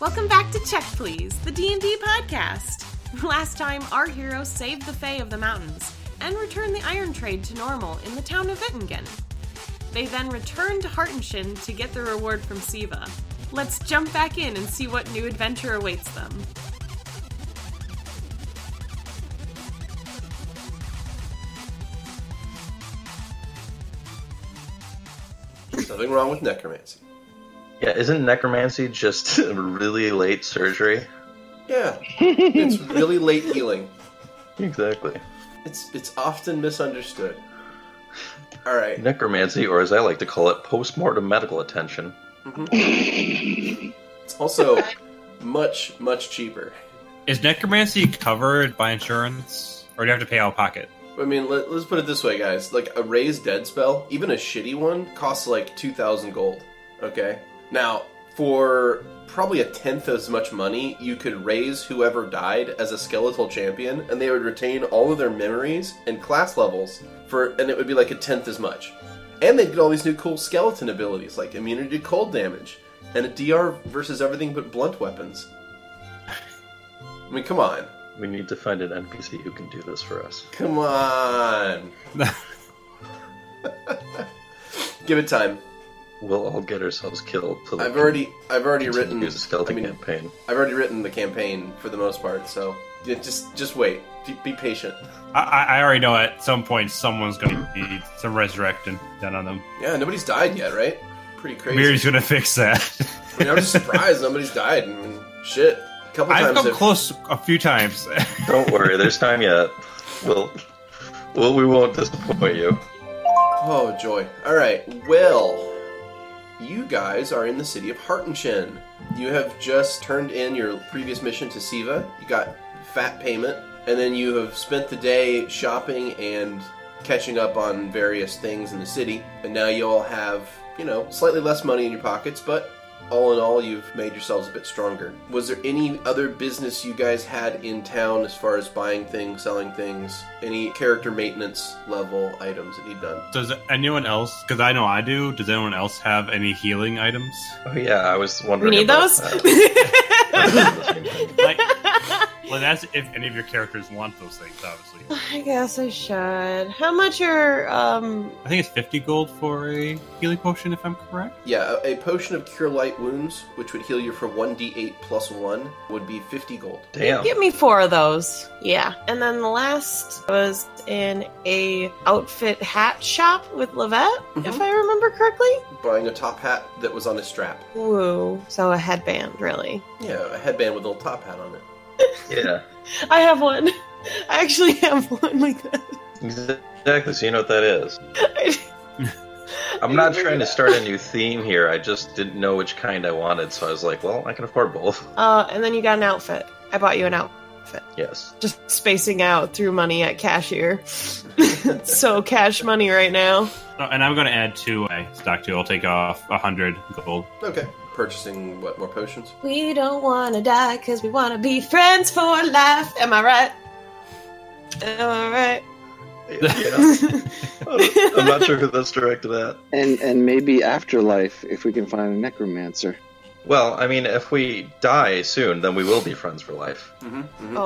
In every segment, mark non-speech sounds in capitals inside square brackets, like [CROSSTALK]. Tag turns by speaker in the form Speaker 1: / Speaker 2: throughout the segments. Speaker 1: Welcome back to Check Please, the D&D podcast. [LAUGHS] Last time, our hero saved the Fae of the mountains and returned the iron trade to normal in the town of Vittingen. They then returned to Hartenshin to get the reward from Siva. Let's jump back in and see what new adventure awaits [LAUGHS] them.
Speaker 2: There's nothing wrong with necromancy.
Speaker 3: Yeah, isn't necromancy just [LAUGHS] really late surgery?
Speaker 2: Yeah, it's really late healing.
Speaker 3: Exactly.
Speaker 2: It's it's often misunderstood. All right,
Speaker 3: Necromancy, or as I like to call it, postmortem medical attention.
Speaker 2: it's also much much cheaper.
Speaker 4: Is necromancy covered by insurance, or do you have to pay out of pocket?
Speaker 2: I mean, let, let's put it this way, guys. Like a raised dead spell, even a shitty one, costs like two thousand gold. Okay, now for probably a tenth as much money, you could raise whoever died as a skeletal champion, and they would retain all of their memories and class levels for, and it would be like a tenth as much. And they'd get all these new cool skeleton abilities like immunity to cold damage and a DR versus everything but blunt weapons. [LAUGHS] I mean, come on,
Speaker 3: We need to find an NPC who can do this for us.
Speaker 2: come on. Give it time.
Speaker 3: We'll all get ourselves killed. So that
Speaker 2: I've
Speaker 3: we
Speaker 2: already, I've already
Speaker 3: can
Speaker 2: written.
Speaker 3: use a skeleton
Speaker 2: I mean,
Speaker 3: campaign.
Speaker 2: I've already written the campaign for the most part, so yeah, just just wait. Be, be patient.
Speaker 4: I- I, I already know at some point someone's going to be some resurrecting done on them.
Speaker 2: Yeah, nobody's died yet, right? Pretty crazy.
Speaker 4: Beardy's going to fix that.
Speaker 2: I mean, I'm just surprised nobody's died. I mean, shit, a couple
Speaker 4: I've
Speaker 2: times.
Speaker 4: come
Speaker 2: I've-
Speaker 4: close a few times. [LAUGHS]
Speaker 3: Don't worry, there's time yet. We'll, well, we won't disappoint you.
Speaker 2: Oh joy! All right, well, you guys are in the city of Hartenshin. You have just turned in your previous mission to Siva. You got fat payment, and then you have spent the day shopping and catching up on various things in the city. And now you all have, you know, slightly less money in your pockets, but all in all, you've made yourselves a bit stronger. Was there any other business you guys had in town as far as buying things, selling things, any character maintenance level items that you've done?
Speaker 4: Does anyone else, because I know I do, does anyone else have any healing items?
Speaker 3: Oh yeah, I was
Speaker 1: We
Speaker 3: wondering.
Speaker 1: need
Speaker 3: about
Speaker 1: those?
Speaker 3: that. I was thinking the same thing.
Speaker 4: Like, well, that's if any of your characters want those things, obviously.
Speaker 1: I guess I should. How much are um
Speaker 4: I think it's 50 gold for a healing potion, if I'm correct.
Speaker 2: Yeah, a, a potion of cure light wounds, which would heal you for 1d8 plus 1, would be 50 gold.
Speaker 3: [LAUGHS] Damn.
Speaker 1: Give me four of those. Yeah. And then the last was in a outfit hat shop with Levette, if
Speaker 2: Mhm.
Speaker 1: I remember correctly.
Speaker 2: Buying a top hat that was on a strap.
Speaker 1: Woo. So a headband, really.
Speaker 2: Yeah, a headband with a little top hat on it.
Speaker 3: Yeah.
Speaker 1: I have one. [LAUGHS] I actually have one like that.
Speaker 3: Exactly. So you know what
Speaker 2: [LAUGHS]
Speaker 3: that is. I'm not trying to start a new theme here. I just didn't know which kind I wanted, so I was like, well, I can afford both.
Speaker 1: [LAUGHS]
Speaker 3: [LAUGHS]
Speaker 1: Uh, and then you got an outfit. I bought you an outfit.
Speaker 3: Yes.
Speaker 1: Just spacing out through money at cashier. so cash money right now.
Speaker 4: So, and I'm going to add two. I stock two. I'll take off 100 gold.
Speaker 2: Okay. Purchasing, what, more potions?
Speaker 1: We don't want to die because we want to be friends for life. Am I right? Am I right?
Speaker 2: Mm-hmm.
Speaker 3: [LAUGHS] Yeah. I'm not sure who that's directed at.
Speaker 5: And and maybe afterlife if we can find a necromancer.
Speaker 3: Well, I mean, if we die soon, then we will be friends for life.
Speaker 2: Mm-hmm.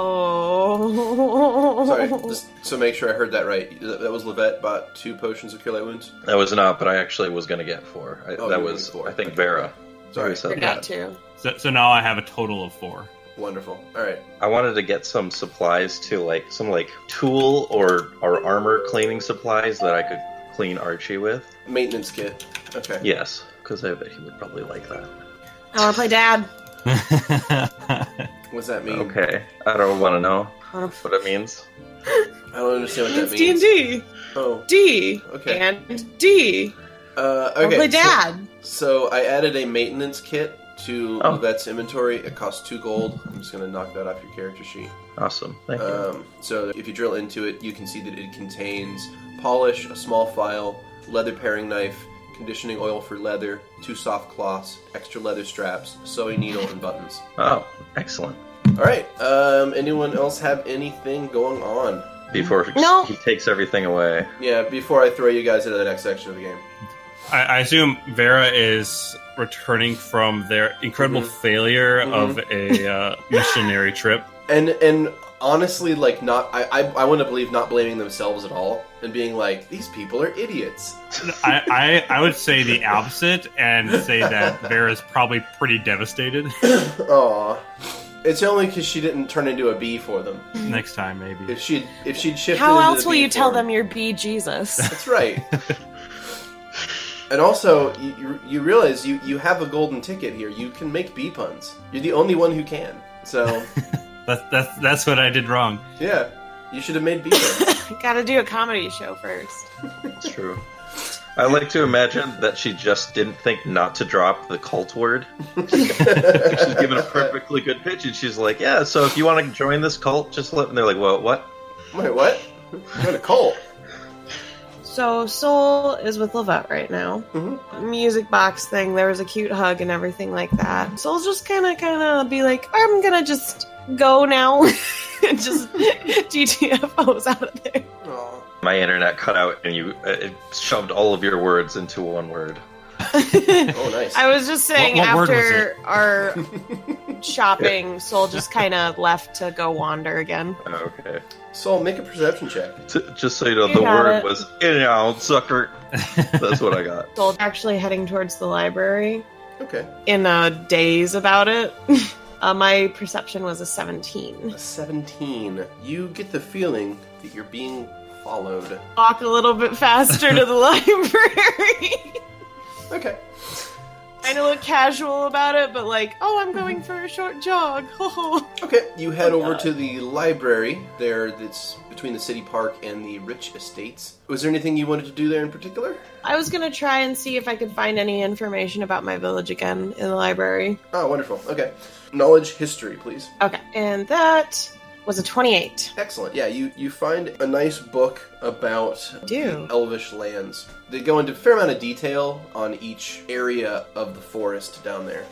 Speaker 1: oh. [LAUGHS]
Speaker 2: Sorry, just so make sure I heard that right. That, that was Levette bought two potions of cure light wounds?
Speaker 3: That was not, but I actually was going to get four. I,
Speaker 2: Oh,
Speaker 3: that
Speaker 2: you were
Speaker 3: was,
Speaker 2: four.
Speaker 3: I think,
Speaker 2: Okay.
Speaker 3: Vera.
Speaker 2: Sorry.
Speaker 3: Who said
Speaker 1: Forgot
Speaker 3: that.
Speaker 1: to.
Speaker 4: So, so now I have a total of four.
Speaker 2: Wonderful. All right.
Speaker 3: I wanted to get some supplies to, like, some, like, tool or, or armor cleaning supplies that I could clean Archie with.
Speaker 2: Maintenance kit. Okay.
Speaker 3: Yes, because I bet he would probably like that.
Speaker 1: I want to play dad.
Speaker 2: What's that
Speaker 6: Mm.
Speaker 2: mean?
Speaker 3: Okay, I don't want to know
Speaker 1: I wanna-
Speaker 3: what it means.
Speaker 2: I don't understand what
Speaker 1: It's
Speaker 2: that
Speaker 6: [LAUGHS]
Speaker 2: means.
Speaker 1: D&D.
Speaker 2: Oh.
Speaker 1: D.
Speaker 2: Okay.
Speaker 1: And D.
Speaker 2: Uh,
Speaker 1: I'll
Speaker 2: okay.
Speaker 1: play
Speaker 2: so-
Speaker 1: dad.
Speaker 2: So I added a maintenance kit to
Speaker 3: Oh.
Speaker 2: Levette's inventory. It costs two gold. I'm just gonna knock that off your character sheet.
Speaker 3: Awesome, thank you.
Speaker 6: Uh,
Speaker 2: Um, so if you drill into it, you can see that it contains polish, a small file, leather paring knife, conditioning oil for leather, two soft cloths, extra leather straps, sewing needle, and buttons.
Speaker 3: oh, excellent.
Speaker 2: All right. Um, anyone else have anything going on?
Speaker 3: Before
Speaker 1: No.
Speaker 3: he takes everything away.
Speaker 2: Yeah. Before I throw you guys into the next section of the game.
Speaker 4: I, I assume Vera is returning from their incredible
Speaker 6: Mm-hmm.
Speaker 4: failure of a
Speaker 6: [LAUGHS]
Speaker 4: uh, missionary trip.
Speaker 2: and and honestly like not i i, I want to believe not blaming themselves at all and being like these people are idiots
Speaker 4: I, I, I would say the opposite and say that Vera's probably pretty
Speaker 6: [LAUGHS]
Speaker 4: devastated
Speaker 2: Aw. it's only because she didn't turn into a bee for them
Speaker 4: next time, maybe.
Speaker 2: if she if she'd shifted
Speaker 6: How
Speaker 2: into
Speaker 6: else
Speaker 2: the
Speaker 6: will
Speaker 2: bee
Speaker 6: you tell
Speaker 2: form-
Speaker 6: them you're
Speaker 1: [LAUGHS]
Speaker 6: B Jesus?
Speaker 2: that's right and also you, you, you realize you you have a golden ticket here you can make bee puns you're the only one who can
Speaker 3: [LAUGHS]
Speaker 2: so
Speaker 4: That's, that's, that's what I did wrong.
Speaker 2: yeah you should have made bee puns
Speaker 6: Gotta do a comedy show first.
Speaker 3: It's true. I like to imagine that she just didn't think not to drop the cult word. she's given
Speaker 2: [LAUGHS]
Speaker 6: [LAUGHS]
Speaker 3: a perfectly good pitch, and she's like, "Yeah, so if you want to join this cult, just let." And they're like, "Well, what?"
Speaker 2: wait what you're in a cult
Speaker 6: So Soul is with Lavette right now.
Speaker 4: Mm-hmm.
Speaker 6: Music box thing. There was a cute hug and everything like that. Soul's just kind of, kind of be like, I'm gonna just go now. [LAUGHS] and
Speaker 4: [LAUGHS]
Speaker 6: just GTFO's out of there.
Speaker 2: Aw.
Speaker 3: My internet cut out, and you uh, it shoved all of your words into one word.
Speaker 2: oh nice
Speaker 6: I was just saying
Speaker 4: What- what word was
Speaker 6: after
Speaker 4: [LAUGHS]
Speaker 6: our shopping, Soul just kind of left to go wander again.
Speaker 3: Okay.
Speaker 2: Saul, make a perception check.
Speaker 3: T- just so you know,
Speaker 6: You
Speaker 3: the
Speaker 6: got
Speaker 3: word
Speaker 6: it.
Speaker 3: was in and out, sucker. That's what I got.
Speaker 6: Soul actually heading towards the library
Speaker 2: Okay.
Speaker 6: in a daze about it. [LAUGHS] uh, my perception was a 17.
Speaker 2: A 17. You get the feeling that you're being followed.
Speaker 6: Walk a little bit faster to
Speaker 4: [LAUGHS]
Speaker 6: the library.
Speaker 2: Okay.
Speaker 6: kind of look casual about it, but like, oh, I'm going for a short jog. [LAUGHS] Ho
Speaker 2: Okay. You head
Speaker 6: Oh,
Speaker 2: over
Speaker 6: God.
Speaker 2: to the library there that's between the city park and the rich estates. Was there anything you wanted to do there in particular?
Speaker 6: I was gonna try and see if I could find any information about my village again in the library.
Speaker 2: Oh, wonderful. Okay. Knowledge history, please.
Speaker 6: Okay, and that was a 28.
Speaker 2: Excellent. Yeah, you, you find a nice book about the
Speaker 6: do.
Speaker 2: elvish lands. They go into a fair amount of detail on each area of the forest down there.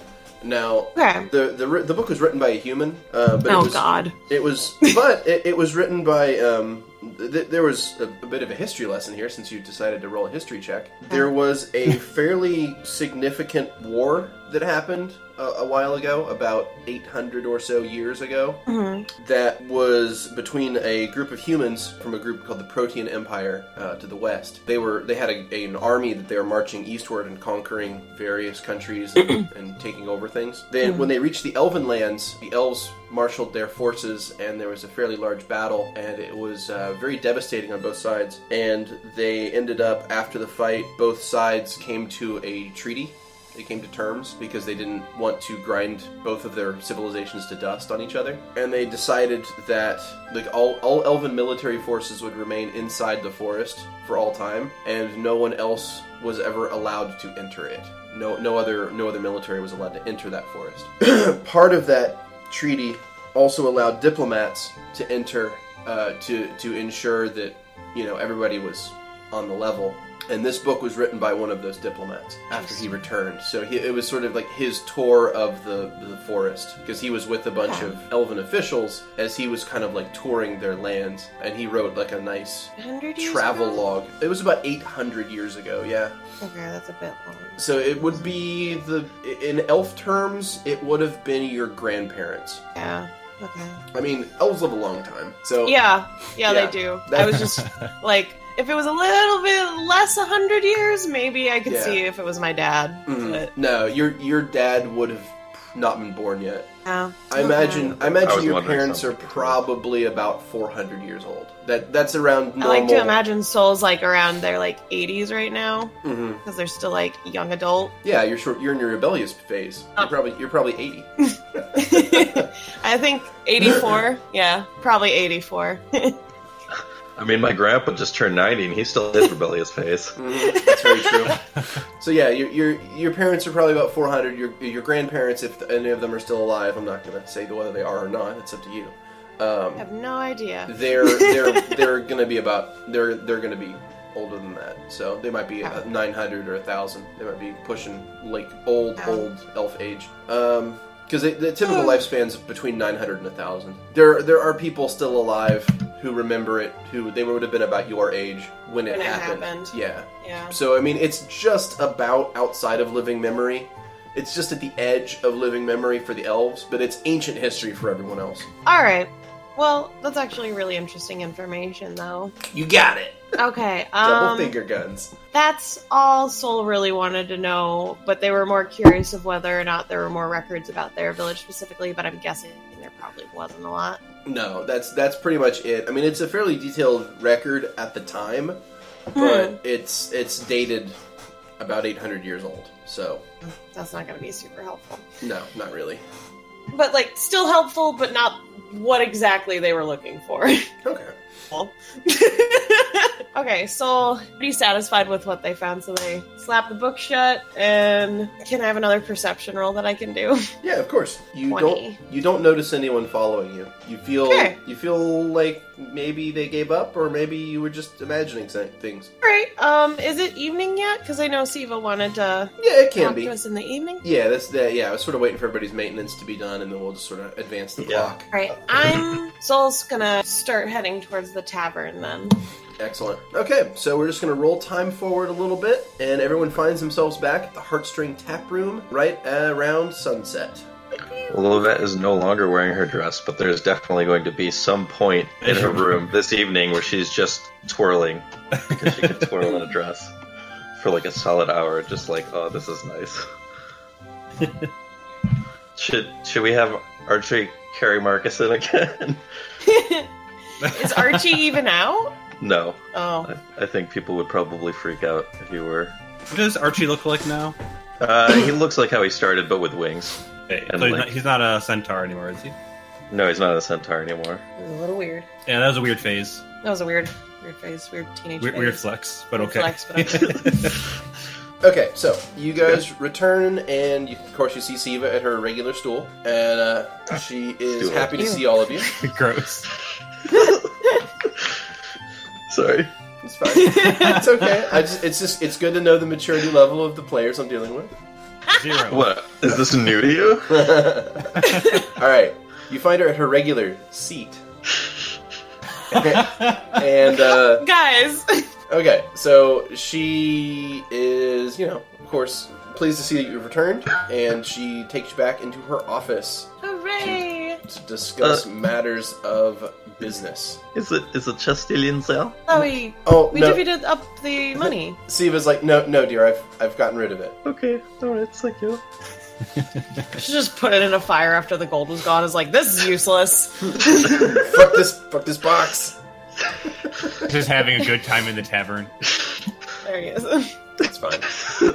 Speaker 2: Now,
Speaker 6: Okay.
Speaker 2: the, the ri- the book was written by a human, uh, but it
Speaker 6: Oh
Speaker 2: was,
Speaker 6: God.
Speaker 2: It was, but it, it was written by. Um, th- there was a, a bit of a history lesson here, since you decided to roll a history check. There was a fairly significant war that happened a, a while ago, about 800 or so years ago,
Speaker 6: Mm-hmm.
Speaker 2: that was between a group of humans from a group called the Protean Empire uh, to the west. They were they had a, an army that they were marching eastward and conquering various countries and, and taking over things. Then when they reached the Elven lands, the elves marshaled their forces, and there was a fairly large battle, and it was uh, very devastating on both sides. And they ended up after the fight, both sides came to a treaty they came to terms because they didn't want to grind both of their civilizations to dust on each other and they decided that like all, all elven military forces would remain inside the forest for all time and no one else was ever allowed to enter it no no other no other military was allowed to enter that forest part of that treaty also allowed diplomats to enter uh, to to ensure that you know everybody was on the level. And this book was written by one of those diplomats after he returned. So he, it was sort of like his tour of the, the forest because he was with a bunch of elven officials as he was kind of like touring their lands. And he wrote like a nice
Speaker 6: 100 years
Speaker 2: travel
Speaker 6: ago?
Speaker 2: log. It was about 800 years ago, yeah.
Speaker 6: Okay, that's a bit long.
Speaker 2: So it would be the, in elf terms, it would have been your grandparents.
Speaker 6: Yeah. Okay.
Speaker 2: I mean, elves live a long time. So
Speaker 6: Yeah, yeah,
Speaker 2: Oh. Yeah. [LAUGHS]
Speaker 6: they do.
Speaker 2: That-
Speaker 6: I was just like, if it was a little bit less, a hundred years, maybe I could
Speaker 2: Yeah.
Speaker 6: see if it was my dad.
Speaker 2: Mhm.
Speaker 6: But,
Speaker 2: no, your, your dad would have not been born yet.
Speaker 6: yeah.
Speaker 2: I imagine I
Speaker 3: I
Speaker 2: imagine
Speaker 3: was
Speaker 2: your
Speaker 3: wondering
Speaker 2: parents are
Speaker 3: something.
Speaker 2: probably about 400 years old. That that's around
Speaker 6: I
Speaker 2: normal.
Speaker 6: like to imagine Soul's like around their like 80s right now
Speaker 2: hmm
Speaker 6: because they're still like
Speaker 2: [LAUGHS]
Speaker 6: young adult. [LAUGHS]
Speaker 2: Yeah, you're short, you're in your rebellious phase. You're
Speaker 6: Oh.
Speaker 2: probably you're probably
Speaker 6: [LAUGHS]
Speaker 2: 80.
Speaker 6: I think 84. yeah, probably 84.
Speaker 2: Um,
Speaker 3: I mean, my grandpa just turned 90, and he still has rebellious face.
Speaker 2: Mhm, That's very true. so yeah, your your your parents are probably about 400. Your your grandparents, if any of them are still alive, I'm not going to say whether they are or not. It's up to you.
Speaker 6: I
Speaker 2: Um,
Speaker 6: have no idea. [LAUGHS]
Speaker 2: they're they're they're going to be about they're they're going to be older than that. So they might be
Speaker 6: Oh.
Speaker 2: uh, 900 or 1000. They might be pushing like old
Speaker 6: Oh.
Speaker 2: old elf age. Um because the typical
Speaker 6: Oh.
Speaker 2: lifespan's between 900 and 1000. There there are people still alive who remember it, who they would have been about your age when it
Speaker 6: When it
Speaker 2: happened.
Speaker 6: happened.
Speaker 2: Yeah.
Speaker 6: Yeah.
Speaker 2: So I mean, it's just about outside of living memory. It's just at the edge of living memory for the elves, but it's ancient history for everyone else.
Speaker 6: All right. Well, that's actually really interesting information, though.
Speaker 2: You got it.
Speaker 6: Okay.
Speaker 2: [LAUGHS] Double
Speaker 6: Um,
Speaker 2: finger guns.
Speaker 6: That's all Soul really wanted to know, but they were more curious of whether or not there were more records about their village specifically, but I'm guessing there probably wasn't a lot.
Speaker 2: No, that's that's pretty much it. I mean, it's a fairly detailed record at the time, but it's it's dated about 800 years old. So,
Speaker 6: That's not going to be super helpful.
Speaker 2: no, not really.
Speaker 6: But, like, still helpful, but not what exactly they were looking for. [LAUGHS]
Speaker 2: Okay.
Speaker 6: okay, Soul, pretty satisfied with what they found, so they slap the book shut, and can I have another perception roll that I can do? [LAUGHS]
Speaker 2: Yeah, of course. You
Speaker 6: 20.
Speaker 2: don't you don't notice anyone following you. You feel
Speaker 6: Okay.
Speaker 2: you feel like maybe they gave up or maybe you were just imagining sa- things.
Speaker 6: all right, um, is it evening yet? Because I know Siva wanted to
Speaker 2: Yeah, it can
Speaker 6: talk
Speaker 2: be.
Speaker 6: to us in the evening.
Speaker 2: Yeah, that's that. Yeah, I was sort of waiting for everybody's maintenance to be done, and then we'll just sort of advance the
Speaker 3: Yeah.
Speaker 2: clock.
Speaker 6: Alright,
Speaker 2: [LAUGHS]
Speaker 6: I'm Sol's gonna start heading towards the tavern then.
Speaker 2: Excellent. Okay, so we're just going to roll time forward a little bit, and everyone finds themselves back at the Heartstring Tap Room right around sunset.
Speaker 3: [LAUGHS] Lovette is no longer wearing her dress, but there's definitely going to be some point in her room this evening where she's just twirling. Because she can twirl in a dress for like a solid hour, just like, oh, this is nice. [LAUGHS] should should we have archery carry Marcus in again? [LAUGHS]
Speaker 6: Is
Speaker 2: [LAUGHS]
Speaker 6: Archie even out?
Speaker 3: no.
Speaker 6: Oh.
Speaker 4: Uh,
Speaker 3: I, I think people would probably freak out if he were.
Speaker 4: What does Archie look like now?
Speaker 3: Uh, he looks like how he started, but with wings.
Speaker 4: Hey,
Speaker 3: And
Speaker 4: so he's,
Speaker 3: like-
Speaker 4: not, he's not a centaur anymore, is he?
Speaker 3: No, he's not a centaur anymore.
Speaker 6: It was a little weird.
Speaker 4: Yeah, that was a weird phase.
Speaker 6: That was a weird weird phase, weird teenage
Speaker 4: Weird,
Speaker 6: phase.
Speaker 4: weird flex, but
Speaker 6: Weird
Speaker 4: okay.
Speaker 6: flex, but okay.
Speaker 2: Okay, so you guys return, and you, of course you see Siva at her regular stool, and uh, she is
Speaker 3: Stool.
Speaker 2: happy to
Speaker 6: Ew.
Speaker 2: see all of you.
Speaker 4: [LAUGHS] Gross.
Speaker 6: [LAUGHS]
Speaker 3: Sorry.
Speaker 2: It's fine. it's okay. I just, it's just it's good to know the maturity level of the players I'm dealing with.
Speaker 4: Zero.
Speaker 3: What? Is this new to you?
Speaker 2: all right, you find her at her regular seat, and. Uh,
Speaker 6: Guys! [LAUGHS]
Speaker 2: Okay, so she is, you know, of course, pleased to see that you've returned, and she takes you back into her office
Speaker 6: Hooray!
Speaker 2: to discuss matters of business.
Speaker 3: Is it is it Chastilian cell?
Speaker 6: Chloe,
Speaker 2: Oh,
Speaker 6: we
Speaker 2: no.
Speaker 6: divvied up the money.
Speaker 2: Siva's like, no, no, dear, I've, I've gotten rid of it.
Speaker 3: Okay, alright, thank you.
Speaker 6: She just put it in a fire after the gold was gone. Is like, this is useless.
Speaker 2: fuck this, fuck this box.
Speaker 4: Just having a good time in the tavern.
Speaker 6: There he
Speaker 1: [LAUGHS]
Speaker 6: is.
Speaker 2: It's fine.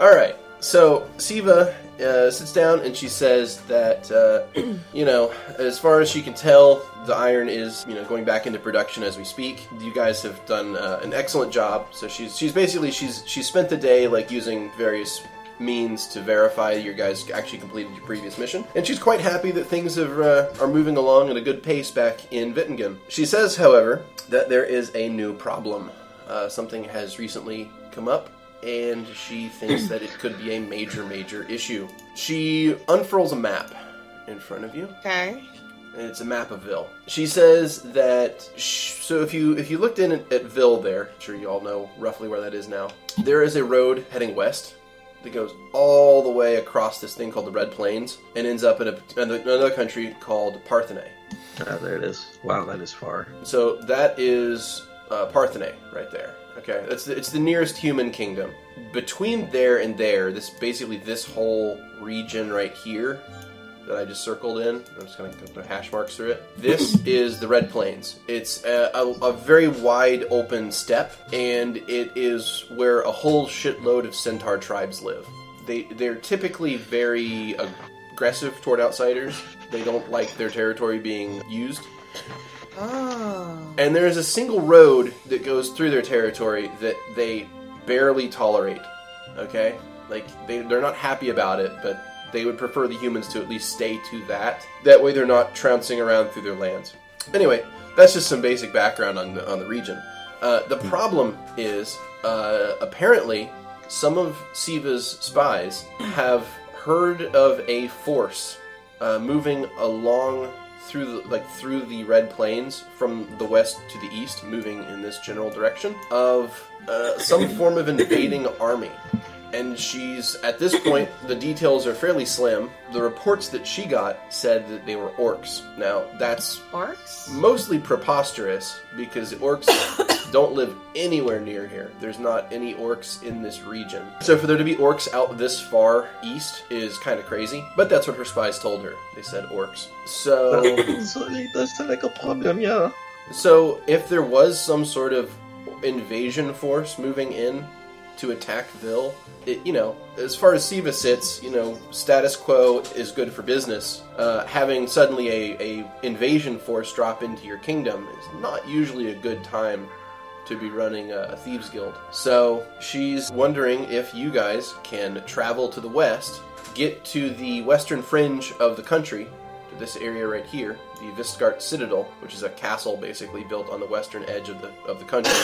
Speaker 2: All right. So Siva uh, sits down and she says that uh, [CLEARS THROAT] you know, as far as she can tell, the iron is you know going back into production as we speak. You guys have done uh, an excellent job. So she's she's basically she's she spent the day like using various means to verify your guys actually completed your previous mission and she's quite happy that things have, uh, are moving along at a good pace back in Wittingen. She says however that there is a new problem uh, something has recently come up, and she thinks that it could be a major, major issue. She unfurls a map in front of you,
Speaker 6: Okay.
Speaker 2: and it's a map of Ville. She says that sh- so if you if you looked in at, at Ville there, I'm sure you all know roughly where that is now. There is a road heading west that goes all the way across this thing called the Red Plains and ends up in a, another country called Parthenay.
Speaker 3: [LAUGHS] Ah, there it is. Wow, that is far.
Speaker 2: So that is uh, Parthenay right there. Okay, that's the, it's the nearest human kingdom. Between there and there, this basically this whole region right here that I just circled in. I'm just gonna put hash marks through it. This is the Red Plains. It's a, a, a very wide open steppe, and it is where a whole shitload of centaur tribes live. They they're typically very aggressive toward outsiders. They don't like their territory being used.
Speaker 6: Oh.
Speaker 2: And there is a single road that goes through their territory that they barely tolerate. Okay? Like, they, they're not happy about it, but they would prefer the humans to at least stay to that. That way they're not trouncing around through their lands. Anyway, that's just some basic background on the, on the region. Uh, the problem is, uh, apparently, some of Siva's spies have heard of a force uh, moving along through the, like through the red plains from the west to the east, moving in this general direction of uh, some form of invading army. And she's at this point, the details are fairly slim. The reports that she got said that they were orcs. Now that's
Speaker 1: Orcs?
Speaker 2: mostly preposterous because orcs don't live anywhere near here. There's not any orcs in this region. So for there to be orcs out this far east is kind of crazy, but that's what her spies told her. They said orcs. So
Speaker 3: [COUGHS]
Speaker 2: [COUGHS]
Speaker 3: so that's like a problem, yeah.
Speaker 2: so if there was some sort of invasion force moving in to attack Ville, it, you know, as far as Siva sits, you know, status quo is good for business. Uh, having suddenly a, a invasion force drop into your kingdom is not usually a good time to be running a, a thieves guild. So she's wondering if you guys can travel to the west, get to the western fringe of the country, to this area right here, the Vistgart Citadel, which is a castle basically built on the western edge of the of the country,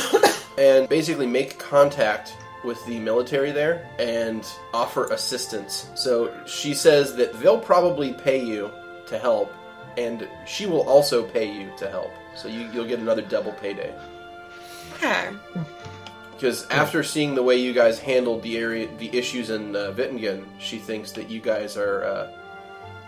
Speaker 2: and basically make contact with the military there and offer assistance. So she says that they'll probably pay you to help, and she will also pay you to help. So you, you'll get another double payday.
Speaker 1: Okay.
Speaker 2: Because after seeing the way you guys handled the area, the issues in uh, Wittingen, she thinks that you guys are, uh,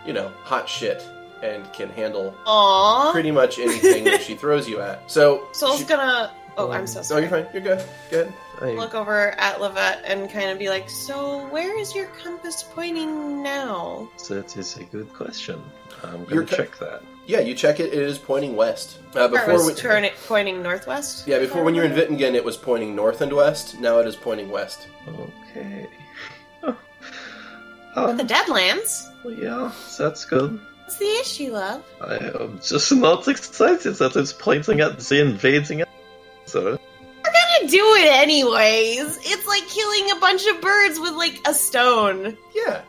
Speaker 2: you know, hot shit and can handle
Speaker 6: Oh.
Speaker 1: Aww.
Speaker 2: pretty much anything that she throws you at. So,
Speaker 1: Soul's
Speaker 2: she-
Speaker 1: gonna. Oh, I'm so
Speaker 2: Oh,
Speaker 1: sorry.
Speaker 2: you're fine. You're good. Good.
Speaker 1: Look over at Levette and kind of be like, "So where is your compass pointing now?"
Speaker 3: That is a good question. I'm gonna
Speaker 2: You're co-
Speaker 3: check that.
Speaker 2: Yeah, you check it. It is pointing west. Uh,
Speaker 1: Or it
Speaker 2: before
Speaker 1: was
Speaker 2: we,
Speaker 1: turn it pointing northwest.
Speaker 2: yeah, before when you were in Wittingen, it was pointing north and west. Now it is pointing west.
Speaker 3: Okay. [LAUGHS]
Speaker 1: But the
Speaker 3: Um,
Speaker 1: Deadlands.
Speaker 3: yeah, that's good.
Speaker 1: What's the issue, love?
Speaker 3: I am just not excited that it's pointing at the invading. a- So
Speaker 1: We're gonna do it anyways. It's like killing a bunch of birds with like a stone.
Speaker 2: Yeah,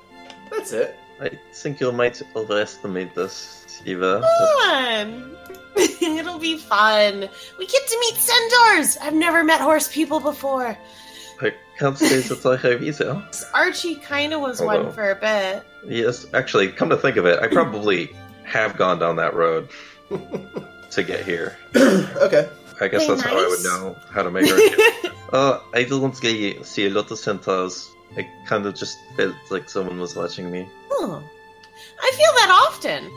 Speaker 2: that's it. [CLEARS THROAT]
Speaker 3: I think you might overestimate this, Eva.
Speaker 1: [GASPS] Fun. [LAUGHS] It'll be fun. We get to meet centaurs. I've never met horse people before.
Speaker 3: I can't say that I have either.
Speaker 1: Archie kind of was one
Speaker 3: Hello.
Speaker 1: for a bit.
Speaker 3: Yes, actually, come to think of it, I probably have gone down that road to get here.
Speaker 2: okay.
Speaker 3: I guess
Speaker 1: Play
Speaker 3: that's how I would
Speaker 1: nice.
Speaker 3: know how to make her.
Speaker 1: [LAUGHS]
Speaker 3: Uh, I didn't really see a lot of centaurs. I kind of just felt like someone was watching me.
Speaker 1: Huh. I feel that often.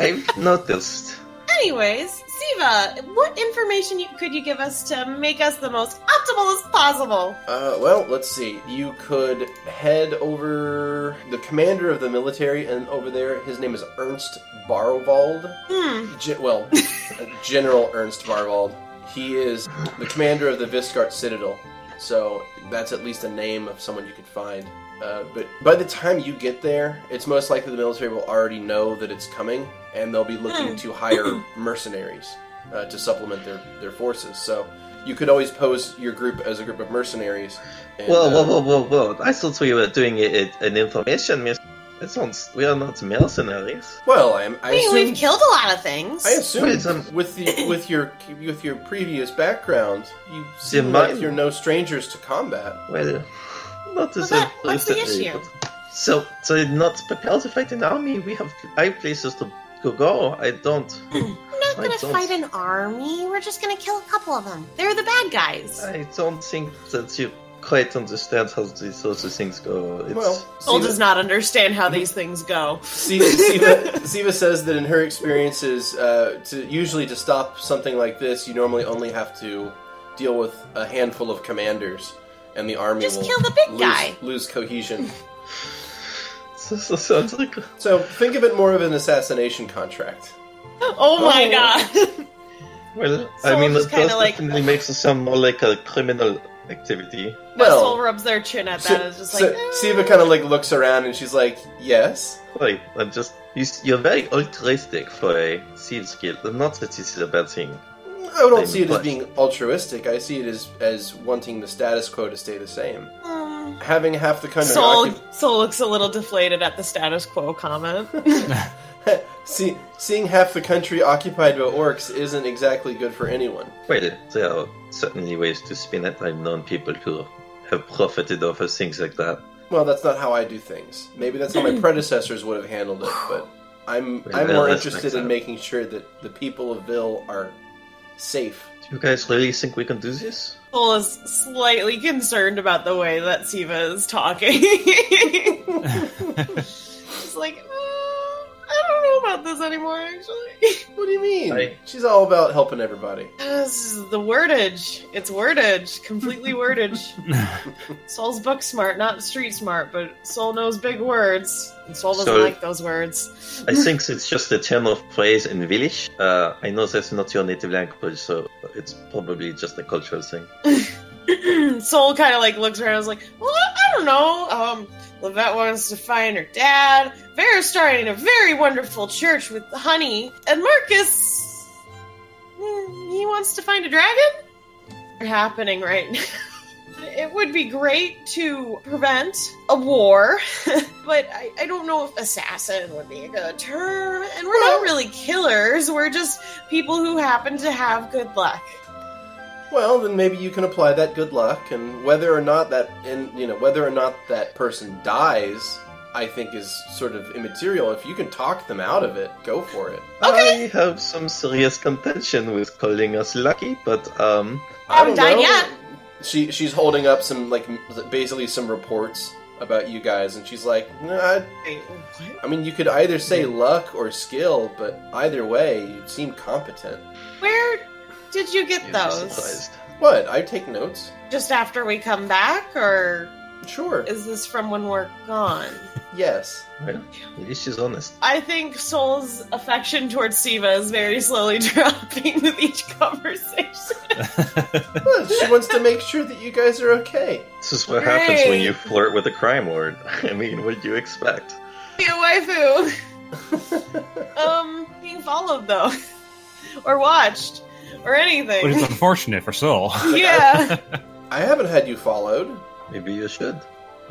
Speaker 3: I've noticed.
Speaker 1: Anyways, Siva, what information you, could you give us to make us the most optimal as possible?
Speaker 2: Uh, well, let's see. You could head over the commander of the military, and over there, his name is Ernst Barwald.
Speaker 1: Hmm.
Speaker 2: Gen-
Speaker 1: [LAUGHS]
Speaker 2: well, General Ernst Barwald. He is the commander of the Viscart Citadel, so that's at least a name of someone you could find. Uh, but by the time you get there, it's most likely the military will already know that it's coming, and they'll be looking
Speaker 1: Hmm. [CLEARS THROAT]
Speaker 2: to hire mercenaries uh, to supplement their, their forces. So you could always pose your group as a group of mercenaries. And,
Speaker 3: Whoa, whoa,
Speaker 2: uh,
Speaker 3: whoa, whoa, whoa! I thought we were doing it, it an information mission. It sounds we are not mercenaries.
Speaker 2: Well, I, am- I
Speaker 1: I mean,
Speaker 2: assume
Speaker 1: we've killed a lot of things.
Speaker 2: I assume
Speaker 3: Wait, um,
Speaker 2: with
Speaker 3: [COUGHS]
Speaker 2: the with your with your previous background, you
Speaker 3: Yeah,
Speaker 2: seem like
Speaker 3: mine-
Speaker 2: you're no strangers to combat.
Speaker 3: Well, not
Speaker 1: Well,
Speaker 3: as
Speaker 1: that- what's the
Speaker 3: implicitly,
Speaker 1: issue?
Speaker 3: but- So, so not prepared to fight an army. We have I have places to to go. I don't.
Speaker 1: We're not
Speaker 3: I
Speaker 1: gonna
Speaker 3: don't-
Speaker 1: fight an army. We're just gonna kill a couple of them. They're the bad guys.
Speaker 3: I don't think that you quite understand how these sorts of things go. It's,
Speaker 2: Well,
Speaker 1: Soul
Speaker 2: Siva-
Speaker 1: does not understand how these things go. [LAUGHS]
Speaker 2: Siva, Siva, Siva says that in her experiences, uh, to usually to stop something like this, you normally only have to deal with a handful of commanders, and the army
Speaker 1: Just
Speaker 2: will
Speaker 1: kill the big
Speaker 2: lose,
Speaker 1: guy.
Speaker 2: lose cohesion.
Speaker 3: so, so, so it's like,
Speaker 2: So think of it more of an assassination contract.
Speaker 1: Oh my god. [LAUGHS]
Speaker 3: well,
Speaker 1: So
Speaker 3: I mean,
Speaker 1: it's
Speaker 3: it does
Speaker 1: kinda like-
Speaker 3: definitely makes it sound more like a criminal activity.
Speaker 2: Well,
Speaker 1: Soul rubs their chin at that. and is just like, "Eh."
Speaker 2: Siva kind of like looks around and she's like, "Yes."
Speaker 3: Right, I'm just you, s- you're very altruistic for a thieves guild. Not that this is a bad thing.
Speaker 2: I don't see it as
Speaker 3: But-
Speaker 2: being altruistic. I see it as as wanting the status quo to stay the same.
Speaker 1: Um,
Speaker 2: Having half the country
Speaker 1: Soul,
Speaker 2: occup-
Speaker 1: Soul looks a little deflated at the status quo comment.
Speaker 2: [LAUGHS] see, seeing half the country occupied by orcs isn't exactly good for anyone.
Speaker 3: Well, there are certainly ways to spin it. I've known people who have profited off of things like that.
Speaker 2: Well, that's not how I do things. Maybe that's how my predecessors would have handled it, but I'm
Speaker 3: Wait,
Speaker 2: I'm
Speaker 3: Bill,
Speaker 2: more
Speaker 3: that's
Speaker 2: interested
Speaker 3: next
Speaker 2: in
Speaker 3: up.
Speaker 2: making sure that the people of Ville are safe.
Speaker 3: Do you guys really think we can do this?
Speaker 6: Cole is slightly concerned about the way that Siva is talking. [LAUGHS] She's like, uh, I don't know about this anymore, actually.
Speaker 2: What do you mean?
Speaker 3: Right.
Speaker 2: She's all about helping everybody.
Speaker 6: This is the wordage. It's wordage. Completely wordage. Sol's book smart, not street smart, but Sol knows big words. And Sol doesn't
Speaker 3: So-
Speaker 6: like those words.
Speaker 3: I think it's just a term of phrase in village. Uh, I know that's not your native language, so it's probably just a cultural thing.
Speaker 6: [CLEARS THROAT] Soul kind of like looks around. and is like, well, I don't know. Um, Levette wants to find her dad. Vera's starting a very wonderful church with honey, and Marcus, mm, he wants to find a dragon. They're happening right now. [LAUGHS] It would be great to prevent a war, [LAUGHS] but I, I don't know if assassin would be a good term. And we're not really killers, we're just people who happen to have good luck.
Speaker 2: Well, then maybe you can apply that good luck, and whether or not that, and you know, whether or not that person dies, I think is sort of immaterial. If you can talk them out of it, go for it.
Speaker 6: Okay.
Speaker 3: I have some serious contention with calling us lucky, but um,
Speaker 6: I haven't died yet.
Speaker 2: She she's holding up some like m- basically some reports about you guys, and she's like, nah, I, I mean, you could either say luck or skill, but either way, you seem competent.
Speaker 6: Where did you get
Speaker 3: you'd be
Speaker 6: those?
Speaker 3: surprised.
Speaker 2: What? I take notes.
Speaker 6: Just after we come back, or
Speaker 2: Sure.
Speaker 6: is this from when we're gone?
Speaker 2: Yes.
Speaker 3: Well, at least she's honest.
Speaker 6: I think Soul's affection towards Siva is very slowly [LAUGHS] dropping with each conversation.
Speaker 2: Well, she wants to make sure that you guys are okay.
Speaker 3: This is what happens when
Speaker 6: Great.
Speaker 3: you flirt with a crime lord. [LAUGHS] I mean, what do you expect?
Speaker 6: Be a waifu. Um, being followed though, [LAUGHS] or watched, or
Speaker 4: Which is
Speaker 6: [LAUGHS] anything.
Speaker 4: unfortunate for Soul.
Speaker 6: Yeah.
Speaker 2: I haven't had you followed.
Speaker 3: Maybe you should.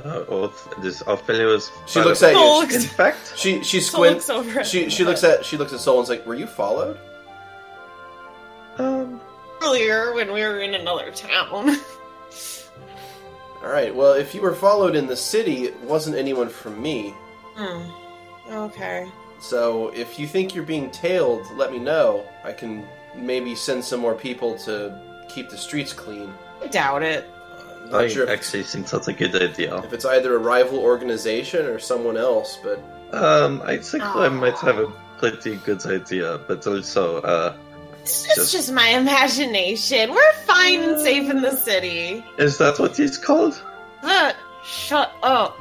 Speaker 3: Uh, or this our fellow is.
Speaker 2: She looks at
Speaker 6: Soul
Speaker 2: you.
Speaker 6: looks,
Speaker 3: In fact,
Speaker 2: She she
Speaker 6: Soul
Speaker 2: squints.
Speaker 6: looks over. at
Speaker 2: She she looks at she looks at Soul and's like, "Were you followed?"
Speaker 3: um,
Speaker 6: earlier when we were in another town. [LAUGHS]
Speaker 2: All right. Well, if you were followed in the city, it wasn't anyone from me.
Speaker 6: Hmm. Okay.
Speaker 2: So if you think you're being tailed, let me know. I can maybe send some more people to keep the streets clean.
Speaker 6: I doubt it.
Speaker 2: I'm not
Speaker 3: I
Speaker 2: sure if,
Speaker 3: actually think that's a good idea.
Speaker 2: if it's either a rival organization or someone else,
Speaker 3: [LAUGHS]
Speaker 2: but
Speaker 3: Um, I think I might have a pretty good idea, but also, uh,
Speaker 6: It's just,
Speaker 3: Just-
Speaker 6: just my imagination. We're fine and safe in the city.
Speaker 3: is that what it's called?
Speaker 6: Look, shut up.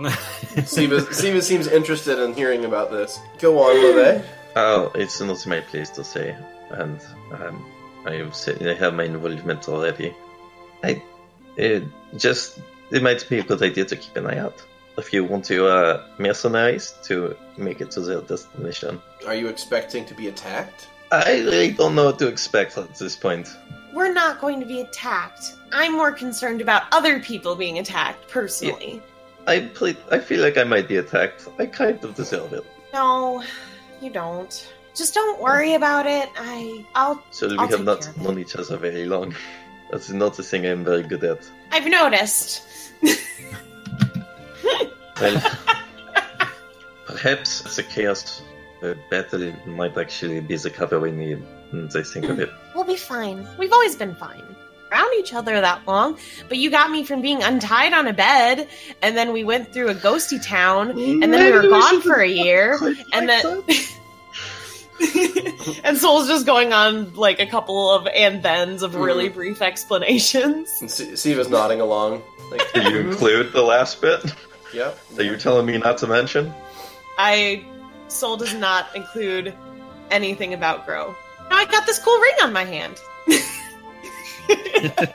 Speaker 2: Siva, Siva seems interested in hearing about this. Go on, Leve.
Speaker 3: Oh, it's not my place to say, and um, I have said I have my involvement already. I it just it might be a good idea to keep an eye out if you want to uh, mercenaries to make it to their destination.
Speaker 2: Are you expecting to be attacked?
Speaker 3: I really don't know what to expect at this point.
Speaker 6: We're not going to be attacked. I'm more concerned about other people being attacked personally.
Speaker 3: I ple- I feel like I might be attacked. I kind of deserve it.
Speaker 6: No, you don't. Just don't worry about it. I I'll
Speaker 3: So we
Speaker 6: I'll
Speaker 3: have
Speaker 6: take care
Speaker 3: not
Speaker 6: of it.
Speaker 3: known each other very long. [LAUGHS] That's not a thing I'm very good at.
Speaker 6: I've noticed.
Speaker 3: Well, perhaps the chaos uh, battle might actually be the cover we need. And I think of it.
Speaker 6: We'll be fine. We've always been fine. Around each other that long, but you got me from being untied on a bed, and then we went through a ghosty town, and then
Speaker 1: [LAUGHS]
Speaker 6: we were gone for a year. and then and soul's just going on like a couple of and thens of really brief explanations
Speaker 2: And Si- Siva's nodding along.
Speaker 3: [LAUGHS]
Speaker 2: Like, mm-hmm.
Speaker 3: Did you include the last bit
Speaker 2: Yep.
Speaker 3: that you're telling me not to mention?
Speaker 6: i soul does not include anything about grow now i got this cool ring on my hand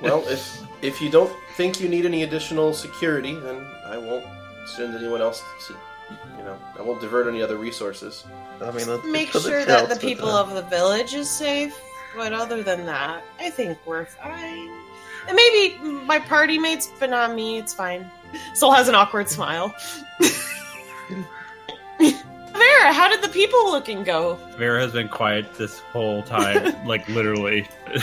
Speaker 2: Well, if if you don't think you need any additional security, then I won't send anyone else to, you know, I won't divert any other resources.
Speaker 3: I mean, it- it
Speaker 6: make
Speaker 3: could've
Speaker 6: sure that
Speaker 3: helped,
Speaker 6: the
Speaker 3: but,
Speaker 6: people
Speaker 3: uh,
Speaker 6: of the village is safe but other than that i think we're fine and maybe my party mates but not me it's fine soul has an awkward smile [LAUGHS] vera how did the people looking go
Speaker 4: Vera has been quiet this whole [LAUGHS] time, like literally.
Speaker 6: [LAUGHS]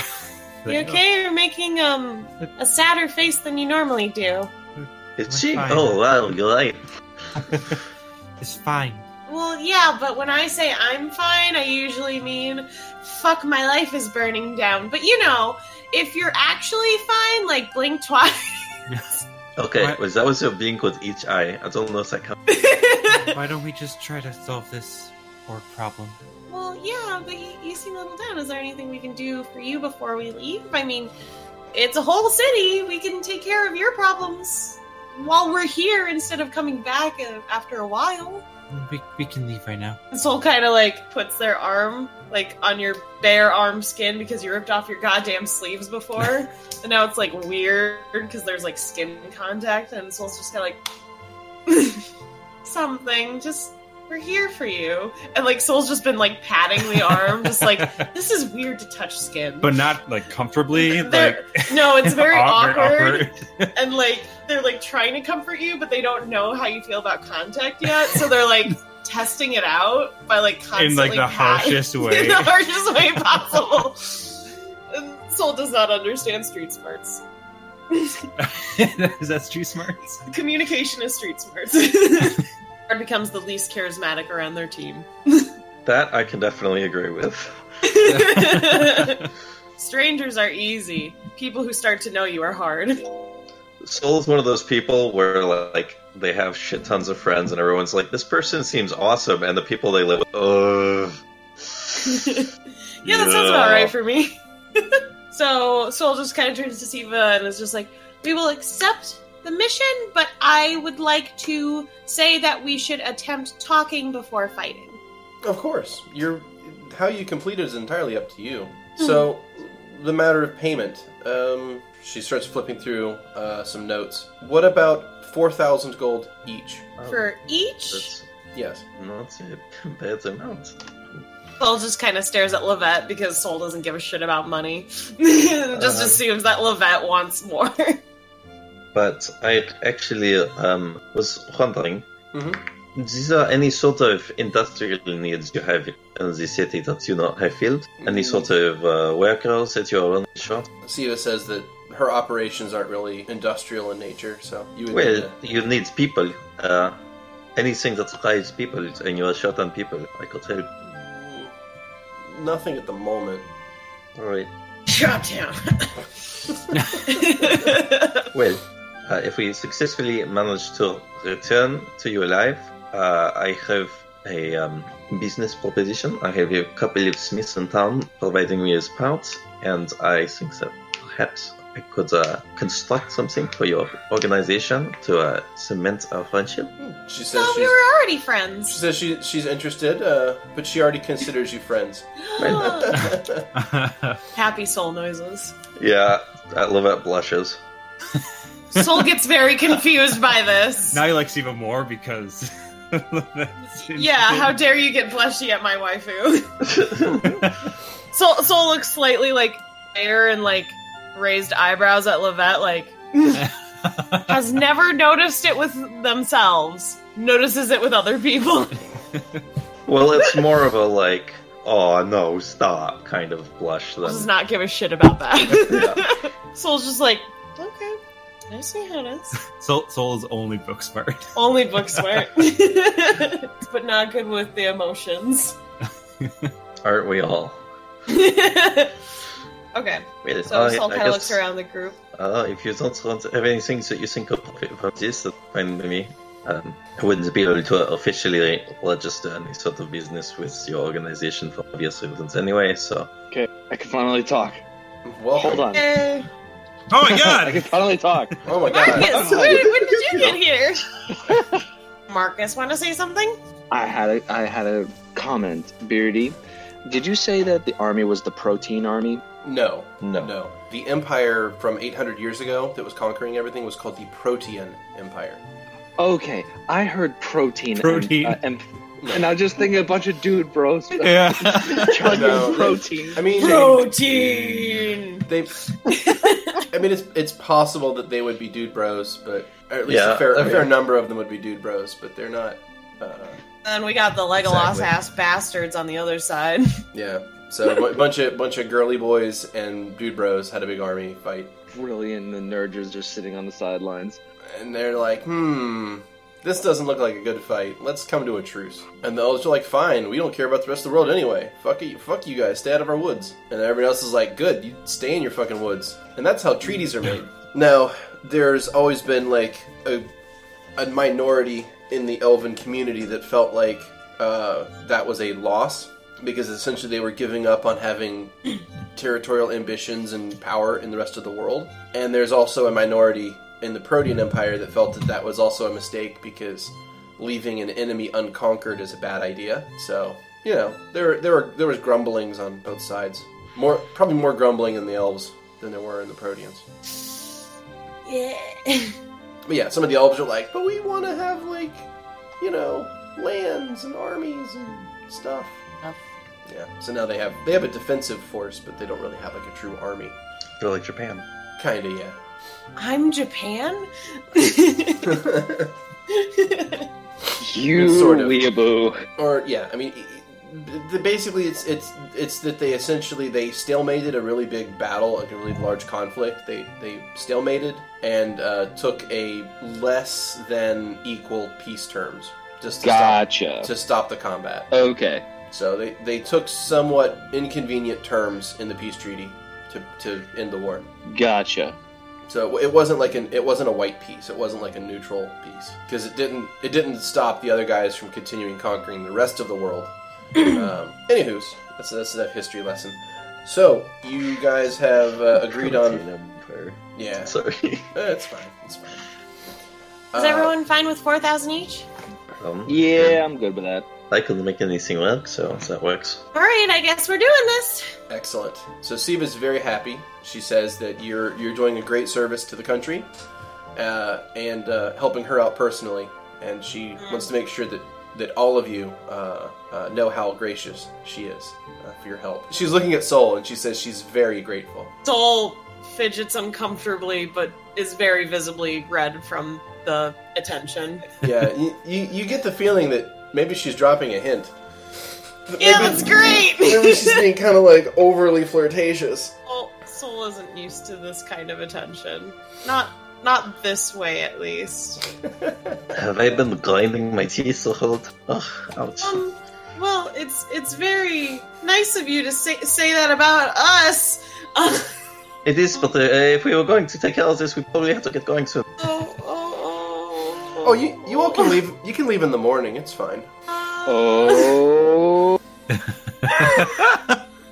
Speaker 6: You okay? You're making um a sadder face than you normally do.
Speaker 3: It's
Speaker 7: We're
Speaker 3: she?
Speaker 7: fine.
Speaker 3: Oh wow, you're right.
Speaker 7: It's fine.
Speaker 6: Well, yeah, but when I say I'm fine, I usually mean fuck my life is burning down. But you know, if you're actually fine, like blink twice. [LAUGHS]
Speaker 3: Okay,
Speaker 4: Right.
Speaker 3: was that was a blink with each eye? I don't know if that counts.
Speaker 4: Why don't we just try to solve this orc problem?
Speaker 6: well, yeah, but you, you seem a little down. Is there anything we can do for you before we leave? I mean, it's a whole city. We can take care of your problems while we're here instead of coming back uh, after a while.
Speaker 4: We, we can leave right now.
Speaker 6: Soul kind of like puts their arm like on your bare arm skin because you ripped off your goddamn sleeves
Speaker 4: [LAUGHS]
Speaker 6: before, and now it's like weird because there's like skin contact, and Soul's just kind of like [LAUGHS] something. Just we're here for you, and like Soul's just been like patting the arm, just
Speaker 4: [LAUGHS]
Speaker 6: like this is weird to touch skin,
Speaker 4: But not like comfortably.
Speaker 6: They're-
Speaker 4: like [LAUGHS]
Speaker 6: no, it's very awkward
Speaker 4: awkward. [LAUGHS]
Speaker 6: [LAUGHS] and like they're like trying to comfort you, but they don't know how you feel about contact yet, so they're
Speaker 4: [LAUGHS]
Speaker 6: like testing it out by like constantly
Speaker 4: in like the
Speaker 6: pat- [LAUGHS]
Speaker 4: harshest
Speaker 6: in
Speaker 4: way.
Speaker 6: the harshest way possible. [LAUGHS] and Soul does not understand street smarts.
Speaker 4: [LAUGHS] Is that street smarts?
Speaker 6: Communication is street smarts. Bard becomes the least charismatic around their team. [LAUGHS]
Speaker 3: That I can definitely agree with.
Speaker 6: Strangers are easy. People who start to know you are hard.
Speaker 3: Soul is one of those people where like they have shit tons of friends and everyone's like, this person seems awesome, and the people they live with, ugh.
Speaker 6: [LAUGHS] yeah, that sounds about right for me. [LAUGHS] so Soul just kind of turns to Siva and is just like, "We will accept the mission, but I would like to say that we should attempt talking before fighting."
Speaker 2: Of course. Your how you complete it is entirely up to you. So, the matter of payment. Um, she starts flipping through uh, some notes. What about four thousand gold each?
Speaker 6: For each,
Speaker 3: That's
Speaker 2: Yes.
Speaker 3: not a bad amount.
Speaker 6: Soul just kind of stares at Levette because Soul doesn't give a shit about money. [LAUGHS] just
Speaker 3: Uh-huh.
Speaker 6: assumes that Levette wants more.
Speaker 3: But I actually um, was wondering,
Speaker 2: Mhm.
Speaker 3: these are any sort of industrial needs you have in the city that you not have filled? Any
Speaker 2: Mm.
Speaker 3: sort of uh, workers that you are on short?
Speaker 2: Siva says that her operations aren't really industrial in nature, so you would. need
Speaker 3: Well,
Speaker 2: to-
Speaker 3: you need people. Uh, anything that requires people, and you are short on people, I could help.
Speaker 2: nothing at the moment.
Speaker 3: All right.
Speaker 6: [LAUGHS] Shut [LAUGHS] down.
Speaker 3: Well, uh, if we successfully manage to return to you alive, uh, I have a um, business proposition. I have a couple of smiths in town providing me with parts, and I think that perhaps I could uh, construct something for your organization to uh, cement our friendship.
Speaker 2: She says
Speaker 6: so we
Speaker 2: she's.
Speaker 6: were already
Speaker 2: She
Speaker 6: [LAUGHS] friends.
Speaker 2: says she, she's interested, uh, but she already considers you friends.
Speaker 6: Happy soul noises.
Speaker 3: Yeah, I love it. Blushes.
Speaker 6: Soul gets very confused by
Speaker 4: [LAUGHS] [LAUGHS]
Speaker 6: this.
Speaker 4: now he likes even more because. [LAUGHS]
Speaker 6: yeah, how dare you get blushy at my waifu? Soul, Soul looks slightly like air and like raised eyebrows at Levette, like has never noticed it with themselves. Notices it with other people. [LAUGHS]
Speaker 3: Well, it's more of a like, oh no, stop kind of blush than.
Speaker 6: Does not give a shit about that. [LAUGHS] Soul's just like, okay, I see how it is.
Speaker 4: [LAUGHS] Soul, Soul is only book smart.
Speaker 6: Only book smart, [LAUGHS] but not good with the emotions. [LAUGHS]
Speaker 3: Aren't we all?
Speaker 6: okay,
Speaker 3: Well,
Speaker 6: so
Speaker 3: I-
Speaker 6: Soul
Speaker 3: I
Speaker 6: kind of
Speaker 3: guess-
Speaker 6: looks around the group.
Speaker 3: Uh, if you don't want to have anything that you think of about this, that's fine with me. Um, I wouldn't be able to officially register any sort of business with your organization for obvious reasons anyway, so.
Speaker 5: I can finally talk.
Speaker 2: Well,
Speaker 5: Hold on.
Speaker 6: Hey,
Speaker 4: [LAUGHS] Oh
Speaker 5: [LAUGHS]
Speaker 4: my
Speaker 5: I can
Speaker 4: god!
Speaker 5: finally talk.
Speaker 2: Oh my god.
Speaker 6: Marcus,
Speaker 5: God.
Speaker 6: when, when did you get here? [LAUGHS] Marcus, want to say something?
Speaker 5: I had a I had a comment, Beardy. Did you say that the army was the protein army?
Speaker 2: No,
Speaker 3: No.
Speaker 2: no. The empire from 800 years ago that was conquering everything was called the Protean Empire.
Speaker 5: Okay, I heard protein. and-
Speaker 4: Protein.
Speaker 5: uh, And, and I was just thinking a bunch of dude
Speaker 4: [LAUGHS] [LAUGHS]
Speaker 5: bros
Speaker 4: Yeah.
Speaker 5: chugging
Speaker 2: No.
Speaker 5: protein.
Speaker 2: I mean,
Speaker 6: Protein.
Speaker 2: they. I mean, it's it's possible that they would be dude bros, but or at least
Speaker 3: Yeah,
Speaker 2: a fair
Speaker 3: I
Speaker 2: a
Speaker 3: mean-
Speaker 2: fair number of them would be dude bros, but they're not. Uh,
Speaker 6: And we got the Legolas
Speaker 3: Exactly.
Speaker 6: ass bastards on the other side.
Speaker 2: yeah. So a bu- bunch of bunch of girly boys and dude bros had a big army fight,
Speaker 5: Brilliant. The nerds are just sitting on the sidelines.
Speaker 2: and they're like, hmm, This doesn't look like a good fight. Let's come to a truce. And the elves are like, fine, we don't care about the rest of the world anyway. Fuck you, fuck you guys, stay out of our woods. And everybody else is like, good, you stay in your fucking woods. And that's how treaties are made. Now, there's always been like a, a minority in the elven community that felt like uh, that was a loss because essentially they were giving up on having territorial ambitions and power in the rest of the world. And there's also a minority in the Protean Empire that felt that that was also a mistake because leaving an enemy unconquered is a bad idea. So you know there there were there was grumblings on both sides. More probably more grumbling in the elves than there were in the Proteans.
Speaker 6: [LAUGHS] Yeah.
Speaker 2: But yeah, some of the elves are like, but we want to have like you know lands and armies and stuff.
Speaker 7: Stuff.
Speaker 2: Yeah. So now they have they have a defensive force, but they don't really have like a true army.
Speaker 3: They're like Japan.
Speaker 2: Kinda, yeah.
Speaker 6: I'm Japan?
Speaker 5: You
Speaker 2: Sort of.
Speaker 5: weeaboo.
Speaker 2: [LAUGHS] or yeah, I mean, e- e- the, basically it's it's it's that they essentially they stalemated a really big battle, like a really large conflict. They they stalemated and uh, took a less than equal peace terms just to,
Speaker 5: Gotcha.
Speaker 2: stop, to stop the combat.
Speaker 5: Okay.
Speaker 2: So they they took somewhat inconvenient terms in the peace treaty to to end the war.
Speaker 5: Gotcha.
Speaker 2: So it wasn't like an it wasn't a white piece. It wasn't like a neutral piece because it didn't it didn't stop the other guys from continuing conquering the rest of the world.
Speaker 1: [CLEARS THROAT]
Speaker 2: um, anywho's, that's that's that history lesson. So you guys have uh, agreed on
Speaker 3: Empire.
Speaker 2: yeah.
Speaker 3: [LAUGHS] Sorry.
Speaker 2: Eh, it's fine. It's fine.
Speaker 1: Is
Speaker 2: Uh,
Speaker 1: everyone fine with 4,000 each?
Speaker 3: Um,
Speaker 5: Yeah, I'm good with that.
Speaker 3: I couldn't make anything work, so that works.
Speaker 1: All right, I guess we're doing this.
Speaker 2: Excellent. So Siva's very happy. She says that you're you're doing a great service to the country, uh, and uh, helping her out personally. And she wants to make sure that that all of you uh, uh, know how gracious she is uh, for your help. She's looking at Sol, and she says she's very grateful. [LAUGHS]
Speaker 6: Sol fidgets uncomfortably, but is very visibly red from the attention.
Speaker 2: Yeah, you, you you get the feeling that maybe she's dropping a hint. That
Speaker 6: Yeah,
Speaker 2: maybe-
Speaker 6: that's
Speaker 2: [LAUGHS]
Speaker 6: great! [LAUGHS]
Speaker 2: Maybe she's being kind of like overly flirtatious.
Speaker 6: Sol, Sol isn't used to this kind of attention. Not not this way, at least.
Speaker 3: Have I been grinding my teeth the whole time? Oh, ouch.
Speaker 6: Um, well, it's it's very nice of you to say say that about us. [LAUGHS] Uh,
Speaker 3: It is, but uh, if we were going to take care of this, we probably have to get going soon.
Speaker 6: oh, oh, oh,
Speaker 2: Oh, you you all can leave. You can leave in the morning. It's fine.
Speaker 6: uh,
Speaker 5: Oh.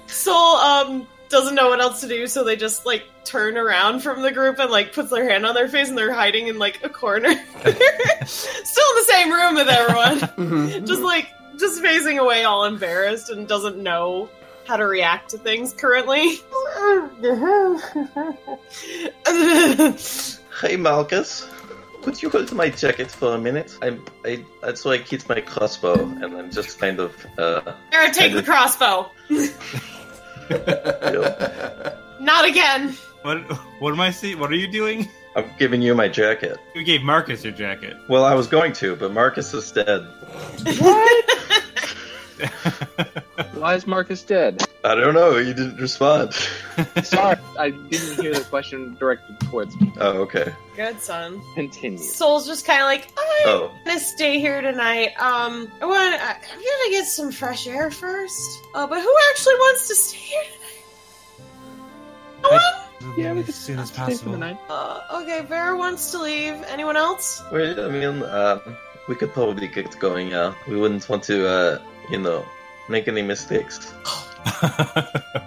Speaker 6: Soul um doesn't know what else to do, so they just like turn around from the group and like puts their hand on their face and they're hiding in like a corner. [LAUGHS] Still in the same room with everyone. [LAUGHS] just
Speaker 2: Mm-hmm.
Speaker 6: like just facing away all embarrassed and doesn't know how to react to things currently. [LAUGHS]
Speaker 3: Hey, Malchus. Could you hold my jacket for a minute? I'm, I, that's why I keep my crossbow, and I'm just kind of, uh,
Speaker 6: Sarah, take the crossbow.
Speaker 2: [LAUGHS]
Speaker 6: Not again.
Speaker 4: What what am I see? What are you doing?
Speaker 3: I'm giving you my jacket.
Speaker 4: You gave Marcus your [LAUGHS] jacket.
Speaker 3: Well, I was going to, but Marcus is dead.
Speaker 6: [LAUGHS]
Speaker 5: Why is Marcus [LAUGHS] dead?
Speaker 3: I don't know, you didn't respond. [LAUGHS]
Speaker 5: Sorry, I didn't hear the question directed towards me.
Speaker 3: oh, okay.
Speaker 6: Good son.
Speaker 5: Continue.
Speaker 6: Soul's just kind of like, I
Speaker 3: Oh,
Speaker 6: gonna stay here tonight. Um, I want. I- I'm gonna get some fresh air first. Uh, but who actually wants to stay here tonight? No one?
Speaker 5: Yeah, we could
Speaker 4: as soon as
Speaker 5: Stay for the
Speaker 4: possible.
Speaker 5: night.
Speaker 6: Uh, okay, Vera wants to leave. Anyone else?
Speaker 3: well, I mean, um, we could probably get going, uh, we wouldn't want to, uh, you know, make any mistakes.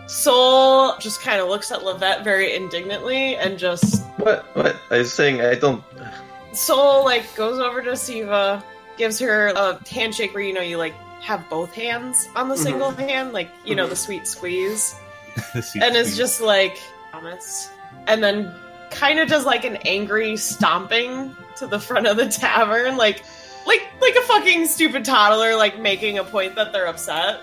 Speaker 6: Soul just kind of looks at Levette very indignantly and just
Speaker 3: What? What? I was saying I don't.
Speaker 6: Soul like goes over to Siva, gives her a handshake where you know you like have both hands on the
Speaker 2: Mhm.
Speaker 6: single hand, like you know
Speaker 2: Mhm.
Speaker 6: the sweet squeeze. and is just like promise and then kind of does like an angry stomping to the front of the tavern like like like a fucking stupid toddler like making a point that they're upset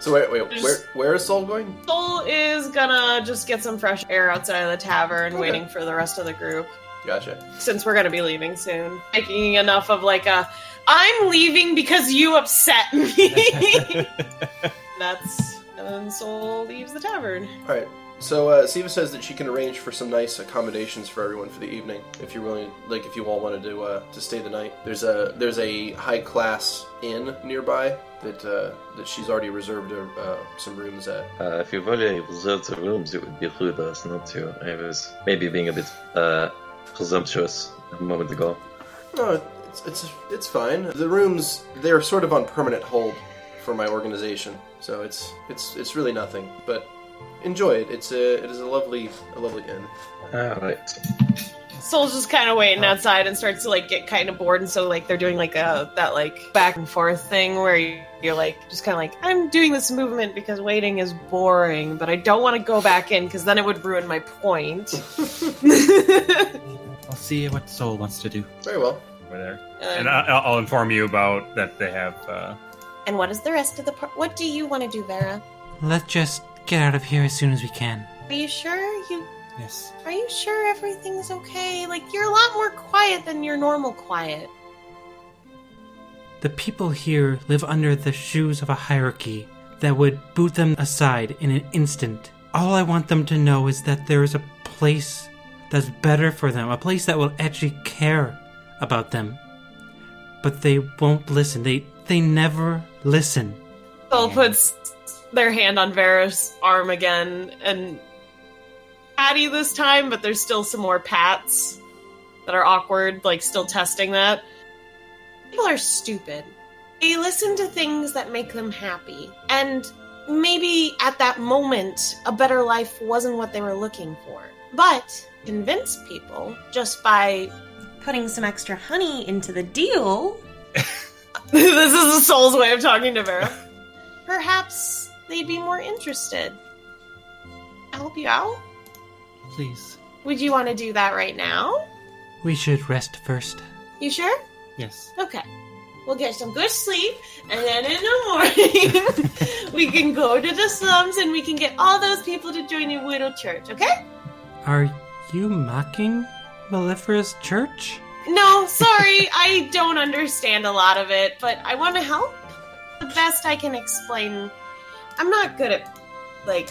Speaker 2: So wait, wait,
Speaker 6: There's-
Speaker 2: where where is Sol going?
Speaker 6: soul is gonna just get some fresh air outside of the tavern
Speaker 2: Okay.
Speaker 6: waiting for the rest of the group
Speaker 2: Gotcha.
Speaker 6: since we're gonna be leaving soon making enough of like a i'm leaving because you upset me that's and then soul leaves the tavern
Speaker 2: All right. So uh, Siva says that she can arrange for some nice accommodations for everyone for the evening, if you're willing. Like if you all wanted to uh, to stay the night, there's a there's a high class inn nearby that uh, that she's already reserved uh, uh, some rooms at.
Speaker 3: Uh, if you've already reserved the rooms, it would behoove us not to. I was maybe being a bit uh, presumptuous a moment ago.
Speaker 2: No, it's it's it's fine. The rooms they're sort of on permanent hold for my organization, so it's it's it's really nothing. But enjoy it. It's a it is a lovely a lovely inn.
Speaker 3: All right.
Speaker 6: Soul's just kind of waiting
Speaker 4: Oh.
Speaker 6: outside and starts to like get kind of bored, and so like they're doing like a that like back and forth thing where you- you're like just kind of like I'm doing this movement because waiting is boring, but I don't want to go back in because then it would ruin my point. [LAUGHS] and
Speaker 7: I'll see what Soul wants to do.
Speaker 2: Very well.
Speaker 4: over there. [LAUGHS]
Speaker 6: Um,
Speaker 4: And I, I'll I'll inform you about that they have. Uh,
Speaker 6: and what is the rest of the part? What do you want to do, Vera?
Speaker 7: Let's just get out of here as soon as we can.
Speaker 6: Are you sure you
Speaker 7: Yes.
Speaker 6: Are you sure everything's okay? Like, you're a lot more quiet than your normal quiet.
Speaker 7: The people here live under the shoes of a hierarchy that would boot them aside in an instant. All I want them to know is that there is a place that's better for them, a place that will actually care about them. But they won't listen. They they never listen.
Speaker 6: Sol puts their hand on Vera's arm again and patty this time, but there's still some more pats that are awkward, like, still testing that. People are stupid. They listen to things that make them happy. And maybe at that moment, a better life wasn't what they were looking for. But convince people just by
Speaker 1: Putting some extra honey into the deal.
Speaker 6: [LAUGHS] this is the soul's way of talking to
Speaker 4: [LAUGHS]
Speaker 6: Vera. Perhaps they'd be more interested. I help you out?
Speaker 7: Please.
Speaker 6: Would you want to do that right now?
Speaker 7: We should rest first.
Speaker 6: You sure?
Speaker 7: Yes.
Speaker 6: Okay. We'll get some good sleep, and then in the morning, [LAUGHS] we can go to the slums and we can get all those people to join in Widow Church, okay?
Speaker 7: Are you mocking Maleferous Church?
Speaker 6: No, sorry, I don't understand a lot of it, but I want to help the best I can explain. I'm not good at, like,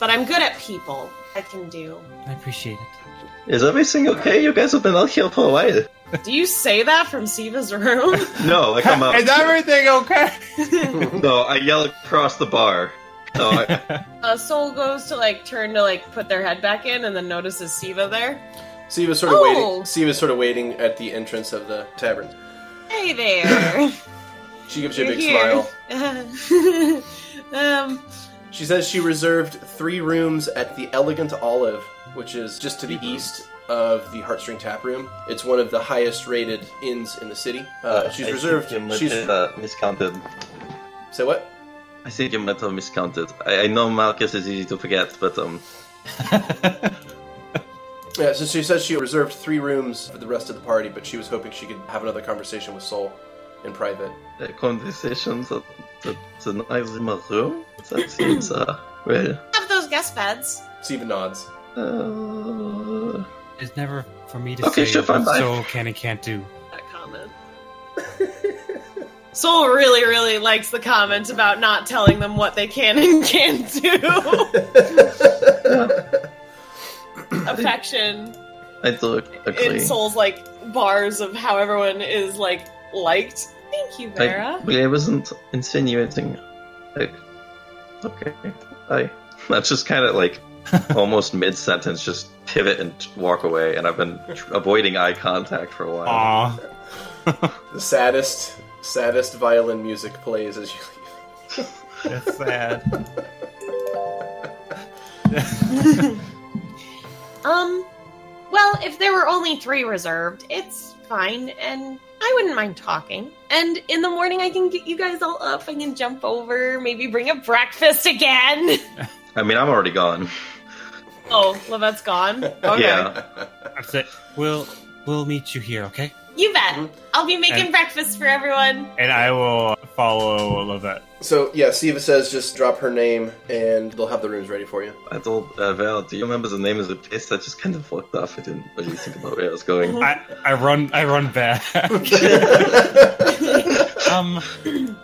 Speaker 6: but I'm good at people. I can do.
Speaker 7: I appreciate it.
Speaker 3: Is everything okay? You guys have been out here for a while.
Speaker 6: Do you say that from Siva's room?
Speaker 3: No, I
Speaker 8: [LAUGHS]
Speaker 3: come out.
Speaker 8: Is everything okay?
Speaker 3: [LAUGHS] no, I yell across the bar. No, I,
Speaker 6: uh, Soul goes to, like, turn to, like, put their head back in and then notices Siva there.
Speaker 2: Siva's sort of
Speaker 6: Oh.
Speaker 2: waiting. Siva's sort of waiting at the entrance of the tavern.
Speaker 6: Hey there!
Speaker 2: She gives you a
Speaker 6: You're
Speaker 2: big
Speaker 6: here.
Speaker 2: smile.
Speaker 6: [LAUGHS] um,
Speaker 2: She says she reserved three rooms at the Elegant Olive, which is just to the
Speaker 6: Mm-hmm.
Speaker 2: east of the Heartstring Tap Room. It's one of the highest rated inns in the city. Uh, [LAUGHS] she's
Speaker 3: I
Speaker 2: reserved.
Speaker 3: Think you might
Speaker 2: She's
Speaker 3: have, uh, miscounted.
Speaker 2: say what?
Speaker 3: I think you might have miscounted. I, I know Marcus is easy to forget, but um,
Speaker 2: Yeah, so she says she reserved three rooms for the rest of the party, but she was hoping she could have another conversation with Sol in private.
Speaker 3: the conversation that that the knives in my room. That seems uh well.
Speaker 6: have those guest beds.
Speaker 2: Siva nods.
Speaker 3: Uh,
Speaker 7: It's never for me to
Speaker 3: Okay,
Speaker 7: say
Speaker 3: sure, fine,
Speaker 7: what
Speaker 3: bye.
Speaker 7: Soul can and can't do.
Speaker 6: That comment. [LAUGHS] Soul really, really likes the comments about not telling them what they can and can't do. Affection
Speaker 3: I do
Speaker 6: in
Speaker 3: agree.
Speaker 6: Soul's like bars of how everyone is like liked. Thank you,
Speaker 3: I,
Speaker 6: Vera.
Speaker 3: well, I wasn't insinuating. Like, okay, I. [LAUGHS] That's just kind of like almost mid sentence, just pivot and walk away. And I've been tr- avoiding eye contact for a while.
Speaker 4: aw.
Speaker 7: Um,
Speaker 2: The saddest, saddest violin music plays as you leave.
Speaker 4: That's sad.
Speaker 6: Um, well, if there were only three reserved, it's fine, and I wouldn't mind talking. And in the morning, I can get you guys all up. I can jump over, maybe bring up breakfast again. [LAUGHS]
Speaker 3: I mean, I'm already gone. [LAUGHS]
Speaker 6: oh, Levette's gone. Okay.
Speaker 3: Yeah.
Speaker 4: That's it.
Speaker 7: We'll we'll meet you here, okay?
Speaker 6: You bet.
Speaker 2: Mhm.
Speaker 6: I'll be making
Speaker 4: And-
Speaker 6: breakfast for everyone.
Speaker 4: And I will follow Lovette.
Speaker 2: So yeah, Siva says just drop her name and they'll have the rooms ready for you.
Speaker 3: I told uh, Val, do you remember the name of the place that just kind of walked off? I didn't really think about where I was
Speaker 4: [LAUGHS]
Speaker 3: going.
Speaker 4: I, I run I run
Speaker 7: [LAUGHS]
Speaker 4: back.
Speaker 2: it's
Speaker 7: Um,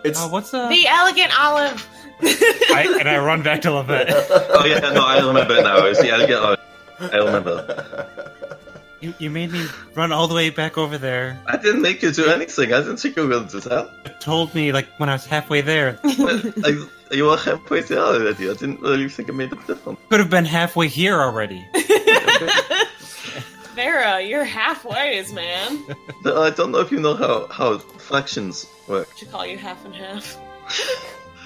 Speaker 2: it's
Speaker 3: [LAUGHS]
Speaker 7: uh, what's uh,
Speaker 6: The elegant olive.
Speaker 4: I, and I run back to Levette.
Speaker 3: Oh yeah, no, I remember now. I was- yeah, I, get, oh, I remember.
Speaker 7: You, you made me run all the way back over there.
Speaker 3: I didn't make you do anything. I didn't think you were going to do that.
Speaker 7: You told me, like, when I was halfway there.
Speaker 3: But I, you were halfway there already. I didn't really think it made a difference.
Speaker 7: Could have been halfway here already.
Speaker 6: Vera, you're halfway, man.
Speaker 3: No, I don't know if you know how, how fractions work.
Speaker 6: should call you half
Speaker 3: [LAUGHS]
Speaker 6: and half.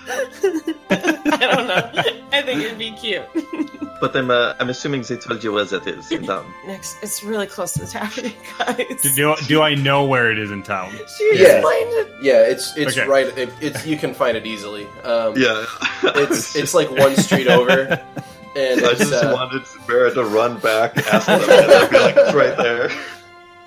Speaker 6: [LAUGHS] I don't know. I think it'd be cute.
Speaker 3: But I'm uh, I'm assuming they told you where that is in town.
Speaker 6: Next, it's really close to the tavern, guys.
Speaker 4: Do- do, do I know where it is in town?
Speaker 6: She
Speaker 2: Yeah.
Speaker 6: explained it.
Speaker 2: Yeah, it's it's
Speaker 4: Okay.
Speaker 2: right. It, it's you can find it easily. Um,
Speaker 3: Yeah, [LAUGHS]
Speaker 2: it's it's like one street over, and
Speaker 3: I
Speaker 2: it's,
Speaker 3: just
Speaker 2: uh,
Speaker 3: wanted Vera to run back, ask [LAUGHS] them, and I'd be like, it's right there.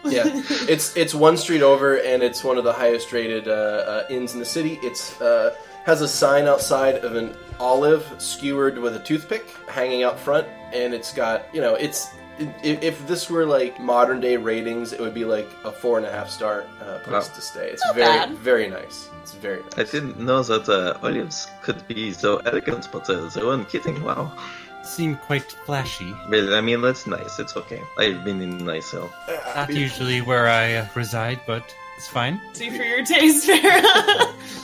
Speaker 2: yeah, it's it's one street over, and it's one of the highest rated uh, uh, inns in the city. It's uh, has a sign outside of an olive skewered with a toothpick hanging out front, and it's got you know it's. If, if this were like modern day ratings, it would be like a four and a half star uh, place
Speaker 3: Wow.
Speaker 2: to stay. It's very
Speaker 6: bad.
Speaker 2: very nice. It's very nice.
Speaker 3: I didn't know that uh, olives could be so elegant, but uh, they weren't kidding. Wow.
Speaker 7: Seemed quite flashy.
Speaker 3: Well, I mean, that's nice. It's okay. I've been in nice hell.
Speaker 7: Not usually where I uh, reside, but it's fine.
Speaker 6: See for your taste, Vera.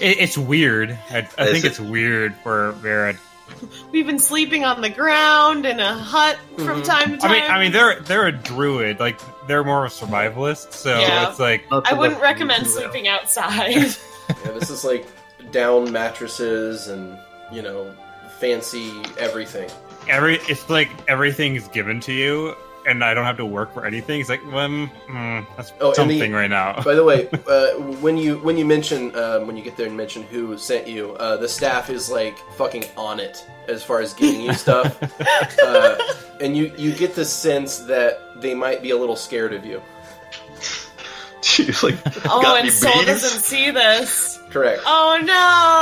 Speaker 4: It, it's weird. I, I
Speaker 3: Is
Speaker 4: think
Speaker 3: it-
Speaker 4: it's weird for Vera.
Speaker 6: [LAUGHS] We've been sleeping on the ground in a hut from
Speaker 2: Mhm.
Speaker 6: time to
Speaker 4: Mm-hmm. I
Speaker 6: time.
Speaker 4: mean, I mean, they're they're a druid. Like they're more of a survivalist. So
Speaker 6: Yeah.
Speaker 4: it's like
Speaker 3: Not
Speaker 6: I
Speaker 3: so
Speaker 6: wouldn't
Speaker 3: much-
Speaker 6: recommend
Speaker 4: [LAUGHS]
Speaker 6: sleeping outside.
Speaker 2: Yeah, this is like down mattresses and you know fancy everything.
Speaker 4: every it's like everything is given to you, and I don't have to work for anything. It's like um, mm, that's
Speaker 2: Oh, and the-
Speaker 4: something right now.
Speaker 2: By the way, uh, when you when you mention um, when you get there and mention who sent you, uh, the staff is like fucking on it as far as getting you stuff, uh, and you you get the sense that they might be a little scared of you.
Speaker 3: [LAUGHS] She's like,
Speaker 6: oh,
Speaker 3: got
Speaker 6: and
Speaker 3: any
Speaker 6: Soul
Speaker 3: beans?
Speaker 6: doesn't see this.
Speaker 2: Correct.
Speaker 6: Oh
Speaker 3: [LAUGHS]
Speaker 6: no!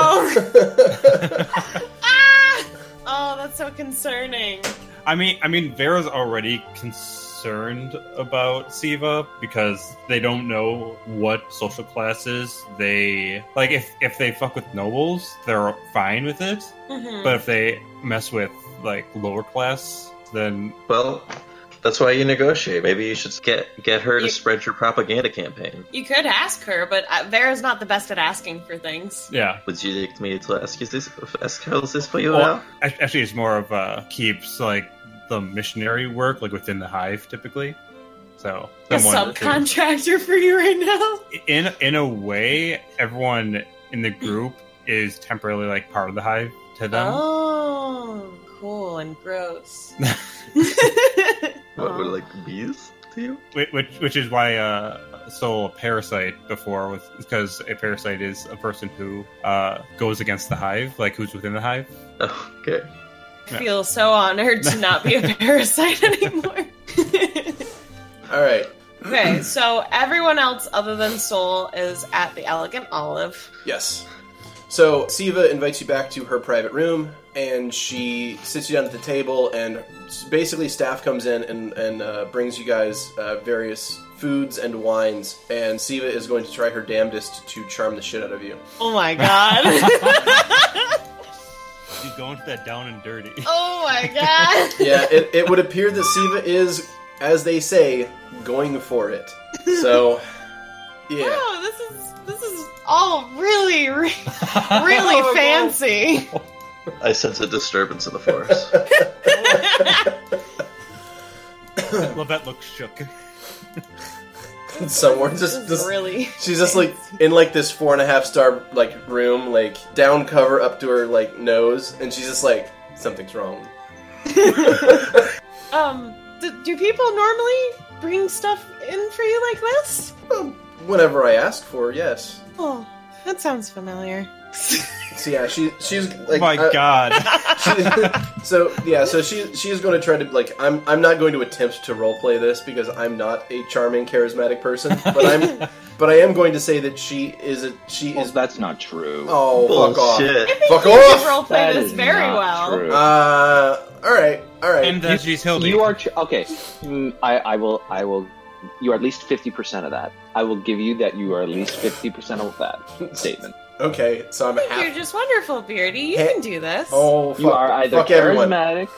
Speaker 6: ah! Oh, that's so concerning.
Speaker 4: I mean, I mean, Vera's already concerned about Siva because they don't know what social classes they like. If if they fuck with nobles, they're fine with it,
Speaker 6: Mhm.
Speaker 4: but if they mess with like lower class, then
Speaker 3: well, that's why you negotiate. Maybe you should get get her to
Speaker 6: You-
Speaker 3: spread your propaganda campaign.
Speaker 6: You could ask her, but uh, Vera's not the best at asking for things.
Speaker 4: yeah.
Speaker 3: Would you like me to ask you this? Ask her this for you
Speaker 4: Well,
Speaker 3: now?
Speaker 4: act- actually, it's more of uh, keeps like the missionary work like within the hive typically. So
Speaker 6: A
Speaker 4: someone-
Speaker 6: subcontractor for you right now.
Speaker 4: in in a way, everyone in the group is temporarily like part of the hive to them.
Speaker 6: Oh, cool and gross.
Speaker 3: What were
Speaker 6: Aw.
Speaker 3: like bees to you?
Speaker 4: [LAUGHS]
Speaker 3: [LAUGHS]
Speaker 4: Whi- which which is why uh soul a parasite before was because a parasite is a person who uh goes against the hive like who's within the hive
Speaker 3: Oh, okay.
Speaker 6: I [LAUGHS] feel so honored to not be a parasite anymore.
Speaker 2: All right.
Speaker 6: okay, so everyone else other than Soul is at the Elegant Olive.
Speaker 2: Yes. So Siva invites you back to her private room, and she sits you down at the table, and s- basically staff comes in and and uh, brings you guys uh, various foods and wines, and Siva is going to try her damnedest to charm the shit out of you.
Speaker 6: Oh my god.
Speaker 4: she's going to that down and dirty
Speaker 6: [LAUGHS]
Speaker 4: [LAUGHS]
Speaker 6: oh my god.
Speaker 2: Yeah, it, it would appear that Siva is, as they say, going for it.
Speaker 6: [LAUGHS]
Speaker 2: So, yeah. [LAUGHS]
Speaker 6: Wow, Oh, this is this is all [LAUGHS] really re- really fancy.
Speaker 3: I sense a disturbance in the forest.
Speaker 4: Levette looks shook
Speaker 2: Somewhere
Speaker 6: This
Speaker 2: just
Speaker 6: is
Speaker 2: this.
Speaker 6: really
Speaker 2: She's just like in like this four and a half star like room, like down cover up to her like nose, and she's just like something's wrong.
Speaker 6: Um, do, do people normally bring stuff in for you like this?
Speaker 2: Well, whenever I ask for, yes.
Speaker 6: Oh, that sounds familiar.
Speaker 2: So yeah, she she's like
Speaker 4: Oh my
Speaker 2: uh,
Speaker 4: god [LAUGHS]
Speaker 2: she- [LAUGHS] so yeah, so she she is going to try to like I'm I'm not going to attempt to roleplay this because I'm not a charming, charismatic person, but I'm but I am going to say that she is a she
Speaker 5: Well,
Speaker 2: is
Speaker 5: that's not true.
Speaker 2: oh fuck
Speaker 3: Bullshit.
Speaker 2: off fuck
Speaker 6: You
Speaker 2: off.
Speaker 6: role play
Speaker 5: That
Speaker 6: this
Speaker 5: is
Speaker 6: very
Speaker 5: not
Speaker 6: well.
Speaker 5: true.
Speaker 2: Uh, all right, all right.
Speaker 4: and that she's hildy
Speaker 5: you are tr- okay. Mm, I, I will. I will. You are at least fifty percent of that. I will give you that. You are at least fifty percent of that statement.
Speaker 2: Okay, so I'm
Speaker 6: You're
Speaker 2: half.
Speaker 6: just wonderful, Beardy. You
Speaker 2: Hey.
Speaker 6: can do this.
Speaker 2: Oh, fuck,
Speaker 5: You are either
Speaker 2: fuck everyone. [LAUGHS]
Speaker 5: charismatic,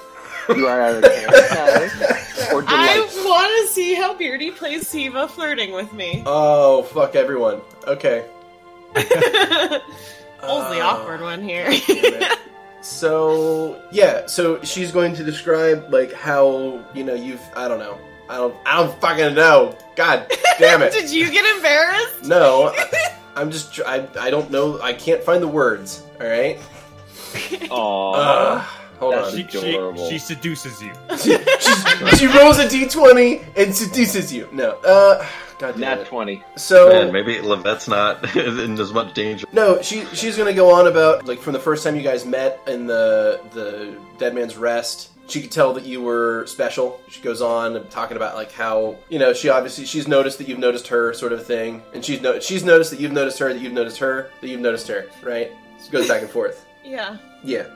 Speaker 5: you are either charismatic or
Speaker 6: I
Speaker 5: delightful.
Speaker 6: want to see how Beardy plays Siva flirting with me.
Speaker 2: Oh, fuck everyone. Okay.
Speaker 6: [LAUGHS] Old's the
Speaker 2: Uh,
Speaker 6: awkward one here.
Speaker 2: Oh. damn it. so yeah, so she's going to describe like how you know you've I don't know I don't I don't fucking know. God
Speaker 6: [LAUGHS]
Speaker 2: damn it.
Speaker 6: Did you get embarrassed?
Speaker 2: No, I, I'm just tr- I I don't know. I can't find the words. All right.
Speaker 5: Aw.
Speaker 2: Uh, hold
Speaker 5: That's
Speaker 2: on.
Speaker 4: She, she,
Speaker 5: Adorable.
Speaker 4: she seduces [LAUGHS] you.
Speaker 2: she, she's- [LAUGHS] she rolls a d20 and seduces you. No. Uh, God damn
Speaker 5: Nat
Speaker 2: it.
Speaker 5: 20.
Speaker 2: So
Speaker 3: Man, maybe Levette's not [LAUGHS] in as much danger.
Speaker 2: no, she she's gonna go on about like from the first time you guys met in the the Dead Man's Rest. She could tell that you were special. She goes on talking about like how you know she obviously she's noticed that you've noticed her sort of thing, and she's no, she's noticed that you've noticed her that you've noticed her that you've noticed her. Right? She goes back and forth.
Speaker 6: Yeah.
Speaker 2: Yeah.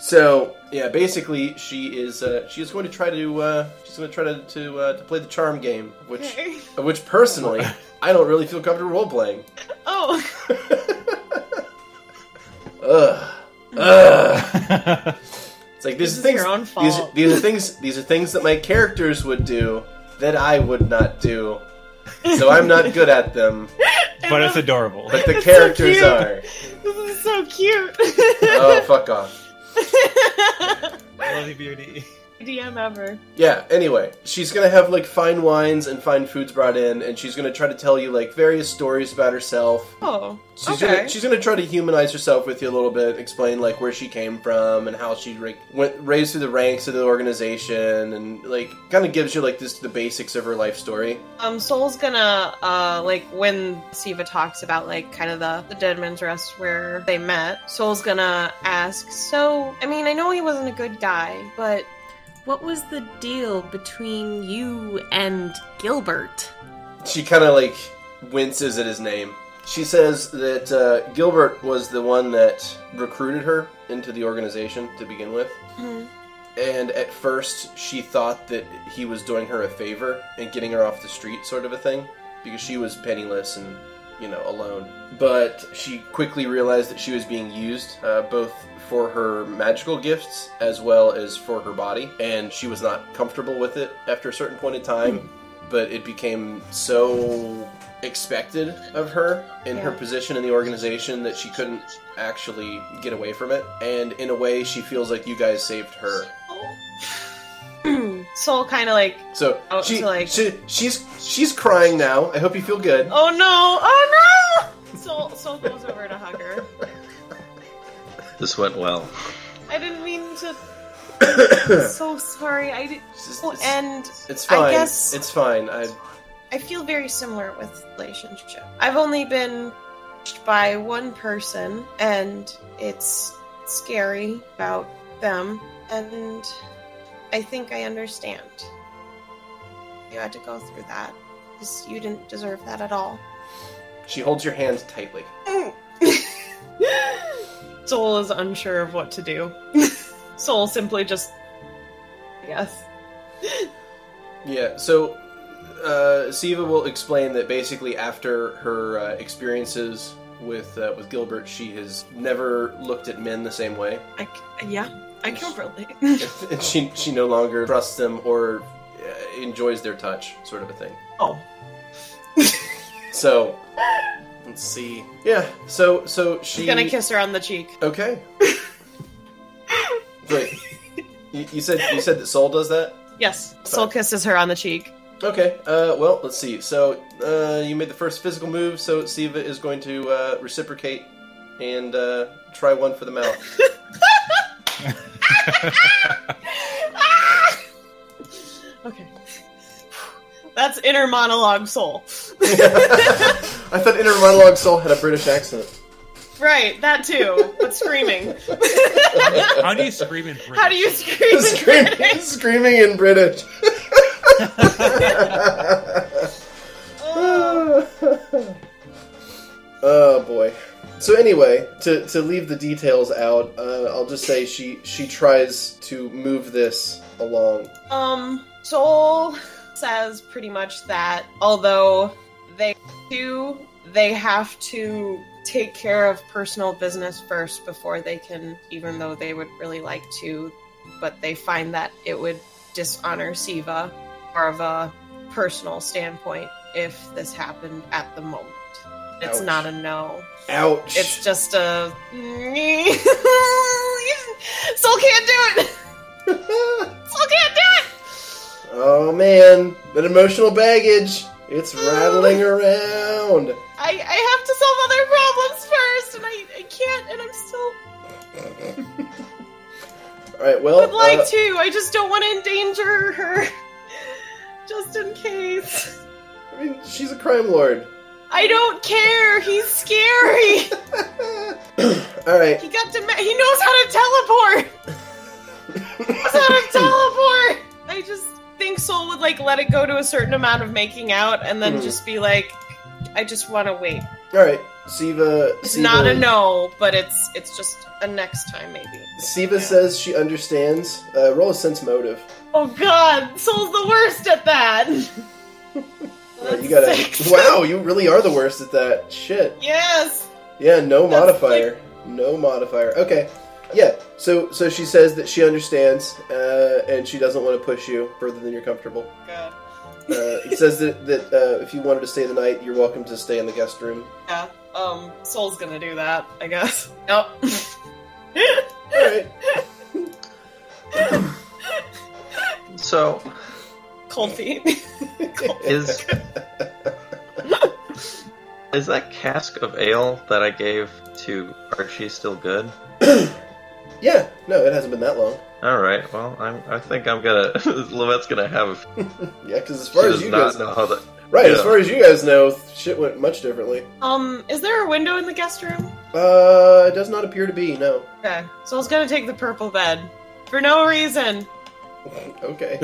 Speaker 2: So yeah, basically she is uh, she is going to try to uh, she's going to try to to, uh, to play the charm game, which
Speaker 6: Okay.
Speaker 2: of which personally I don't really feel comfortable role [LAUGHS] playing.
Speaker 6: Oh, [LAUGHS]
Speaker 2: Ugh. Ugh. It's like these
Speaker 6: This
Speaker 2: are
Speaker 6: is
Speaker 2: things.
Speaker 6: your own
Speaker 2: These,
Speaker 6: fault.
Speaker 2: these are things. These are things that my characters would do that I would not do. So I'm not good at them,
Speaker 4: uh, But it's adorable. [LAUGHS]
Speaker 2: but the
Speaker 6: [LAUGHS] That's so
Speaker 2: characters
Speaker 6: cute.
Speaker 2: are.
Speaker 6: this is so
Speaker 2: [LAUGHS]
Speaker 6: cute. [LAUGHS]
Speaker 2: Oh fuck off.
Speaker 4: Lovely beauty.
Speaker 6: DM ever.
Speaker 2: Yeah, anyway, she's gonna have like fine wines and fine foods brought in, and she's gonna try to tell you like various stories about herself.
Speaker 6: Oh,
Speaker 2: She's
Speaker 6: okay.
Speaker 2: gonna she's gonna try to humanize herself with you a little bit, explain like where she came from and how she like went raised through the ranks of the organization, and like kind of gives you like this the basics of her life story.
Speaker 6: Um, Soul's gonna uh like when Siva talks about like kind of the the dead man's rest where they met. Soul's gonna ask. So, I mean, I know he wasn't a good guy, but
Speaker 1: What was the deal between you and Gilbert?
Speaker 2: She kind of like winces at his name. She says that uh, Gilbert was the one that recruited her into the organization to begin with. And at first, she thought that he was doing her a favor and getting her off the street, sort of a thing, because she was penniless and, you know, alone. But she quickly realized that she was being used, uh, both for her magical gifts as well as for her body, and she was not comfortable with it after a certain point in time. But it became so expected of her in her
Speaker 6: Yeah.
Speaker 2: position in the organization that she couldn't actually get away from it. And in a way, she feels like you guys saved her.
Speaker 6: [CLEARS THROAT] Soul kind of like,
Speaker 2: So
Speaker 6: Oh,
Speaker 2: she,
Speaker 6: so, like-
Speaker 2: she she's she's crying now. I hope you feel good.
Speaker 6: oh no, oh no. Soul Soul goes over to hug her.
Speaker 3: This went well.
Speaker 6: I didn't mean to. so sorry. I didn't.
Speaker 2: It's just-
Speaker 6: Oh,
Speaker 2: it's-
Speaker 6: and
Speaker 2: it's fine.
Speaker 6: I guess
Speaker 2: It's fine. I
Speaker 6: I feel very similar with relationship. I've only been touched by one person, and it's scary about them. And I think I understand. You had to go through that because you didn't deserve that at all.
Speaker 2: she holds your hand tightly.
Speaker 6: Soul is unsure of what to [LAUGHS] do. Soul simply just, yes.
Speaker 2: Yeah. So uh, Siva will explain that basically after her uh, experiences with uh, with Gilbert, she has never looked at men the same way,
Speaker 6: I c- yeah, I can [LAUGHS] relate.
Speaker 2: and [LAUGHS] she she no longer trusts them or uh, enjoys their touch, sort of a thing.
Speaker 6: oh,
Speaker 2: So let's see. Yeah. So so she
Speaker 6: she's gonna kiss her on the cheek.
Speaker 2: Okay. Wait. You, you said you said that Soul does that.
Speaker 6: Yes, Soul kisses her on the cheek.
Speaker 2: Okay. Uh, well, let's see. So uh, you made the first physical move, so Siva is going to uh, reciprocate and uh, try one for the mouth.
Speaker 6: Okay. [SIGHS] That's inner monologue soul.
Speaker 2: I thought inner monologue Soul had a British accent.
Speaker 6: Right, that too. But screaming. [LAUGHS]
Speaker 4: How do you scream in British?
Speaker 6: How do you scream?
Speaker 2: screaming, screaming in
Speaker 6: [LAUGHS]
Speaker 2: British. oh boy. So anyway, to, to leave the details out, uh, I'll just say she she tries to move this along.
Speaker 6: Um, Soul says pretty much that although they do, they have to take care of personal business first before they can, even though they would really like to, but they find that it would dishonor Siva more of a personal standpoint if this happened at the moment. It's
Speaker 2: Ouch.
Speaker 6: not a no.
Speaker 2: Ouch.
Speaker 6: It's just a. [LAUGHS] Soul can't do it! Soul can't do it!
Speaker 2: [LAUGHS] oh man, that emotional baggage. It's
Speaker 6: Oh.
Speaker 2: rattling around.
Speaker 6: I, I have to solve other problems first, and I, I can't, and I'm still
Speaker 2: All right, well,
Speaker 6: would like
Speaker 2: uh,
Speaker 6: to. I just don't want to endanger her, [LAUGHS] just in case.
Speaker 2: I mean, she's a crime lord.
Speaker 6: I don't care. He's scary.
Speaker 2: All right.
Speaker 6: He got dem- He knows how to teleport. knows
Speaker 2: [LAUGHS]
Speaker 6: how to teleport. I just think Soul would like let it go to a certain amount of making out, and then
Speaker 2: Mhm.
Speaker 6: just be like, I just want to wait.
Speaker 2: All right, Siva.
Speaker 6: It's
Speaker 2: Siva-
Speaker 6: not a no, but it's it's just a next time maybe.
Speaker 2: Siva says she understands. Uh, roll a sense motive.
Speaker 6: Oh god, Soul's the worst at that.
Speaker 2: Uh, you gotta.
Speaker 6: Six.
Speaker 2: [LAUGHS] Wow, you really are the worst at that. Shit.
Speaker 6: Yes.
Speaker 2: Yeah, no
Speaker 6: That's
Speaker 2: modifier. No modifier. Okay. Yeah. So so she says that she understands uh, and she doesn't want to push you further than you're comfortable.
Speaker 6: God.
Speaker 2: Uh, it says that that uh, if you wanted to stay the night, you're welcome to stay in the guest room.
Speaker 6: Yeah. Um, Soul's gonna do that, I guess. Nope. [LAUGHS]
Speaker 2: All right.
Speaker 3: So
Speaker 6: Cold feet.
Speaker 3: [LAUGHS] is is that cask of ale that I gave to Archie still good?
Speaker 2: [LAUGHS] yeah. No, it hasn't been that long.
Speaker 3: All right. Well, I'm, I think I'm gonna. [LAUGHS] Lovette's gonna have. A,
Speaker 2: Yeah, because as
Speaker 3: she
Speaker 2: far as
Speaker 3: does
Speaker 2: you
Speaker 3: not
Speaker 2: guys
Speaker 3: know
Speaker 2: know,
Speaker 3: how that.
Speaker 2: right? As
Speaker 3: yeah.
Speaker 2: far as you guys know, shit went much differently.
Speaker 6: um, is there a window in the guest room?
Speaker 2: Uh, it does not appear to be. No.
Speaker 6: Okay. Soul's gonna take the purple bed. For no reason.
Speaker 2: Okay.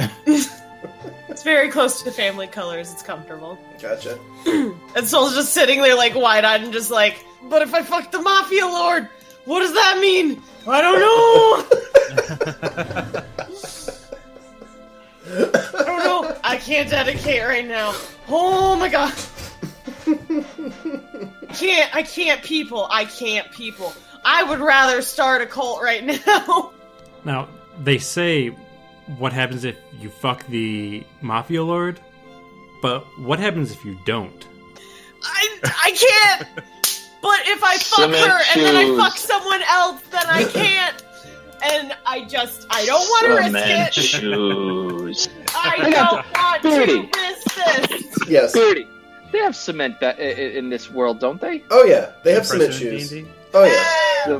Speaker 6: It's very close to the family colors, it's comfortable.
Speaker 2: Gotcha.
Speaker 6: And Soul's just sitting there like wide eyed and just like, But if I fuck the mafia lord, what does that mean? I don't know. I don't know. I can't dedicate right now. Oh my god. I can't I can't people. I can't people. I would rather start a cult right now. [LAUGHS]
Speaker 7: Now, they say what happens if you fuck the Mafia Lord, but what happens if you don't?
Speaker 6: I I can't. But if I fuck
Speaker 5: Cement
Speaker 6: her and then I
Speaker 5: shoes.
Speaker 6: fuck someone else, then I can't. And I just I don't want
Speaker 2: Oh,
Speaker 6: to risk
Speaker 5: Cement
Speaker 6: it.
Speaker 5: shoes.
Speaker 6: I
Speaker 2: [LAUGHS]
Speaker 5: I got
Speaker 6: don't want
Speaker 5: Birdie.
Speaker 6: to risk this.
Speaker 2: Yes.
Speaker 5: Beardy, they have cement ba- i- i- in this world, don't they?
Speaker 2: Oh yeah, they have cement
Speaker 4: Impressive,
Speaker 2: shoes.
Speaker 4: D&D.
Speaker 2: Oh yeah,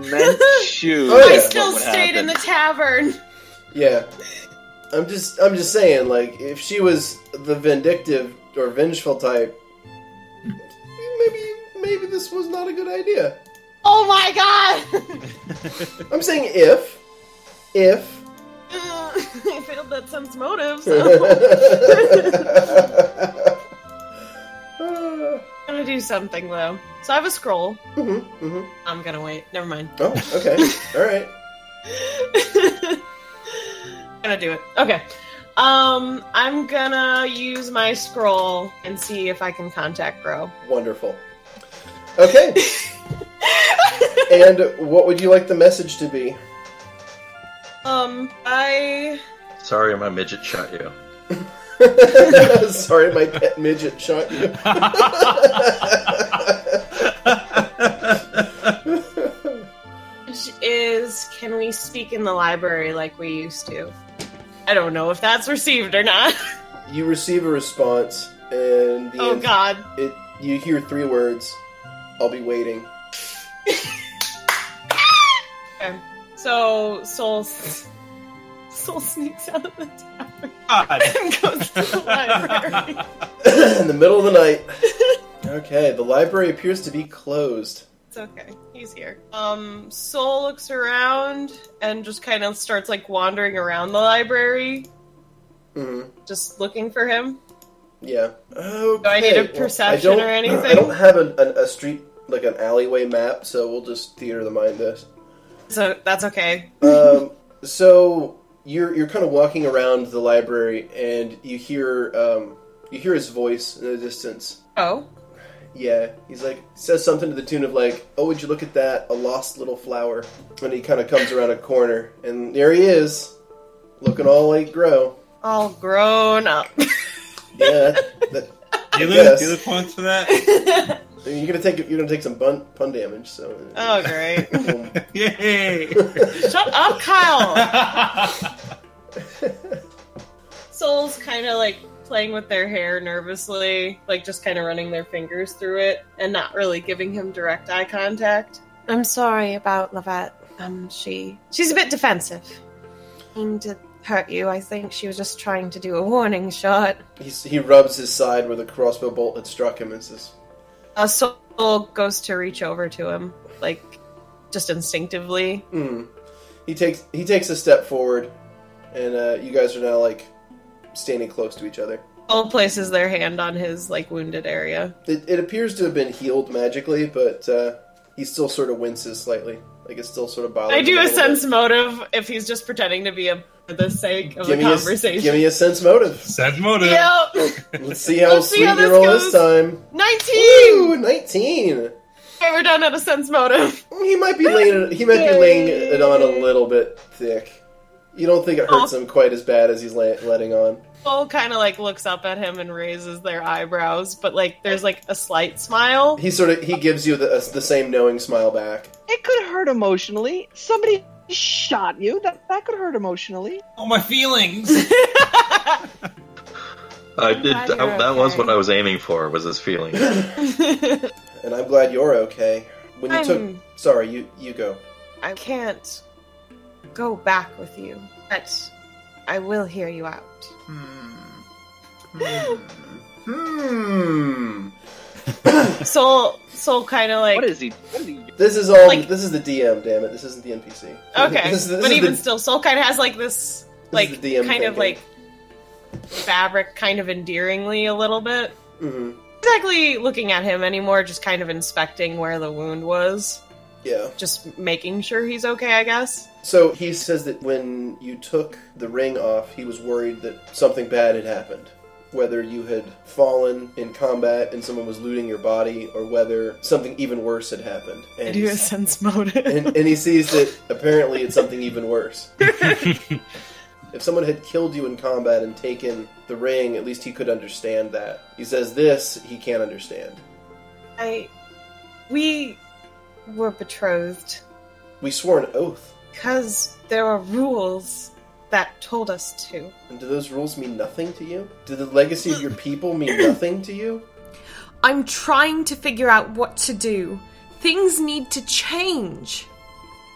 Speaker 5: [LAUGHS] Cement shoes.
Speaker 2: Oh, yeah.
Speaker 6: I
Speaker 2: That's
Speaker 6: still stayed in the tavern.
Speaker 2: yeah. I'm just, I'm just saying, like, if she was the vindictive or vengeful type, maybe, maybe this was not a good idea.
Speaker 6: Oh my god! [LAUGHS]
Speaker 2: I'm saying if, if. Uh,
Speaker 6: I failed that sense motive, so I'm
Speaker 2: mm-hmm,
Speaker 6: gonna do something though. So I have a scroll.
Speaker 2: mm-hmm.
Speaker 6: I'm gonna wait. Never mind.
Speaker 2: Oh, okay. All right.
Speaker 6: [LAUGHS] gonna do it. Okay. Um, I'm gonna use my scroll and see if I can contact Gro.
Speaker 2: Wonderful. Okay. and what would you like the message to be?
Speaker 6: Um, I
Speaker 3: Sorry, my midget shot you.
Speaker 2: [LAUGHS] Sorry, my pet midget shot you.
Speaker 6: is can we speak in the library like we used to? I don't know if that's received or not. [LAUGHS]
Speaker 2: You receive a response, and the
Speaker 6: Oh
Speaker 2: ans-
Speaker 6: god.
Speaker 2: It, you hear three words. I'll be waiting. [LAUGHS]
Speaker 6: Okay. So [LAUGHS] Soul Soul sneaks out of the tavern
Speaker 4: God.
Speaker 6: and goes to the library.
Speaker 2: In the middle of the
Speaker 6: [LAUGHS]
Speaker 2: night. Okay, the library appears to be closed.
Speaker 6: It's okay. He's here. Um, Soul looks around and just kind of starts like wandering around the library,
Speaker 2: hmm
Speaker 6: just looking for him.
Speaker 2: Yeah. Okay.
Speaker 6: Do I need a
Speaker 2: well,
Speaker 6: perception
Speaker 2: I don't-
Speaker 6: or anything?
Speaker 2: I don't have an, an, a street like an alleyway map, so we'll just theater the mind this.
Speaker 6: So that's okay.
Speaker 2: um, so you're you're kind of walking around the library, and you hear um, you hear his voice in the distance.
Speaker 6: Oh,
Speaker 2: Yeah, he's like says something to the tune of like, "Oh, would you look at that? A lost little flower." And he kind of comes around a corner, and there he is, looking all like grow.
Speaker 6: All grown up.
Speaker 2: Yeah, that, that,
Speaker 4: [LAUGHS] You lose,
Speaker 2: Yes.
Speaker 4: you lose points for that?
Speaker 2: you're gonna take you're gonna take some bun, pun damage. So uh,
Speaker 6: Oh, great. [LAUGHS]
Speaker 2: Boom.
Speaker 4: [LAUGHS] Yay!
Speaker 6: Shut up, Kyle! Soul's kind of like playing with their hair nervously, like just kind of running their fingers through it and not really giving him direct eye contact. I'm sorry about Lavette. Um, she she's a bit defensive. Aimed to hurt you. I think she was just trying to do a warning shot.
Speaker 2: [LAUGHS] he's, he rubs his side where the crossbow bolt had struck him, and says,
Speaker 6: A soul goes to reach over to him, like just instinctively.
Speaker 2: Hmm. He takes he takes a step forward, and uh, you guys are now like standing close to each other.
Speaker 6: Soul places their hand on his like wounded area.
Speaker 2: It, it appears to have been healed magically, but uh, he still sort of winces slightly, like it's still sort of bothering.
Speaker 6: I do
Speaker 2: him
Speaker 6: a
Speaker 2: little
Speaker 6: sense
Speaker 2: bit.
Speaker 6: motive if he's just pretending to be a for the sake of
Speaker 2: Give
Speaker 6: a
Speaker 2: me a s-
Speaker 6: conversation.
Speaker 2: give me a sense motive.
Speaker 4: [LAUGHS] Sad motive.
Speaker 6: Yep.
Speaker 2: Let's
Speaker 6: [LAUGHS]
Speaker 2: see how
Speaker 6: Let's see
Speaker 2: sweet
Speaker 6: how
Speaker 2: you
Speaker 6: this
Speaker 2: roll this
Speaker 6: goes.
Speaker 2: time.
Speaker 6: Nineteen.
Speaker 2: Ooh, nineteen.
Speaker 6: Okay, we're done at a sense motive. [LAUGHS]
Speaker 2: He might be laying it, he might be laying it on a little bit thick. You don't think it hurts him quite as bad as he's la- letting on.
Speaker 6: Soul kind of like looks up at him and raises their eyebrows, but like there's like a slight smile.
Speaker 2: He sort of he gives you the, the same knowing smile back.
Speaker 8: It could hurt emotionally. Somebody shot you. That that could hurt emotionally.
Speaker 4: Oh, my feelings!
Speaker 3: I did.
Speaker 6: glad you're
Speaker 3: I- that was
Speaker 6: okay.
Speaker 3: what I was aiming for. Was this [LAUGHS] feeling?
Speaker 2: And I'm glad you're okay. When you took
Speaker 6: I'm-
Speaker 2: sorry, you you go.
Speaker 6: I can't go back with you, but I will hear you out.
Speaker 2: Hmm.
Speaker 6: Soul, Soul kind of like
Speaker 8: What is he? What is he?
Speaker 2: This is all
Speaker 6: Like-
Speaker 2: this is the DM, damn it. This isn't the [LAUGHS] NPC.
Speaker 6: Okay,
Speaker 2: This is- this
Speaker 6: but
Speaker 2: is
Speaker 6: even
Speaker 2: the-
Speaker 6: still, Soul kind of has like this, like
Speaker 2: the DM
Speaker 6: kind of like
Speaker 2: thinking.
Speaker 6: fabric, kind of endearingly a little bit.
Speaker 2: mhm.
Speaker 6: Exactly looking at him anymore, just kind of inspecting where the wound was,
Speaker 2: Yeah.
Speaker 6: just making sure he's okay, I guess.
Speaker 2: So he says that when you took the ring off, he was worried that something bad had happened. Whether you had fallen in combat and someone was looting your body, or whether something even worse had happened. And,
Speaker 6: do a sense motive.
Speaker 2: and, and he sees that apparently it's something even worse. if someone had killed you in combat and taken the ring, at least he could understand that. He says this, he can't understand.
Speaker 6: I, we were betrothed
Speaker 2: We swore an oath.
Speaker 6: because there are rules that told us to.
Speaker 2: And do those rules mean nothing to you? Do the legacy of your people mean nothing to you?
Speaker 1: I'm trying to figure out what to do. Things need to change.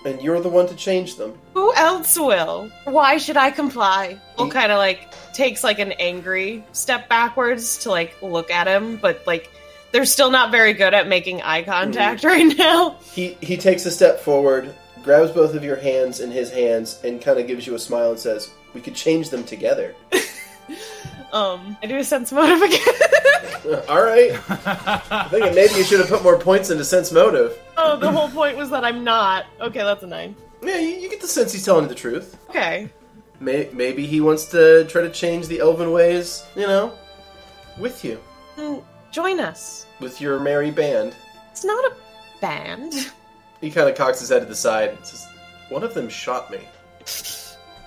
Speaker 2: And you're the one to change them.
Speaker 6: Who else will? Why should I comply? Well,
Speaker 2: Mm.
Speaker 6: kind of like takes like an angry step backwards to like look at him, but like they're still not very good at making eye contact [LAUGHS] right now.
Speaker 2: He he takes a step forward, grabs both of your hands in his hands, and kind of gives you a smile and says, "We could change them together." [LAUGHS]
Speaker 6: Um, I do a sense motive again.
Speaker 2: All right. I'm thinking maybe you should have put more points into sense motive.
Speaker 6: [LAUGHS] oh, the whole point was that I'm not. Okay, that's a nine.
Speaker 2: Yeah, you, you get the sense he's telling the truth.
Speaker 6: Okay.
Speaker 2: May, maybe he wants to try to change the elven ways. You know, with you,
Speaker 6: Mm, Join us.
Speaker 2: with your merry band.
Speaker 6: It's not a band. [LAUGHS]
Speaker 2: He kind of cocks his head to the side and says, "One of them shot me."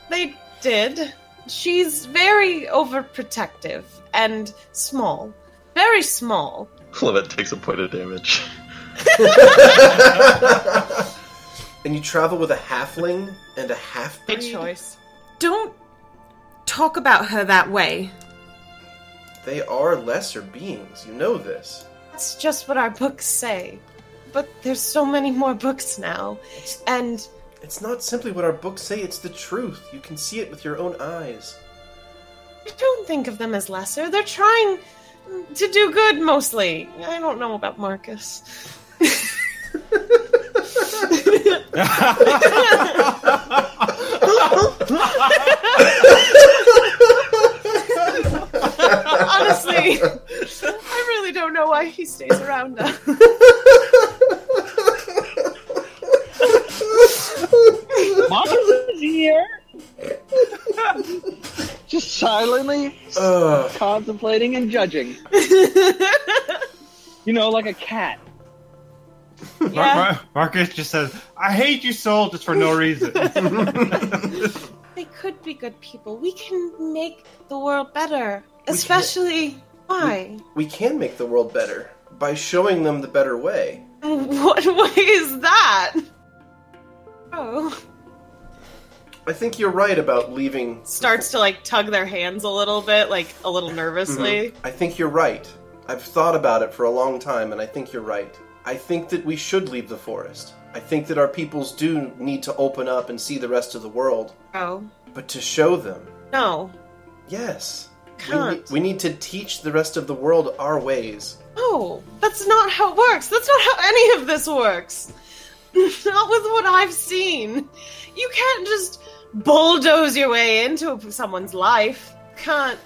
Speaker 6: They did. She's very overprotective and small. Very small.
Speaker 3: Clement takes a point of [LAUGHS] damage.
Speaker 2: and you travel with a halfling and a half
Speaker 6: Good choice.
Speaker 1: Don't talk about her that way.
Speaker 2: They are lesser beings. You know this.
Speaker 6: That's just what our books say. But there's so many more books now. And
Speaker 2: It's not simply what our books say, it's the truth. You can see it with your own
Speaker 6: [LAUGHS]
Speaker 2: eyes. [LAUGHS]
Speaker 6: I don't think of them as lesser. They're trying to do good mostly. I don't know about Marcus. Honestly, I really don't know why he stays around [LAUGHS] us.
Speaker 8: Marcus here. [LAUGHS] Just silently
Speaker 2: Ugh.
Speaker 8: contemplating and judging. You know, like a cat.
Speaker 6: Yeah.
Speaker 4: Mar- Mar- Marcus just says, "I hate you, soul, just for no
Speaker 2: [LAUGHS]
Speaker 4: reason."
Speaker 6: They could be good people. We can make the world better. Especially why?
Speaker 2: We can make the world better by showing them the better way.
Speaker 6: What way is that? Oh.
Speaker 2: I think you're right about leaving.
Speaker 6: Starts to like tug their hands a little bit, like a little nervously.
Speaker 2: I think you're right. I've thought about it for a long time, and I think you're right. I think that we should leave the forest. I think that our peoples do need to open up and see the rest of the world,
Speaker 6: Oh.
Speaker 2: but to show them,
Speaker 6: No.
Speaker 2: yes. We, ne-
Speaker 6: Can't.
Speaker 2: we need to teach the rest of the world our ways.
Speaker 6: No. That's not how it works. That's not how any of this works. [LAUGHS] not with what I've seen. You can't just bulldoze your way into someone's life. Can't.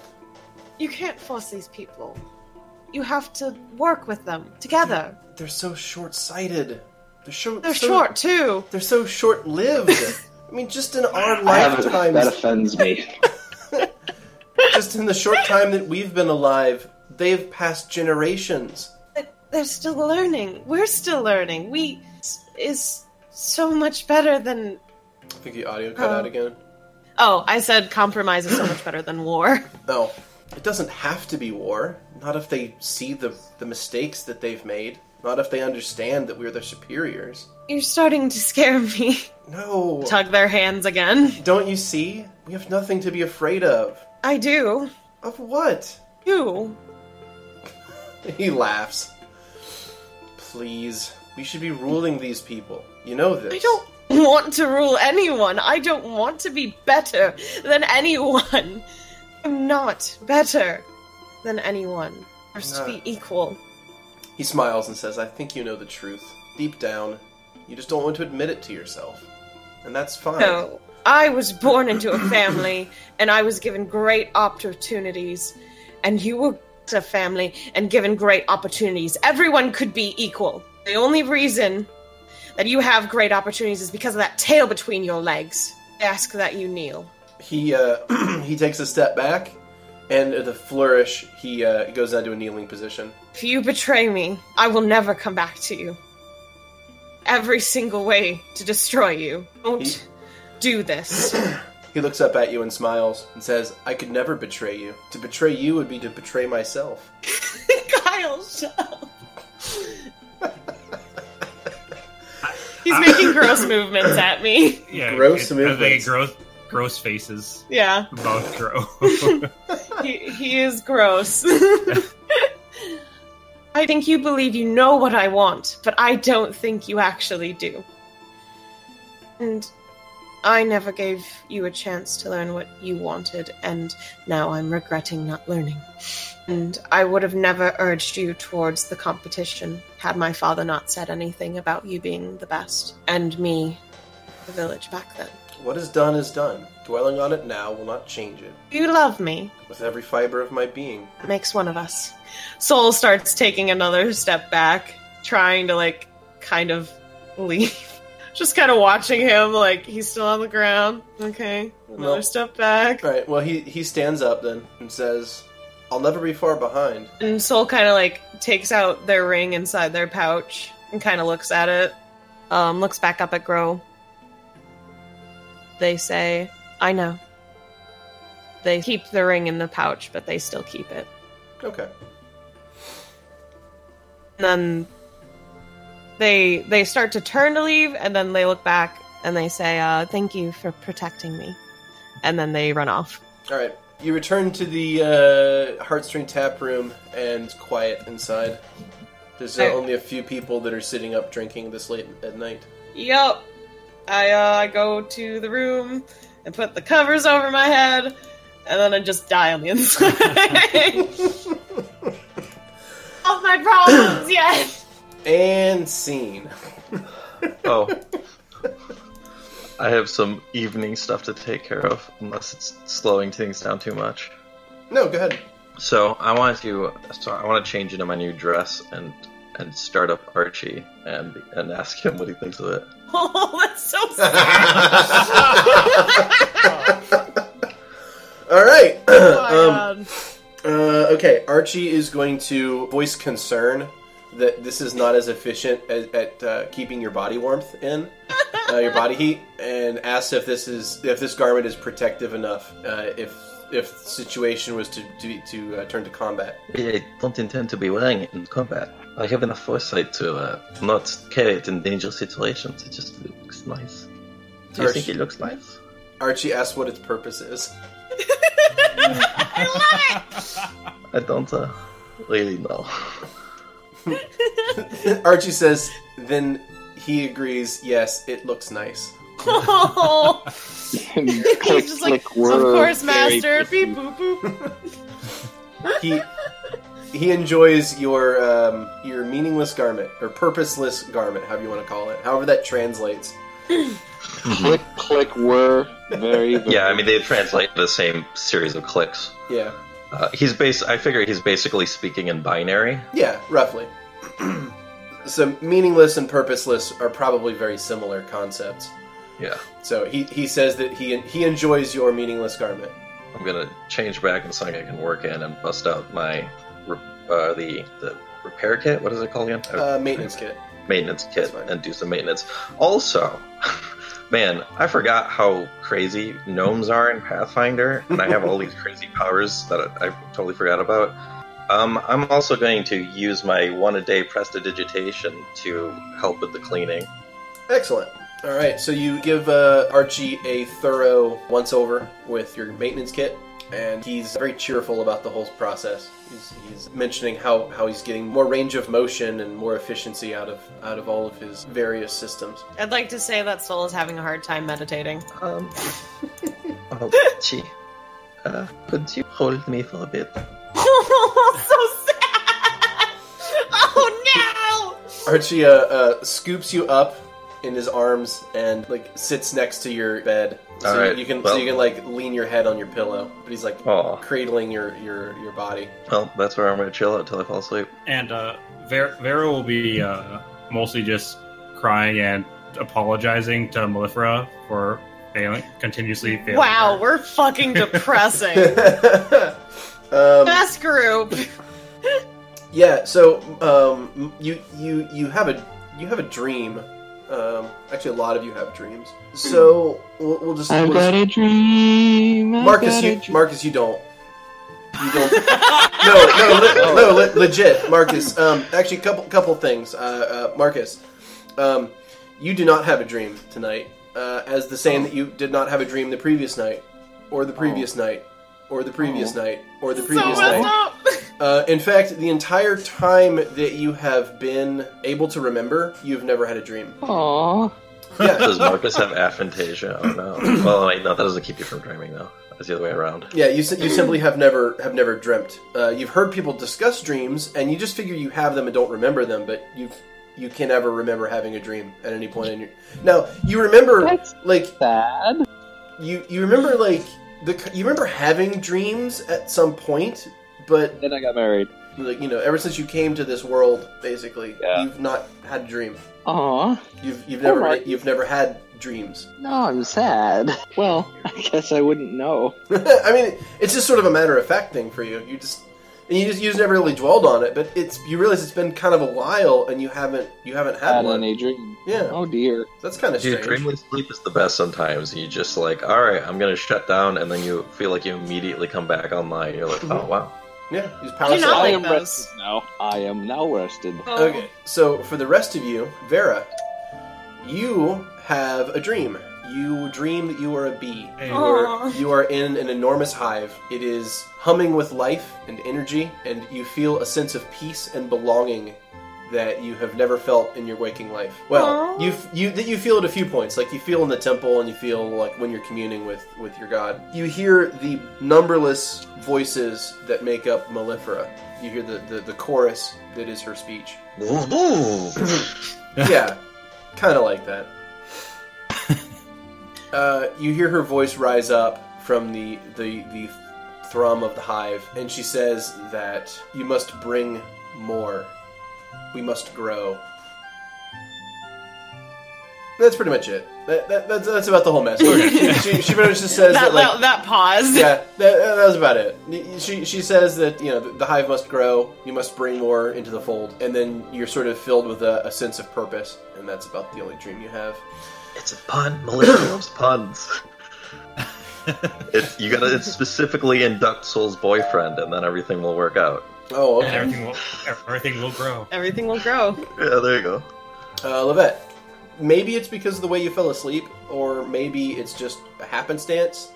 Speaker 6: You can't force these people. You have to work with them together.
Speaker 2: They're so short sighted. They're, short.
Speaker 6: They're
Speaker 2: so,
Speaker 6: short too.
Speaker 2: They're so short
Speaker 6: [LAUGHS]
Speaker 2: lived. I mean, just in our
Speaker 5: I haven't- that
Speaker 2: lifetimes,
Speaker 5: offends me.
Speaker 2: just in the short time that we've been alive, they've passed generations.
Speaker 6: But they're still learning. We're still learning. We is so much better than.
Speaker 2: I think the audio cut
Speaker 6: Oh.
Speaker 2: out again.
Speaker 6: Oh, I said compromise is so much better than war.
Speaker 2: No, Oh, it doesn't have to be war. Not if they see the the mistakes that they've made. Not if they understand that we're their superiors.
Speaker 6: You're starting to scare me.
Speaker 2: No,
Speaker 6: Tug their hands again.
Speaker 2: don't you see? We have nothing to be afraid of.
Speaker 6: I do.
Speaker 2: Of what? [LAUGHS]
Speaker 6: You.
Speaker 2: He laughs. Please, we should be ruling these people. You know this.
Speaker 6: I don't want to rule anyone. I don't want to be better than anyone. I'm not better than anyone. We're supposed to be
Speaker 2: Not.
Speaker 6: equal.
Speaker 2: He smiles and says, I think you know the truth. Deep down, you just don't want to admit it to yourself. And that's fine.
Speaker 6: No, I was born into a family, and I was given great opportunities, and you were a family and given great opportunities. Everyone could be equal. The only reason that you have great opportunities is because of that tail between your legs. I ask that you kneel.
Speaker 2: He uh, [CLEARS THROAT] he takes a step back, and with a flourish, he uh, goes down to a kneeling position.
Speaker 6: If you betray me, I will never come back to you. Every single way to destroy you.
Speaker 2: He-
Speaker 6: Don't do this.
Speaker 2: He looks up at you and smiles and says, I could never betray you. To betray you would be to betray myself.
Speaker 6: [LAUGHS] Kyle, shut up. He's making gross movements
Speaker 4: [LAUGHS]
Speaker 6: at me.
Speaker 4: yeah,
Speaker 2: Gross
Speaker 4: it- I think
Speaker 2: movements.
Speaker 4: it gross, gross faces
Speaker 6: Yeah,
Speaker 4: about grow.
Speaker 2: [LAUGHS]
Speaker 6: he, he is gross. [LAUGHS] I think you believe you know what I want, but I don't think you actually do. And I never gave you a chance to learn what you wanted, and now I'm regretting not learning. And I would have never urged you towards the competition had my father not said anything about you being the best and me, the village back then.
Speaker 2: What is done is done. Dwelling on it now will not change it.
Speaker 6: You love me,
Speaker 2: With every fiber of my being.
Speaker 6: That makes one of us. Soul starts taking another step back, trying to like kind of leave. [LAUGHS] Just kind of watching him, like he's still on the ground. Okay, another
Speaker 2: Well-
Speaker 6: step back.
Speaker 2: Alright, well, he, he stands up then and says, I'll never be far behind.
Speaker 6: And Soul kind of like takes out their ring inside their pouch and kind of looks at it. Um, looks back up at Grow. They say, "I know." They keep the ring in the pouch, but they still keep it.
Speaker 2: Okay.
Speaker 6: and then they they start to turn to leave and then they look back and they say uh, thank you for protecting me and then they run off
Speaker 2: All right. You return to the uh, Heartstring Tap Room, and it's quiet inside. There's uh,
Speaker 6: Alright.
Speaker 2: only a few people that are sitting up drinking this late at night.
Speaker 6: yep i uh, go to the room and put the covers over my head and then i just die on the [LAUGHS] inside all my problems yes [LAUGHS]
Speaker 2: And scene.
Speaker 3: Oh. I have some evening stuff to take care of, unless it's slowing things down too much.
Speaker 2: No, go ahead. [LAUGHS]
Speaker 3: So I want to, so I want to change into my new dress and and start up Archie and and ask him what he thinks of it.
Speaker 6: oh that's so sad
Speaker 2: All right. [CLEARS THROAT]
Speaker 6: Oh my
Speaker 2: um,
Speaker 6: God.
Speaker 2: uh, okay, Archie is going to voice concern that this is not as efficient as, at uh, keeping your body warmth in uh, your body heat, and asks if this is if this garment is protective enough uh, if if the situation was to to, to uh, turn to combat.
Speaker 3: I don't intend to be wearing it in combat. I have enough foresight to uh, not carry it in dangerous situations. It just looks nice. Do you
Speaker 2: Arch-
Speaker 3: think it looks nice?
Speaker 2: Archie asks what its purpose is. [LAUGHS]
Speaker 3: I don't uh, really know. [LAUGHS]
Speaker 2: Archie says, then he agrees. Yes, it looks nice.
Speaker 6: [LAUGHS] Oh,
Speaker 5: click,
Speaker 6: he's just like,
Speaker 5: click, word,
Speaker 6: of course,
Speaker 5: very
Speaker 6: master.
Speaker 5: pretty.
Speaker 6: Beep boop boop.
Speaker 2: He he enjoys your um, your meaningless garment or purposeless garment, however you want to call it, however that translates.
Speaker 5: Click, click, were very, very.
Speaker 3: Yeah, I mean they translate the same series of clicks.
Speaker 2: Yeah,
Speaker 3: Uh, he's base. I figure he's basically speaking in binary.
Speaker 2: yeah, roughly. [CLEARS THROAT] so meaningless and purposeless are probably very similar concepts.
Speaker 3: Yeah,
Speaker 2: So he, he says that he he enjoys your meaningless garment.
Speaker 3: I'm gonna change back and something I can work in and bust out my re- uh, the the repair kit. What is it called again?
Speaker 2: Uh, maintenance kit.
Speaker 3: maintenance
Speaker 2: That's
Speaker 3: kit
Speaker 2: fine.
Speaker 3: and do some maintenance. Also, [LAUGHS] man, I forgot how crazy gnomes are in Pathfinder, and I have all [LAUGHS] these crazy powers that I, I totally forgot about. Um, I'm also going to use my one a day prestidigitation to help with the cleaning.
Speaker 2: Excellent. All right, so you give uh, Archie a thorough once over with your maintenance kit, and he's very cheerful about the whole process. He's, he's mentioning how, how he's getting more range of motion and more efficiency out of out of all of his various systems.
Speaker 6: I'd like to say that Soul is having a hard
Speaker 2: [LAUGHS]
Speaker 6: time meditating. [LAUGHS]
Speaker 3: Um, oh, [LAUGHS] gee. Uh, could you hold me for a bit?
Speaker 6: so sad. Oh
Speaker 2: Archie uh, uh, scoops you up in his arms and like sits next to your bed, so
Speaker 3: All right,
Speaker 2: you can
Speaker 3: well-
Speaker 2: so you can like lean your head on your pillow. But he's like
Speaker 3: Oh,
Speaker 2: cradling your your your
Speaker 3: [LAUGHS]
Speaker 2: body. [LAUGHS]
Speaker 3: well, that's where I'm going to chill out till I fall asleep.
Speaker 4: And uh, Ver- Vera will be uh, mostly just crying and apologizing to Mellifera for failing, continuously
Speaker 6: no!
Speaker 4: failing.
Speaker 6: Wow,
Speaker 4: her.
Speaker 6: we're fucking
Speaker 2: [LAUGHS]
Speaker 6: depressing.
Speaker 2: um,
Speaker 6: Best group.
Speaker 2: Yeah, so um, you you you have a you have a dream. Um, actually, a lot of you have dreams. So we'll, we'll just
Speaker 5: I've
Speaker 2: we'll
Speaker 5: got
Speaker 2: just-
Speaker 5: a dream. I've
Speaker 2: Marcus.
Speaker 5: got a
Speaker 2: You
Speaker 5: dream.
Speaker 2: Marcus, you don't. You don't. [LAUGHS] no, no, le- no, le- legit, Marcus. Um, actually, couple couple things, uh, uh, Marcus. Um, you do not have a dream tonight, uh, as the same that you did not have a dream the previous night, or the previous night, or the previous night, or the
Speaker 6: so
Speaker 2: previous
Speaker 6: messed
Speaker 2: night.
Speaker 6: up.
Speaker 2: Uh, in fact, the entire time that you have been able to remember, you've never had a dream.
Speaker 8: Aww.
Speaker 3: [LAUGHS]
Speaker 2: Yeah,
Speaker 3: Does Marcus have aphantasia? Oh no. Well, wait, no, that doesn't keep you from dreaming though. That's the other way around.
Speaker 2: yeah. You, si- you simply have never have never dreamt. Uh, you've heard people discuss dreams, and you just figure you have them and don't remember them, but you've you can never remember having a dream at any point in your. Now you remember
Speaker 8: That's-
Speaker 2: like
Speaker 8: Sad.
Speaker 2: you you remember like the c- you remember having dreams at some point, but
Speaker 5: Then I got married.
Speaker 2: like you know ever since you came to this world, basically
Speaker 5: Yeah.
Speaker 2: you've not had a dream.
Speaker 8: Aww.
Speaker 2: You've you've
Speaker 8: Oh,
Speaker 2: never
Speaker 8: Mark.
Speaker 2: you've never had dreams.
Speaker 8: No, I'm sad. [LAUGHS]
Speaker 5: Well,
Speaker 8: I guess I wouldn't know.
Speaker 2: [LAUGHS] I mean, it's just sort of a matter of fact thing for you. You just and you just you just never really dwelled on it, but it's you realize it's been kind of a while and you haven't you haven't had
Speaker 5: had
Speaker 2: one.
Speaker 5: any dream.
Speaker 2: Yeah,
Speaker 5: Oh dear.
Speaker 2: that's kind of
Speaker 3: Dude,
Speaker 2: strange.
Speaker 3: dreamless sleep is the best sometimes. You just like, all right, I'm gonna shut down, and then you feel like you immediately come back online. You're like, oh wow.
Speaker 2: Yeah, he's
Speaker 6: Do
Speaker 2: power
Speaker 6: not
Speaker 5: I
Speaker 2: set.
Speaker 6: like
Speaker 5: am
Speaker 6: those.
Speaker 5: rested now. I am now rested.
Speaker 6: Oh.
Speaker 2: Okay, so for the rest of you, Vera, you have a dream. You dream that you are a bee.
Speaker 4: Hey.
Speaker 2: You are,
Speaker 6: Aw.
Speaker 2: you are in an enormous hive. It is humming with life and energy, and you feel a sense of peace and belonging that you have never felt in your waking life. Well,
Speaker 6: Aw.
Speaker 2: you f- you that you feel at a few points, like you feel in the temple, and you feel like when you're communing with with your god. You hear the numberless voices that make up Mellifera. You hear the the, the chorus that is her speech. yeah, kind of like that. Uh, you hear her voice rise up from the, the the thrum of the hive, and she says that you must bring more. We must grow. That's pretty much it. That, that, that's, that's about the whole message. she, she pretty much just says
Speaker 6: That,
Speaker 2: that, like,
Speaker 6: that, that [LAUGHS] pause.
Speaker 2: yeah, that, that was about it. She, she says that, you know, the, the hive must grow, you must bring more into the fold, and then you're sort of filled with a, a sense of purpose, and that's about the only dream you have.
Speaker 3: It's a pun. [COUGHS] Melissa loves puns. It, you gotta specifically induct Soul's boyfriend, and then everything will work out.
Speaker 2: Oh,
Speaker 4: And
Speaker 2: okay.
Speaker 4: everything will, everything will grow.
Speaker 6: Everything will grow.
Speaker 3: Yeah, there you go.
Speaker 2: Uh, Levette, maybe it's because of the way you fell asleep, or maybe it's just a happenstance,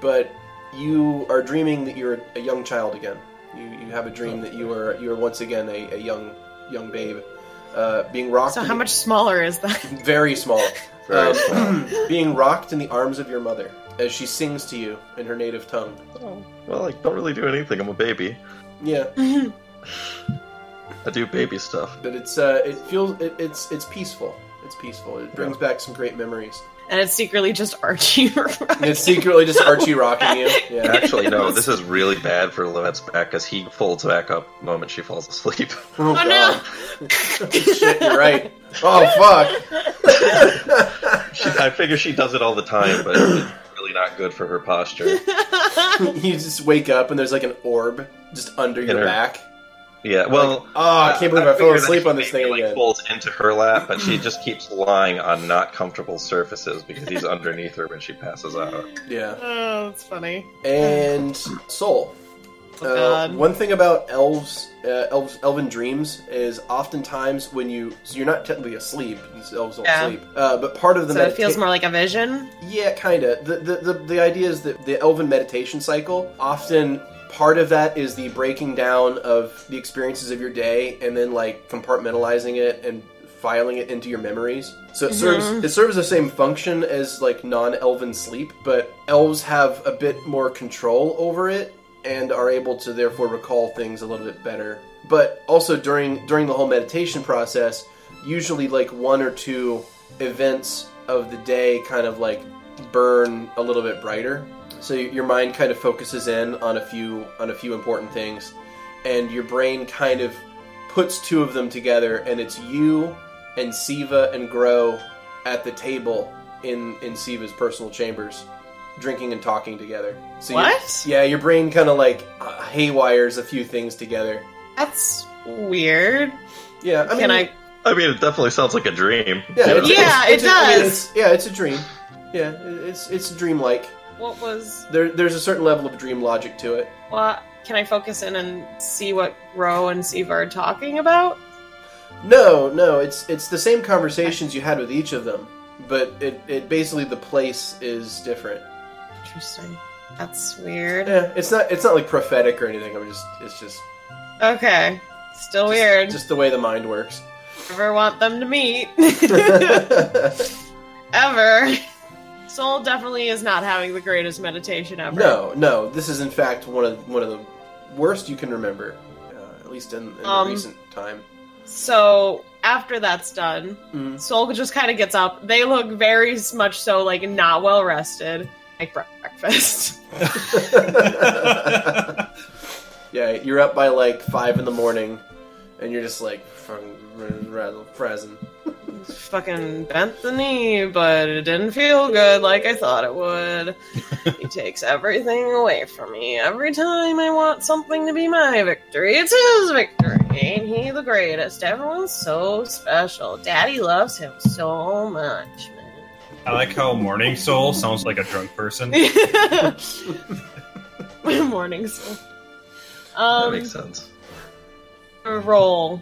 Speaker 2: but you are dreaming that you're a young child again. You, you have a
Speaker 6: Oh.
Speaker 2: dream that you are you are once again a, a young young babe, uh, being rocked.
Speaker 6: So
Speaker 2: in
Speaker 6: how
Speaker 2: the-
Speaker 6: much smaller is that? [LAUGHS]
Speaker 2: Very small.
Speaker 3: Very
Speaker 2: Um, [CLEARS THROAT] being rocked in the arms of your mother as she sings to you in her native tongue.
Speaker 3: Well, I don't really do anything. I'm a baby.
Speaker 2: Yeah,
Speaker 3: I do baby [LAUGHS] stuff.
Speaker 2: but it's uh, it feels it, it's it's peaceful. It's peaceful. It brings back some great memories.
Speaker 6: And it's secretly just Archie. [LAUGHS] Oh,
Speaker 2: And it's secretly just Archie rocking [LAUGHS] you. Yeah.
Speaker 3: Actually, no, this is really bad for Livette's back because he folds back up the moment she falls asleep. [LAUGHS]
Speaker 2: Oh,
Speaker 6: Oh,
Speaker 2: God.
Speaker 6: no.
Speaker 2: Shit, you're right. Oh [LAUGHS] fuck.
Speaker 3: she, I figure she does it all the time, but it's really not good for her [LAUGHS] posture.
Speaker 2: You just wake up and there's like an orb just under your
Speaker 3: her-
Speaker 2: back.
Speaker 3: Yeah, well.
Speaker 2: Oh, I can't believe I, fell
Speaker 3: figure Uh, that
Speaker 2: asleep
Speaker 3: she
Speaker 2: on this
Speaker 3: maybe,
Speaker 2: thing
Speaker 3: like,
Speaker 2: again.
Speaker 3: Folds into her lap,
Speaker 2: [LAUGHS]
Speaker 3: but she just keeps lying on not comfortable surfaces because he's underneath her when she passes out.
Speaker 2: Yeah.
Speaker 6: Oh, that's funny.
Speaker 2: And soul.
Speaker 6: Oh,
Speaker 2: Uh,
Speaker 6: God.
Speaker 2: one thing about elves, uh, elves, elven dreams is oftentimes when you so you're not technically asleep. 'cause Elves don't
Speaker 6: Yeah.
Speaker 2: sleep, uh, but part of the
Speaker 6: So it feels
Speaker 2: medita-
Speaker 6: more like a vision.
Speaker 2: yeah, kind of. The, the the the idea is that the elven meditation cycle often part of that is the breaking down of the experiences of your day and then like compartmentalizing it and filing it into your memories. So it serves it serves the same function as like non-elven sleep, but elves have a bit more control over it and are able to therefore recall things a little bit better. But also during during the whole meditation process, usually like one or two events of the day kind of like burn a little bit brighter. So y- your mind kind of focuses in on a few on a few important things and your brain kind of puts two of them together and it's you and Siva and Gro at the table in in Siva's personal chambers drinking and talking together. So you-
Speaker 6: What?
Speaker 2: yeah, your brain kind of like uh, haywires a few things together.
Speaker 6: That's weird.
Speaker 2: Yeah, I mean,
Speaker 6: Can I?
Speaker 3: I mean, it definitely sounds like a dream.
Speaker 2: Yeah, it's, it's-
Speaker 6: Yeah, it
Speaker 2: it's a- I mean,
Speaker 6: does.
Speaker 2: it's- yeah, it's a dream. Yeah, it- it's it's dreamlike.
Speaker 6: What was?
Speaker 2: There, there's a certain level of dream logic to it.
Speaker 6: What? Can I focus in and see what Ro and Siva are talking about?
Speaker 2: No, no, it's it's the same conversations you had with each of them, but it, it basically the place is different.
Speaker 6: Interesting. That's weird.
Speaker 2: Yeah, it's not it's not like prophetic or anything. I'm just it's just
Speaker 6: Okay. Still
Speaker 2: just-
Speaker 6: weird.
Speaker 2: Just the way the mind
Speaker 6: [LAUGHS]
Speaker 2: works. [LAUGHS]
Speaker 6: Never want them to meet. [LAUGHS]
Speaker 2: no,
Speaker 6: ever. Soul definitely is not having the greatest meditation ever.
Speaker 2: no, this is in fact one of one of the worst you can remember, uh, at least in, in
Speaker 6: Um,
Speaker 2: recent time.
Speaker 6: So after that's done,
Speaker 2: Mm.
Speaker 6: Soul just kind of gets up. They look very much so like not well rested. Like breakfast.
Speaker 2: [LAUGHS] Yeah, you're up by like five in the morning, and you're just like fucking razzle frazzing.
Speaker 6: Fucking bent the knee, but it didn't feel good like I thought
Speaker 3: [LAUGHS]
Speaker 6: it would. he takes everything away from me. Every time I want something to be my victory, it's his victory. Ain't he the greatest? Everyone's so special. Daddy loves him so much, man.
Speaker 4: I like how Morning Soul sounds like a drunk person.
Speaker 6: [LAUGHS] Morning soul.
Speaker 3: That
Speaker 6: Um,
Speaker 3: makes sense.
Speaker 6: a roll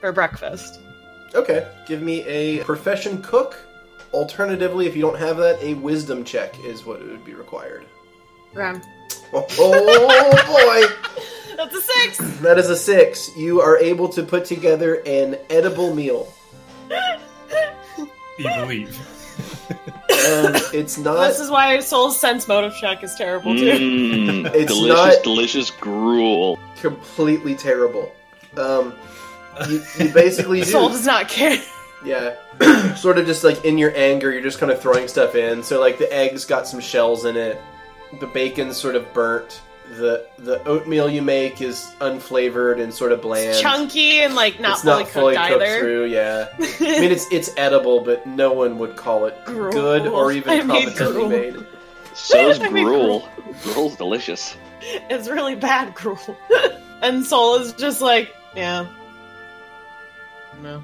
Speaker 6: for breakfast.
Speaker 2: Okay, give me a profession cook. Alternatively, if you don't have that, a wisdom check is what would be required.
Speaker 6: Okay.
Speaker 2: Oh, oh
Speaker 6: That's a six.
Speaker 2: boy, that is a six. You are able to put together an edible meal.
Speaker 4: You believe.
Speaker 2: Um, it's not.
Speaker 6: This is why Soul's sense motive check is terrible too.
Speaker 2: [LAUGHS]
Speaker 5: Mm,
Speaker 2: It's
Speaker 5: delicious,
Speaker 2: not-
Speaker 5: delicious gruel.
Speaker 2: completely terrible. Um, you, you basically
Speaker 6: Soul
Speaker 2: do,
Speaker 6: does not care.
Speaker 2: yeah. [CLEARS THROAT] sort of just like in your anger, you're just kind of throwing stuff in. So like the eggs got some shells in it. The bacon's sort of burnt. the the oatmeal you make is unflavored and sort of bland.
Speaker 6: It's chunky and like not
Speaker 2: it's not
Speaker 6: fully
Speaker 2: fully
Speaker 6: cooked
Speaker 2: cooked
Speaker 6: either.
Speaker 2: through.
Speaker 6: [LAUGHS]
Speaker 2: Yeah, I mean it's it's edible, but no one would call it
Speaker 6: Gruel.
Speaker 2: good
Speaker 6: [LAUGHS]
Speaker 2: or
Speaker 6: I
Speaker 2: even
Speaker 6: made
Speaker 2: competently
Speaker 6: gruel.
Speaker 2: made.
Speaker 6: [LAUGHS]
Speaker 5: So is
Speaker 6: I mean,
Speaker 5: gruel. Gruel's delicious.
Speaker 6: It's really bad gruel. [LAUGHS] and Soul is just like, yeah. No.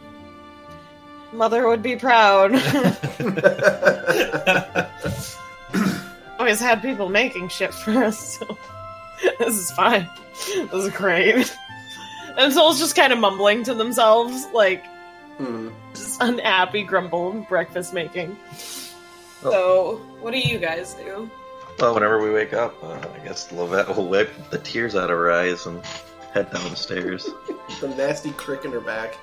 Speaker 6: Mother would be proud. [LAUGHS] Always had people making shit for us, so [LAUGHS] this is fine. This is great. [LAUGHS] And Soul's just kind of mumbling to themselves, like
Speaker 2: [LAUGHS] Hmm.
Speaker 6: just [LAUGHS] unhappy grumble of breakfast making.
Speaker 2: Oh.
Speaker 6: So, what do you guys do?
Speaker 3: Well, whenever we wake up, uh, I guess Lovette will wipe the tears out of her eyes and head downstairs.
Speaker 2: The nasty crick in her back.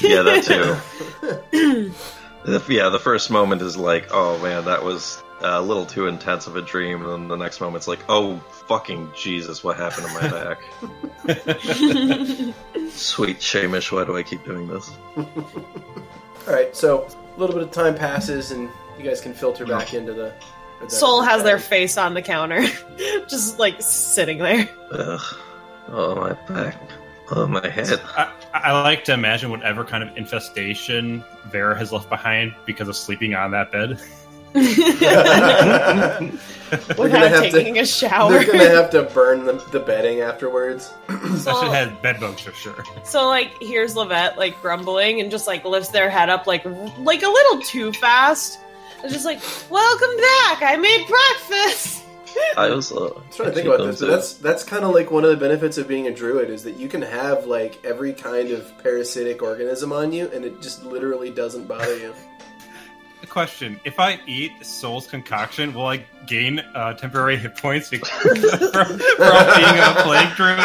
Speaker 3: yeah, that too.
Speaker 2: [LAUGHS]
Speaker 3: The- yeah, the first moment is like, oh man, that was a little too intense of a dream. And then the next moment's like, oh fucking Jesus, what happened to my back?
Speaker 2: [LAUGHS]
Speaker 3: Sweet Shamish, why do I keep doing this?
Speaker 2: All right, so a little bit of time passes, and you guys can filter back into the. the-
Speaker 6: Soul has their face on the counter, [LAUGHS] just like sitting there. [LAUGHS]
Speaker 3: Ugh. Oh, my back. Oh, my head.
Speaker 4: I, I like to imagine whatever kind of infestation Vera has left behind because of sleeping on that bed.
Speaker 2: We're gonna
Speaker 6: Without
Speaker 2: have to.
Speaker 6: taking a shower.
Speaker 2: They're gonna have to burn the, the bedding afterwards.
Speaker 4: [LAUGHS] That should
Speaker 6: Well-
Speaker 4: have bed bugs for sure.
Speaker 6: so like here's Levette like grumbling and just like lifts their head up like like a little too fast. It's just like, welcome back. I made breakfast.
Speaker 3: I was. Uh,
Speaker 2: I'm trying to think about this, but that's that's kind of like one of the benefits of being a druid is that you can have like every kind of parasitic organism on you, and it just literally doesn't bother you.
Speaker 4: The question: If I eat Soul's concoction, will I gain uh, temporary hit points be- [LAUGHS] from, from being a plague druid?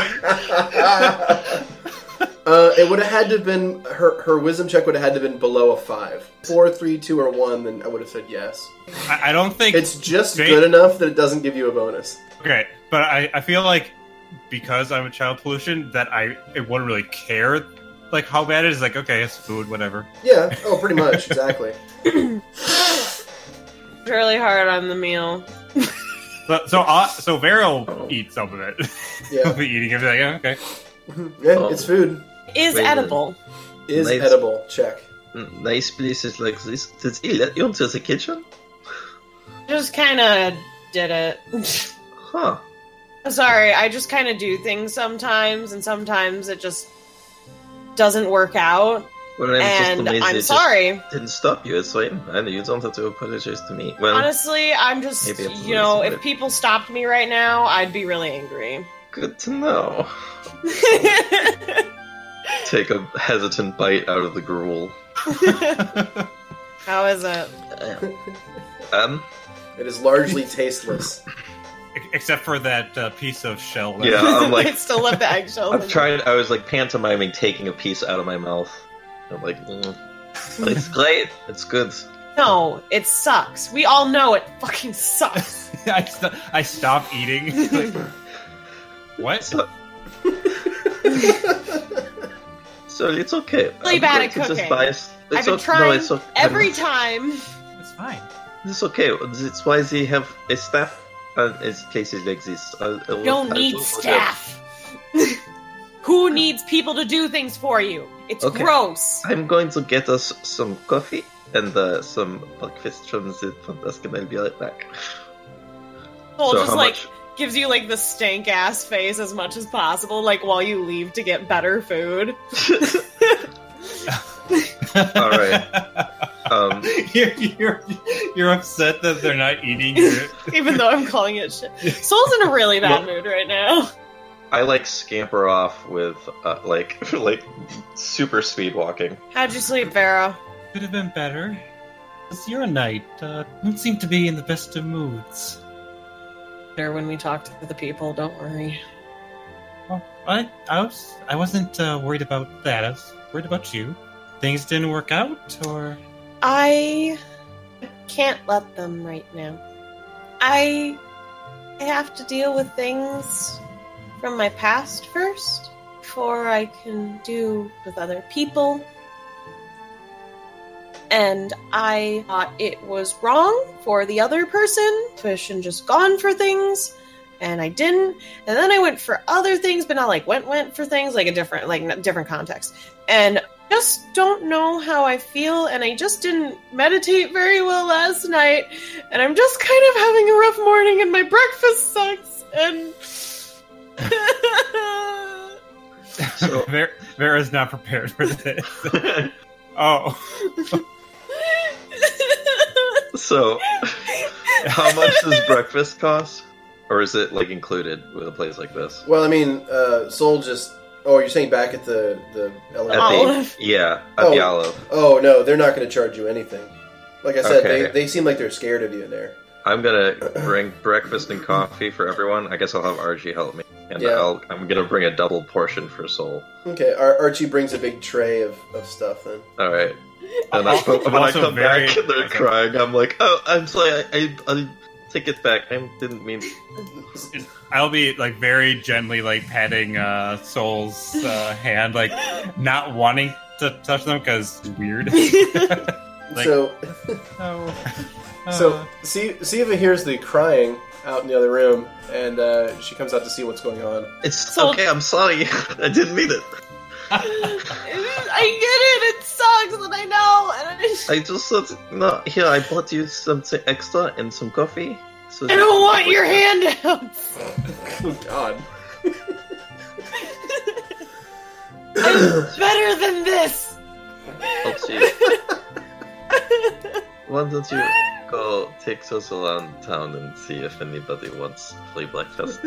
Speaker 2: Uh, it would have had to have been her. Her wisdom check would have had to have been below a five, four, three, two, or one. Then I would have said yes.
Speaker 4: I, I don't think
Speaker 2: It's just
Speaker 4: Great.
Speaker 2: good enough that it doesn't give you a bonus.
Speaker 4: Okay, but I, I feel like because I'm a child pollution that I it wouldn't really care like how bad it is. Like okay, it's food, whatever.
Speaker 2: Yeah. Oh, pretty much exactly.
Speaker 6: It's really hard on the meal.
Speaker 4: So so, uh, so Vera will eat some of it. [LAUGHS]
Speaker 2: Yeah.
Speaker 4: I'll be eating it. be Like yeah, okay,
Speaker 2: Yeah,
Speaker 3: Oh.
Speaker 2: It's food.
Speaker 6: Is
Speaker 3: Wait, wait.
Speaker 6: edible.
Speaker 2: Is
Speaker 3: Nice.
Speaker 2: edible. Check.
Speaker 3: Mm, nice places like this. Did he let you into the kitchen?
Speaker 6: Just kind of did it. [LAUGHS]
Speaker 3: Huh.
Speaker 6: Sorry, I just kind of do things sometimes, and sometimes it just doesn't work out.
Speaker 3: Well, I'm
Speaker 6: and
Speaker 3: amazed
Speaker 6: I'm
Speaker 3: it just
Speaker 6: sorry.
Speaker 3: didn't stop you. It's fine, and you don't have to apologize to me. Well,
Speaker 6: Honestly, I'm just,
Speaker 3: Maybe it's
Speaker 6: you know,
Speaker 3: amazing,
Speaker 6: if
Speaker 3: but-
Speaker 6: people stopped me right now, I'd be really angry.
Speaker 3: good to know. Take a hesitant bite out of the gruel.
Speaker 6: How is it?
Speaker 3: Um,
Speaker 2: It is largely tasteless.
Speaker 4: E- except for that uh, piece of shell. that-
Speaker 3: yeah,
Speaker 6: [LAUGHS]
Speaker 3: I'm like,
Speaker 6: I still love the eggshell.
Speaker 3: I've tried. I was like pantomiming taking a piece out of my mouth. I'm like, mm, it's great. It's good.
Speaker 6: No, it sucks. We all know it fucking sucks.
Speaker 4: [LAUGHS] I st- I stopped eating. [LAUGHS] Like, what?
Speaker 3: So, so it's okay.
Speaker 6: Really
Speaker 3: I'm
Speaker 6: bad
Speaker 3: going
Speaker 6: at
Speaker 3: to
Speaker 6: cooking.
Speaker 3: Just buy s- it's
Speaker 6: I've been
Speaker 3: o- no,
Speaker 6: trying
Speaker 3: it's okay.
Speaker 6: Every time.
Speaker 4: It's fine.
Speaker 3: It's okay. It's why they have a staff. Uh, it's cases like this. I, I will-
Speaker 6: You don't
Speaker 3: I
Speaker 6: need
Speaker 3: will-
Speaker 6: staff. [LAUGHS] Who needs people to do things for you? It's
Speaker 3: Okay.
Speaker 6: gross.
Speaker 3: I'm going to get us some coffee and uh, some breakfast from the front desk, and I'll be right back.
Speaker 6: Soul
Speaker 3: so
Speaker 6: just
Speaker 3: how
Speaker 6: like
Speaker 3: much?
Speaker 6: gives you like the stank ass face as much as possible, like while you leave to get better food. [LAUGHS]
Speaker 2: [LAUGHS]
Speaker 3: All right. Um,
Speaker 4: [LAUGHS] you're, you're you're upset that they're not eating your
Speaker 6: Even though I'm calling it shit. Soul's in a really bad mood right now.
Speaker 3: I like scamper off with uh, like [LAUGHS] like super speed walking.
Speaker 6: How'd you sleep, Vera?
Speaker 4: Could have been better. This Uranite uh, don't seem to be in the best of moods.
Speaker 6: Better when we talk to the people, don't worry.
Speaker 4: Well, I, I was, I wasn't uh, worried about that. I was worried about you. Things didn't work out, or
Speaker 6: I can't let them right now. I I have to deal with things from my past first before I can do with other people. And I thought it was wrong for the other person to have just gone for things. and I didn't. And then I went for other things, but not like went went for things like a different like n- different context. And just don't know how I feel, and I just didn't meditate very well last night, and I'm just kind of having a rough morning, and my breakfast sucks, and. [LAUGHS]
Speaker 3: So-
Speaker 4: [LAUGHS]
Speaker 3: [LAUGHS]
Speaker 4: Ver- Vera's not prepared for this. [LAUGHS] oh,
Speaker 3: So, how much does breakfast cost? Or is it like included with a place like this?
Speaker 2: Well, I mean, uh, Soul just. Oh, you're saying back at the the
Speaker 3: At
Speaker 2: elementary?
Speaker 6: Oh.
Speaker 3: the,
Speaker 6: Olive.
Speaker 3: yeah, at the
Speaker 2: Oh.
Speaker 3: olive.
Speaker 2: Oh no, they're not going to charge you anything. Like I said,
Speaker 3: Okay.
Speaker 2: they, they seem like they're scared of you in there.
Speaker 3: I'm gonna bring breakfast and coffee for everyone. I guess I'll have RG help me, and
Speaker 2: Yeah.
Speaker 3: I'll, I'm gonna bring a double portion for Soul.
Speaker 2: Okay, Ar- Archie brings a big tray of, of stuff then.
Speaker 3: All right. And I,
Speaker 4: Also-
Speaker 3: when I
Speaker 4: also
Speaker 3: come
Speaker 4: very-
Speaker 3: back and they're
Speaker 4: okay.
Speaker 3: crying, I'm like, oh, I'm sorry. I, I, I take it back. I didn't mean.
Speaker 4: I'll be like very gently like patting uh, Soul's uh, hand, like not wanting to touch them because [LAUGHS] weird. Like- uh,
Speaker 2: so
Speaker 4: so, [LAUGHS]
Speaker 2: so see Siva hears the crying out in the other room, and uh, she comes out to see what's going on. [LAUGHS]
Speaker 3: It's
Speaker 6: So-
Speaker 3: okay. I'm sorry. [LAUGHS] I didn't mean it.
Speaker 6: I get it. It sucks, and I know. And I, just,
Speaker 3: I just thought, no, here, I bought you something extra and some coffee. So
Speaker 6: I don't want your handouts.
Speaker 2: Oh God.
Speaker 6: Better than this.
Speaker 3: I'll see. Why don't you go take us around town and see if anybody wants to play breakfast?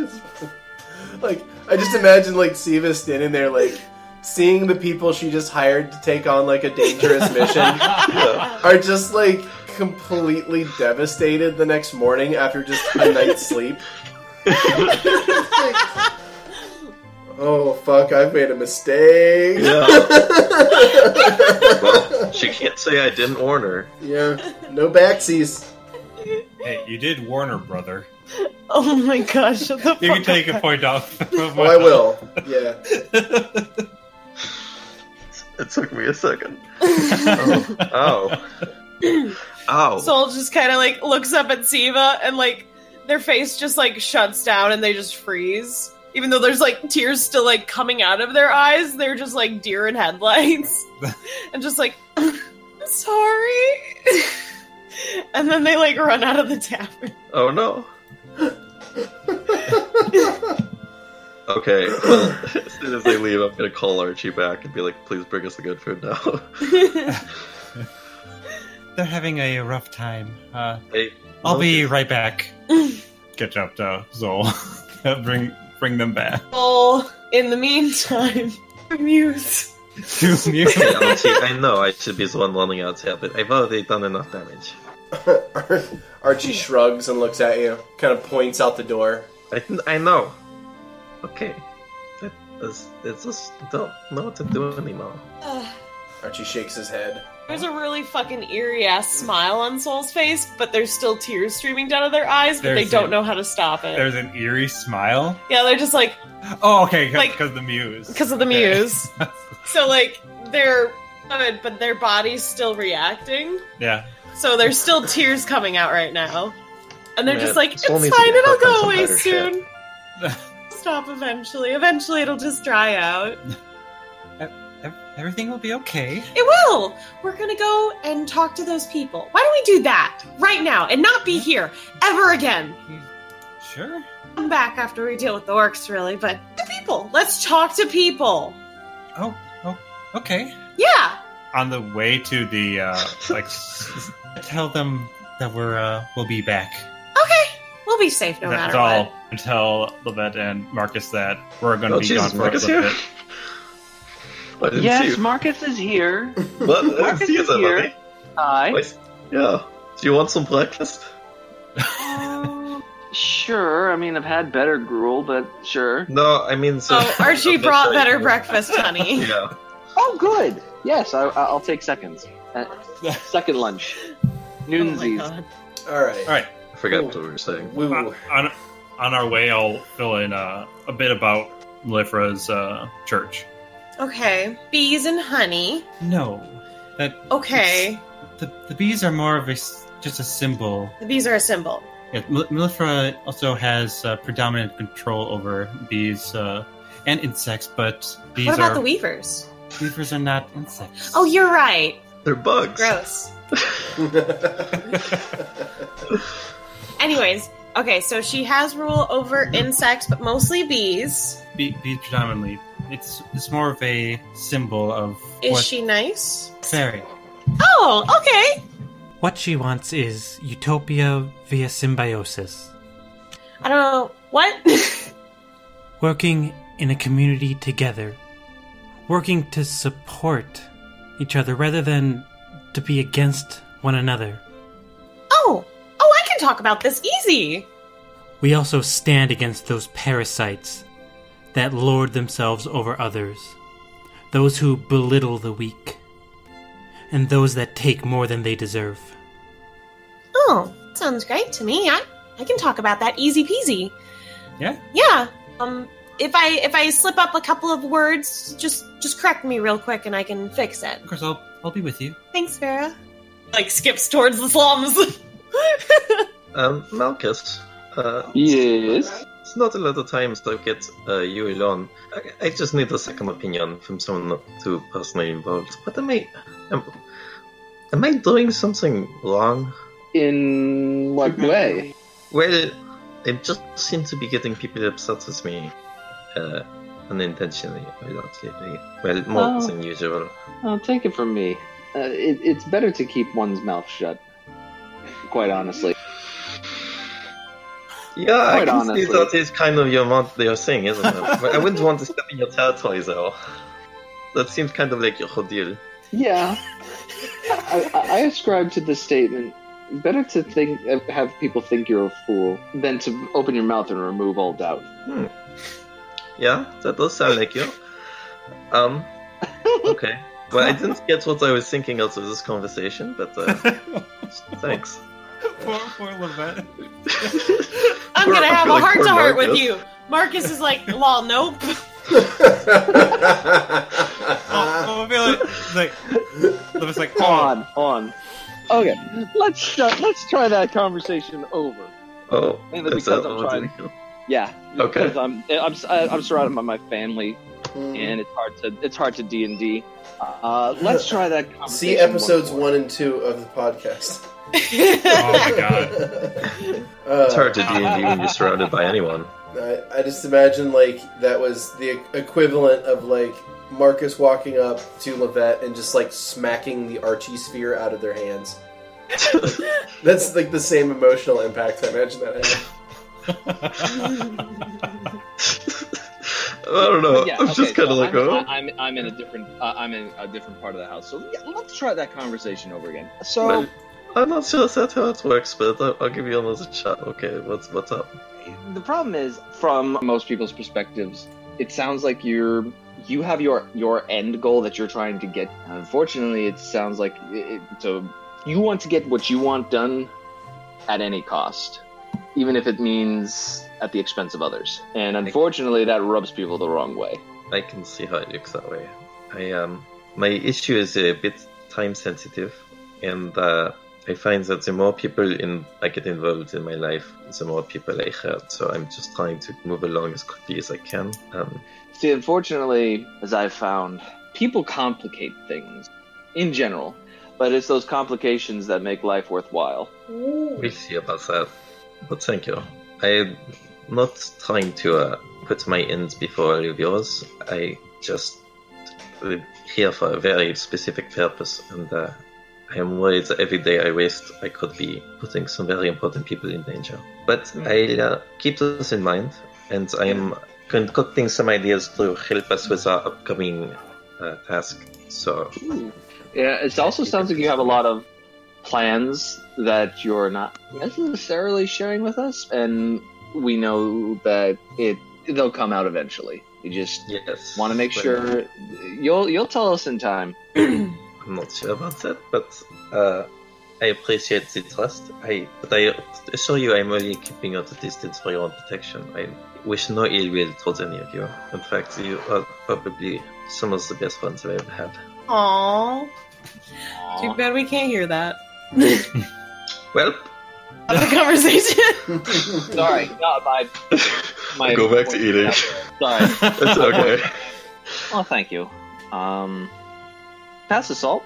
Speaker 2: like I just imagine like Siva standing there like seeing the people she just hired to take on like a dangerous mission
Speaker 3: Yeah.
Speaker 2: are just like completely devastated the next morning after just a night's sleep. oh fuck, I've made a mistake.
Speaker 3: [LAUGHS] yeah. Well, she can't say I didn't warn her.
Speaker 2: yeah, no backsies.
Speaker 4: hey, you did warn her, brother.
Speaker 6: Oh my gosh! Shut [LAUGHS] the
Speaker 4: You can
Speaker 6: fuck
Speaker 4: take
Speaker 6: up.
Speaker 4: a point
Speaker 6: [LAUGHS]
Speaker 4: off.
Speaker 2: Oh, I will. Yeah.
Speaker 3: It took me a second. oh. Ow. Ow.
Speaker 6: Soul just kind of like looks up at Siva and like their face just like shuts down and they just freeze. Even though there's like tears still like coming out of their eyes, they're just like deer
Speaker 4: [LAUGHS]
Speaker 6: in headlights and just like, I'm sorry. [LAUGHS] and then they like run out of the tavern.
Speaker 3: oh no. Okay, well, as soon as they leave, I'm gonna call Archie back and be like, please bring us the good food now.
Speaker 4: [LAUGHS]
Speaker 3: [LAUGHS]
Speaker 4: They're having a rough time. Uh,
Speaker 3: Hey,
Speaker 4: I'll
Speaker 3: look,
Speaker 4: be right
Speaker 6: [LAUGHS]
Speaker 4: back. Catch up to Zol. [LAUGHS] bring bring them back.
Speaker 6: Soul, in the meantime, [LAUGHS] mute.
Speaker 4: To [LAUGHS] you.
Speaker 3: Hey, Archie, I know I should be the one running out here, but I've already done enough damage.
Speaker 2: Archie shrugs and looks at you, kind of points out the door.
Speaker 3: I, I know. Okay. That is, it's just don't know what to do anymore.
Speaker 6: Ugh.
Speaker 2: Archie shakes his head.
Speaker 6: There's a really fucking eerie ass smile on Soul's face, but there's still tears streaming down of their eyes, but they
Speaker 4: There's
Speaker 6: don't
Speaker 4: a-
Speaker 6: know how to stop it.
Speaker 4: There's an eerie smile.
Speaker 6: Yeah, they're just like
Speaker 4: Oh, okay,
Speaker 6: Like-
Speaker 4: because the muse.
Speaker 6: because of the
Speaker 3: [LAUGHS]
Speaker 4: Okay.
Speaker 6: muse. so like they're good, but their body's still reacting.
Speaker 4: [LAUGHS] Yeah.
Speaker 6: So there's still tears coming out right now, and they're
Speaker 3: Man,
Speaker 6: just like, "It's
Speaker 3: Soul
Speaker 6: fine.
Speaker 3: needs to get
Speaker 6: It'll
Speaker 3: hooked on
Speaker 6: go
Speaker 3: some
Speaker 6: away
Speaker 3: better shit."
Speaker 6: soon. Stop eventually. Eventually, it'll just dry out.
Speaker 4: Ev- Everything will be okay.
Speaker 6: It will. We're gonna go and talk to those people. Why don't we do that right now and not be here ever again?
Speaker 4: Sure.
Speaker 6: Come back after we deal with the orcs, really. But the people. Let's talk to people.
Speaker 4: Oh, oh, okay.
Speaker 6: Yeah.
Speaker 4: On the way to the uh, like, s- tell them that we're uh, we'll be back.
Speaker 6: Okay. We'll be safe no
Speaker 4: That's
Speaker 6: matter what.
Speaker 4: all. And Tell Levette and Marcus that we're going to
Speaker 3: Oh,
Speaker 4: be
Speaker 3: Jesus,
Speaker 4: gone for a
Speaker 3: Marcus
Speaker 4: little
Speaker 3: here?
Speaker 4: bit.
Speaker 3: I didn't
Speaker 8: Yes,
Speaker 3: see
Speaker 8: Marcus is here.
Speaker 3: you. What? I didn't
Speaker 8: Marcus
Speaker 3: see [LAUGHS] you
Speaker 8: is
Speaker 3: there,
Speaker 8: here.
Speaker 3: buddy.
Speaker 8: Hi.
Speaker 3: Wait, Yeah. Do you want some breakfast?
Speaker 8: Uh, sure. I mean, I've had better gruel, but sure.
Speaker 3: No, I mean. So, [LAUGHS]
Speaker 6: Oh, Archie brought better
Speaker 3: breakfast.
Speaker 6: breakfast, honey.
Speaker 3: Yeah.
Speaker 8: Oh, good. Yes, I, I- I'll take seconds.
Speaker 5: [LAUGHS]
Speaker 8: Uh, second lunch.
Speaker 6: Oh my
Speaker 8: Noonsies.
Speaker 6: God.
Speaker 2: All right.
Speaker 4: All Uh, right.
Speaker 3: I forgot what we were saying.
Speaker 2: Woo.
Speaker 4: on, on- on our way, I'll fill in uh, a bit about Lifra's uh, church.
Speaker 6: Okay. Bees and honey.
Speaker 4: No, that
Speaker 6: Okay.
Speaker 4: the the bees are more of a s- just a symbol.
Speaker 6: The bees are a symbol.
Speaker 9: Yeah, Mil- Milifra also has uh, predominant control over bees uh, and insects, but these
Speaker 1: what about
Speaker 9: are
Speaker 1: the weavers?
Speaker 9: weavers are not insects.
Speaker 1: Oh, you're right.
Speaker 3: They're bugs.
Speaker 1: Gross. Anyways, okay, so she has rule over insects, but mostly bees.
Speaker 9: Be- bees predominantly. It's it's more of a symbol of
Speaker 6: Is
Speaker 9: what
Speaker 6: she nice?
Speaker 9: fairy.
Speaker 6: Oh, okay.
Speaker 7: What she wants is utopia via symbiosis,
Speaker 6: I don't know what. [LAUGHS]
Speaker 7: working in a community together, working to support each other rather than to be against one another.
Speaker 6: oh, oh, I can talk about this easy.
Speaker 7: We also stand against those parasites that lord themselves over others, those who belittle the weak, and those that take more than they deserve.
Speaker 6: Oh, sounds great to me. I I can talk about that easy peasy.
Speaker 9: Yeah.
Speaker 6: Yeah. Um, if I if I slip up a couple of words, just just correct me real quick, and I can fix it.
Speaker 9: Of course, I'll I'll be with you.
Speaker 6: Thanks, Vera. Like skips towards the slums. [LAUGHS]
Speaker 3: Um, Malchus, uh,
Speaker 8: Yes.
Speaker 3: it's not a lot of times I get uh, you alone. I, I just need a second opinion from someone not too personally involved. What am I? Am, am I doing something wrong?
Speaker 2: [LAUGHS]
Speaker 5: In what way?
Speaker 3: Well, it just seems to be getting people upset with me, uh, unintentionally a lot lately. Well, more
Speaker 5: Oh.
Speaker 3: than usual.
Speaker 5: Oh, take it from me. Uh, it, it's better to keep one's mouth shut. Quite honestly.
Speaker 3: Yeah, I
Speaker 5: Quite
Speaker 3: can see
Speaker 5: honestly.
Speaker 3: that is kind of your want your thing, isn't it?
Speaker 5: [LAUGHS]
Speaker 3: But I wouldn't want to step in your territory, though. That seems kind of like your whole deal.
Speaker 5: Yeah. I, I I ascribe to the statement better to think have people think you're a fool than to open your mouth and remove all doubt.
Speaker 3: Yeah, that does sound like you. Um, okay. Well, I didn't get what I was thinking out of this conversation, but
Speaker 5: [LAUGHS]
Speaker 3: uh, thanks.
Speaker 9: poor poor Levette.
Speaker 6: I'm
Speaker 3: Poor-
Speaker 6: gonna have a
Speaker 3: like,
Speaker 6: heart
Speaker 3: poor
Speaker 6: to heart with
Speaker 3: Marcus.
Speaker 6: you. Marcus
Speaker 3: [LAUGHS]
Speaker 6: is like, lol, nope.
Speaker 9: Oh, I feel like, like Levette's like, oh,
Speaker 5: On, on. Okay, let's shut, let's try that conversation over.
Speaker 3: Oh,
Speaker 5: Mainly
Speaker 3: that's
Speaker 5: because
Speaker 3: that
Speaker 5: I'm
Speaker 3: what
Speaker 5: trying-
Speaker 3: it is.
Speaker 5: Yeah,
Speaker 3: Okay.
Speaker 5: because I'm I'm s- I'm surrounded by my family, and it's hard to it's hard to D and D. Uh, Let's try that.
Speaker 2: [LAUGHS]
Speaker 5: Conversation
Speaker 2: See episodes
Speaker 5: more.
Speaker 2: one and two of the podcast.
Speaker 9: oh my god.
Speaker 2: [LAUGHS] Uh,
Speaker 3: It's hard to D and D when you're surrounded by anyone.
Speaker 2: I, I just imagine like that was the equivalent of like Marcus walking up to Levette and just like smacking the Archie sphere out of their hands. That's like the same emotional impact I imagine that had. [LAUGHS]
Speaker 3: I don't know.
Speaker 5: [LAUGHS] Yeah,
Speaker 3: I'm
Speaker 5: okay,
Speaker 3: just kind of
Speaker 5: so
Speaker 3: like,
Speaker 5: I'm,
Speaker 3: oh,
Speaker 5: I- I'm, I'm in a different uh, I'm in a different part of the house. So yeah, let's try that conversation over again. So
Speaker 3: well, I'm not sure that's how it works, but I'll, I'll give you another shot. Okay, what's what's up?
Speaker 5: the problem is, from most people's perspectives, it sounds like you're you have your your end goal that you're trying to get. Unfortunately, it sounds like it, it- so you want to get what you want done at any cost, even if it means at the expense of others. And unfortunately, that rubs people the wrong way.
Speaker 3: I can see how it looks that way. I um, my issue is a bit time sensitive, and uh, I find that the more people in I get involved in my life, the more people I hurt. So I'm just trying to move along as quickly as I can. Um,
Speaker 5: See, unfortunately, as I've found, people complicate things in general, but it's those complications that make life worthwhile.
Speaker 3: we'll see about that. But thank you. I'm not trying to uh, put my ends before all of yours. I just uh, here for a very specific purpose, and uh, I am worried that every day I waste, I could be putting some very important people in danger. But
Speaker 5: Hmm.
Speaker 3: I'll uh, keep this in mind, and I am concocting some ideas to help us with our upcoming uh, task. So
Speaker 5: Yeah, it also sounds like you have a lot of plans that you're not necessarily sharing with us, and we know that it they'll come out eventually. You just
Speaker 3: yes,
Speaker 5: want to make
Speaker 3: Well,
Speaker 5: sure you'll you'll tell us in time.
Speaker 3: I'm not sure about that, but uh, I appreciate the trust. I, but I assure you, I'm only keeping at a distance for your own protection. I wish no ill will towards any of you. In fact, you are probably some of the best friends I've ever had.
Speaker 6: Aww. Too bad we can't hear that.
Speaker 3: Well, [LAUGHS]
Speaker 6: of the conversation.
Speaker 5: Sorry, not my. my
Speaker 3: Go back to [LAUGHS] eating.
Speaker 5: Sorry.
Speaker 3: That's okay.
Speaker 5: Oh, thank you. Um, pass
Speaker 6: [LAUGHS]
Speaker 5: the salt.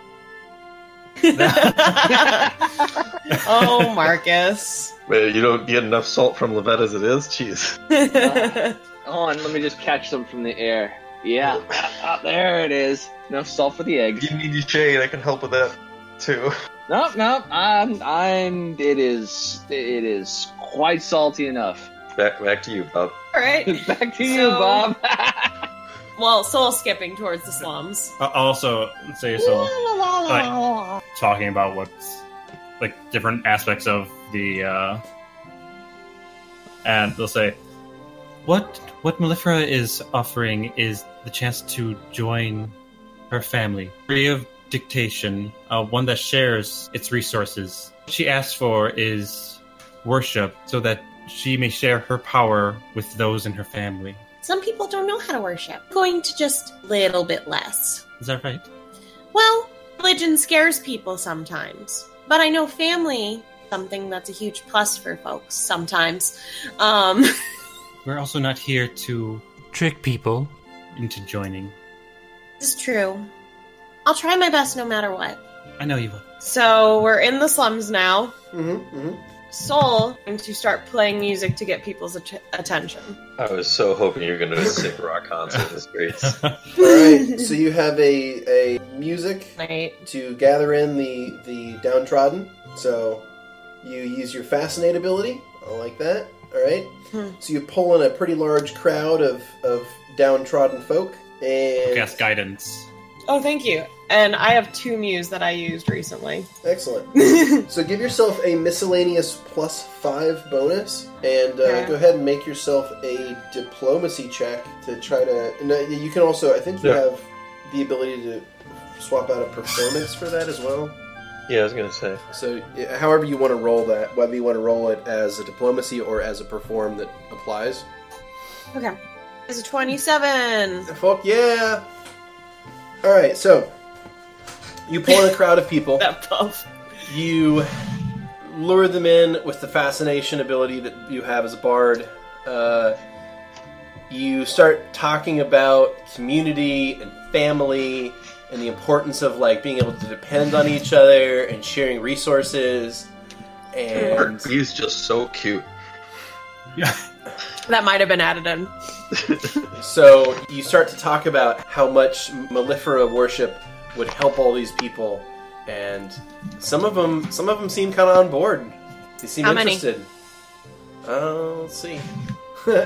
Speaker 6: oh,
Speaker 3: [LAUGHS]
Speaker 6: Marcus.
Speaker 3: Wait, you don't get enough salt from Levette as it is? Jeez.
Speaker 5: Oh, and let me just catch some from the air. Yeah, ah, there it is. Enough salt for the eggs.
Speaker 3: You need your shade. I can help with that too.
Speaker 5: Nope, nope. I'm, I'm. It is, it is quite salty enough. [LAUGHS]
Speaker 3: Back, back to you, Bob.
Speaker 6: All right.
Speaker 5: Back to you,
Speaker 6: So-
Speaker 5: Bob. [LAUGHS]
Speaker 6: Well, soul skipping towards the slums.
Speaker 10: Uh, also, say so. like, talking about what's like different aspects of the, uh, and they'll say,
Speaker 4: What what Malifera is offering is the chance to join her family, free of dictation, uh, one that shares its resources. What she asks for is worship, so that she may share her power with those in her family.
Speaker 1: Some people don't know how to worship. Going to just little bit less.
Speaker 4: Is that right?
Speaker 1: Well, religion scares people sometimes, but I know family something that's a huge plus for folks sometimes. Um, [LAUGHS]
Speaker 4: We're also not here to
Speaker 7: Trick people.
Speaker 4: into joining.
Speaker 1: this is true. I'll try my best no matter what.
Speaker 4: I know you will.
Speaker 6: So we're in the slums now.
Speaker 2: mm-hmm.
Speaker 6: Soul going to start playing music to get people's at- attention.
Speaker 3: I was so hoping you were going to do a sick rock concert in the streets.
Speaker 2: All right. So you have a a music
Speaker 6: Night.
Speaker 2: to gather in the the downtrodden. So you use your fascinate ability. I like that. All right.
Speaker 6: Hmm.
Speaker 2: So you pull in a pretty large crowd of of downtrodden folk, and
Speaker 4: Cast [LAUGHS] guidance.
Speaker 6: Oh, thank you. And I have two muse that I used recently.
Speaker 2: excellent.
Speaker 6: All [LAUGHS]
Speaker 2: So give yourself a miscellaneous plus five bonus, and uh,
Speaker 6: Okay.
Speaker 2: go ahead and make yourself a diplomacy check to try to. And, uh, you can also, I think, you
Speaker 3: Yeah.
Speaker 2: have the ability to swap out a performance for that as well.
Speaker 3: [LAUGHS] yeah, I was going to say.
Speaker 2: So, uh, however you want to roll that, whether you want to roll it as a diplomacy or as a perform that applies.
Speaker 6: It's a 27.
Speaker 2: Fuck yeah! All right, so you pull in a crowd of people.
Speaker 6: That puff.
Speaker 2: You lure them in with the fascination ability that you have as a bard. Uh, you start talking about community and family and the importance of like being able to depend on each other and sharing resources. And
Speaker 3: He's just so cute.
Speaker 6: That might have been added in.
Speaker 2: so you start to talk about how much mellifera worship would help all these people, and some of them, some of them seem kind of on board. They seem
Speaker 6: How many?
Speaker 2: interested. Uh, let's see, [LAUGHS]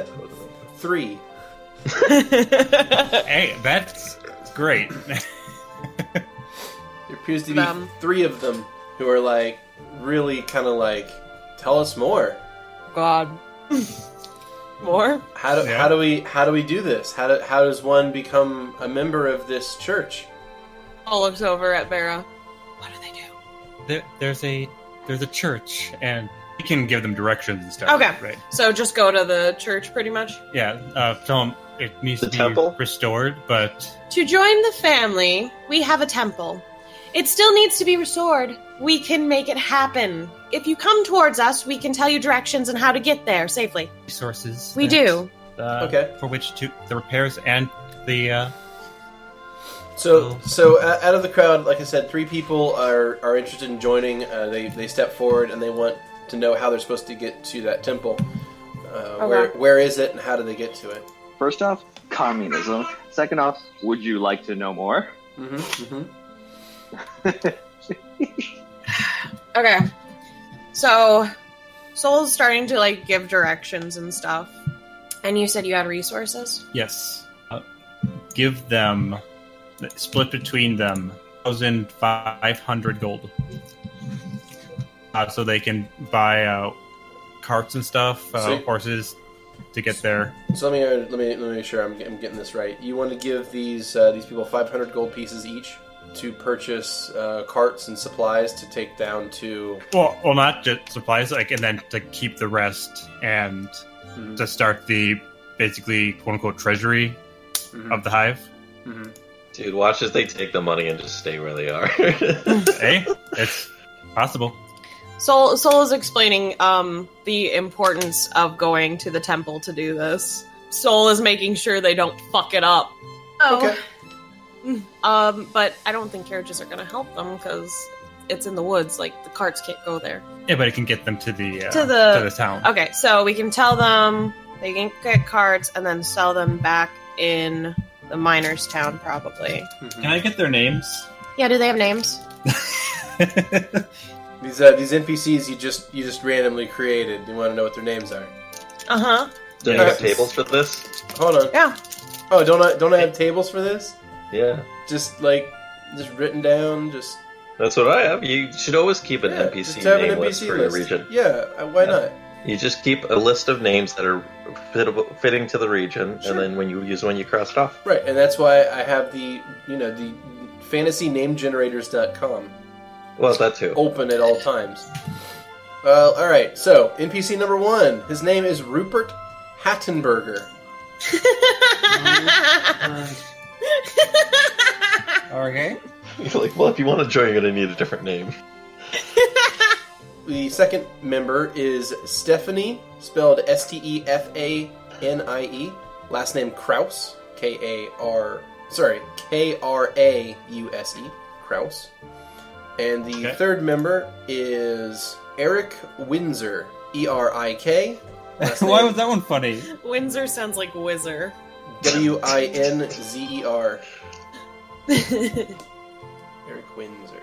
Speaker 2: three.
Speaker 10: "Hey, that's great."
Speaker 2: There appears to be
Speaker 6: Um.
Speaker 2: three of them who are like really kind of like, tell us more.
Speaker 6: God. [LAUGHS] More?
Speaker 2: How do,
Speaker 10: Yeah.
Speaker 2: how do we how do we do this? How do, how does one become a member of this church?
Speaker 6: All looks over at Vera.
Speaker 4: There, there's a there's a church, and
Speaker 10: you can give them directions and stuff.
Speaker 6: Okay.
Speaker 10: right?
Speaker 6: So just go to the church pretty much.
Speaker 4: yeah, uh, tell 'em it needs
Speaker 3: The
Speaker 4: to be
Speaker 3: temple?
Speaker 4: restored. But
Speaker 1: To join the family, we have a temple. It still needs to be restored. We can make it happen. If you come towards us, we can tell you directions and how to get there safely.
Speaker 4: resources
Speaker 1: We
Speaker 4: that,
Speaker 1: do.
Speaker 4: uh,
Speaker 2: Okay.
Speaker 4: for which to the repairs and the uh,
Speaker 2: So, so uh, out of the crowd, like I said, three people are, are interested in joining. Uh, they, they step forward and they want to know how they're supposed to get to that temple. Uh, Where where is it and how do they get to it?
Speaker 5: First off, communism. Second off, would you like to know more?
Speaker 2: Mm-hmm, mm-hmm.
Speaker 6: Okay. So Soul's starting to like give directions and stuff. And you said you had resources?
Speaker 4: Yes. Uh, give them, split between them, 1,500 gold. Uh, so they can buy uh, carts and stuff, uh,
Speaker 2: So-
Speaker 4: horses to get there.
Speaker 2: So let me uh, let me let me make sure I'm, I'm getting this right. You want to give these uh, these people 500 gold pieces each to purchase uh, carts and supplies to take down to.
Speaker 4: Well, well, not just supplies, like, and then to keep the rest and
Speaker 2: Mhm,
Speaker 4: to start the basically quote unquote treasury
Speaker 2: mhm,
Speaker 4: of the hive. [LAUGHS]
Speaker 2: mhm.
Speaker 3: Dude, watch [LAUGHS] as they take the money and just stay where they are.
Speaker 4: hey, it's Eh? possible.
Speaker 6: Sol Sol is explaining um, the importance of going to the temple to do this. Sol is making sure they don't fuck it up.
Speaker 1: Oh,
Speaker 2: Okay.
Speaker 6: Um, but I don't think carriages are going to help them because it's in the woods. Like the carts can't go there.
Speaker 9: Yeah, but it can get them to the uh,
Speaker 6: To the-
Speaker 9: town.
Speaker 6: Okay, so we can tell them they can get carts and then sell them back in the miners' town, probably.
Speaker 2: Mhm.
Speaker 4: Can I get their names?
Speaker 6: Yeah, do they have names?
Speaker 2: These uh, these NPCs you just you just randomly created. You want to know what their names are?
Speaker 6: Uh huh.
Speaker 3: Do you
Speaker 2: Yeah.
Speaker 3: have tables for this?
Speaker 2: Hold on.
Speaker 6: Yeah.
Speaker 2: Oh, don't I don't I have tables for this?
Speaker 3: Yeah.
Speaker 2: Just like just written down. Just
Speaker 3: That's what I have. You should always keep an
Speaker 2: yeah,
Speaker 3: NPC
Speaker 2: just have
Speaker 3: name
Speaker 2: an
Speaker 3: list
Speaker 2: NPC
Speaker 3: for
Speaker 2: list.
Speaker 3: your region.
Speaker 2: Yeah. uh, Why
Speaker 3: Yeah.
Speaker 2: not?
Speaker 3: You just keep a list of names that are fit- fitting to the region,
Speaker 2: Sure.
Speaker 3: and then when you use one, you cross it off.
Speaker 2: Right, and that's why I have the you know the fantasynamegenerators.com
Speaker 3: Well, that too.
Speaker 2: open at all times. Uh, all right, so NPC number one, his name is Rupert Hattenberger.
Speaker 9: Okay.
Speaker 3: You're [LAUGHS] like, well, if you want to join, you're gonna need a different name.
Speaker 2: The second member is Stephanie, spelled S T E F A N I E. Last name Kraus, K A R, sorry, K R A U S E, Kraus. And the
Speaker 4: Okay.
Speaker 2: third member is Eric Windsor, E R I K.
Speaker 4: [LAUGHS]
Speaker 2: Last
Speaker 4: Why
Speaker 2: name-
Speaker 4: was that one funny?
Speaker 6: Windsor sounds like whizzer.
Speaker 2: W I N Z E R. Eric Windsor.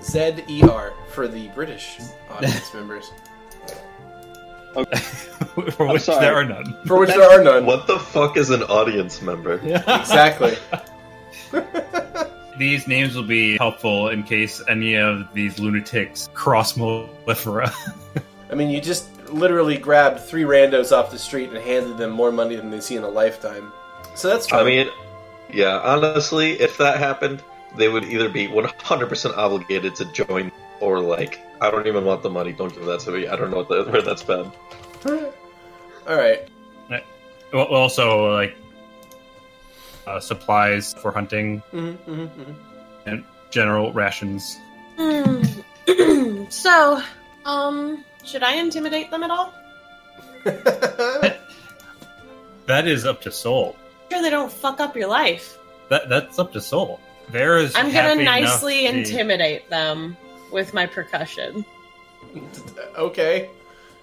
Speaker 2: Z E R for the British
Speaker 4: [LAUGHS]
Speaker 2: audience members.
Speaker 4: for which
Speaker 5: sorry.
Speaker 4: there are none.
Speaker 2: For which there are none.
Speaker 3: What the fuck is an audience member?
Speaker 2: Exactly.
Speaker 4: These names will be helpful in case any of these lunatics cross Mellifera. [LAUGHS]
Speaker 2: I mean, you just literally grabbed three randos off the street and handed them more money than they see in a lifetime. So that's fine.
Speaker 3: I mean, yeah, honestly, if that happened, they would either be 100% obligated to join or like, I don't even want the money, don't give that to me. I don't know what the, where that's been.
Speaker 2: all right.
Speaker 4: Well, also, like uh, supplies for hunting,
Speaker 2: Mm-hmm, mm-hmm, mm-hmm.
Speaker 4: general rations.
Speaker 6: Hmm. so, um, should I intimidate them at all?
Speaker 4: That is up to Soul.
Speaker 6: Sure, they don't fuck up your life.
Speaker 4: That that's up to Soul. Vera's.
Speaker 6: I'm
Speaker 4: happy
Speaker 6: gonna
Speaker 4: enough
Speaker 6: nicely
Speaker 4: to-
Speaker 6: intimidate them with my percussion.
Speaker 2: okay.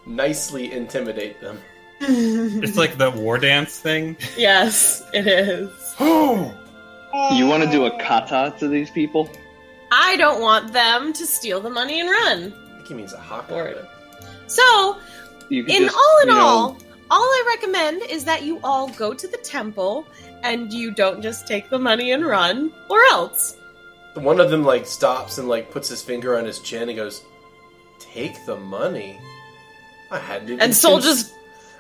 Speaker 2: Nicely intimidate them.
Speaker 4: It's like the war dance [LAUGHS] thing.
Speaker 6: yes, it is.
Speaker 5: You want to do a kata to these people?
Speaker 6: I don't want them to steal the money and run.
Speaker 2: I think he means a hawk.
Speaker 6: Word. So,
Speaker 5: You could
Speaker 6: in
Speaker 5: just,
Speaker 6: all in
Speaker 5: you know,
Speaker 6: all, all I recommend is that you all go to the temple and you don't just take the money and run, or else.
Speaker 2: One of them like stops and like puts his finger on his chin and goes, "Take the money." I hadn't. Even
Speaker 6: And Sol
Speaker 2: cons-
Speaker 6: just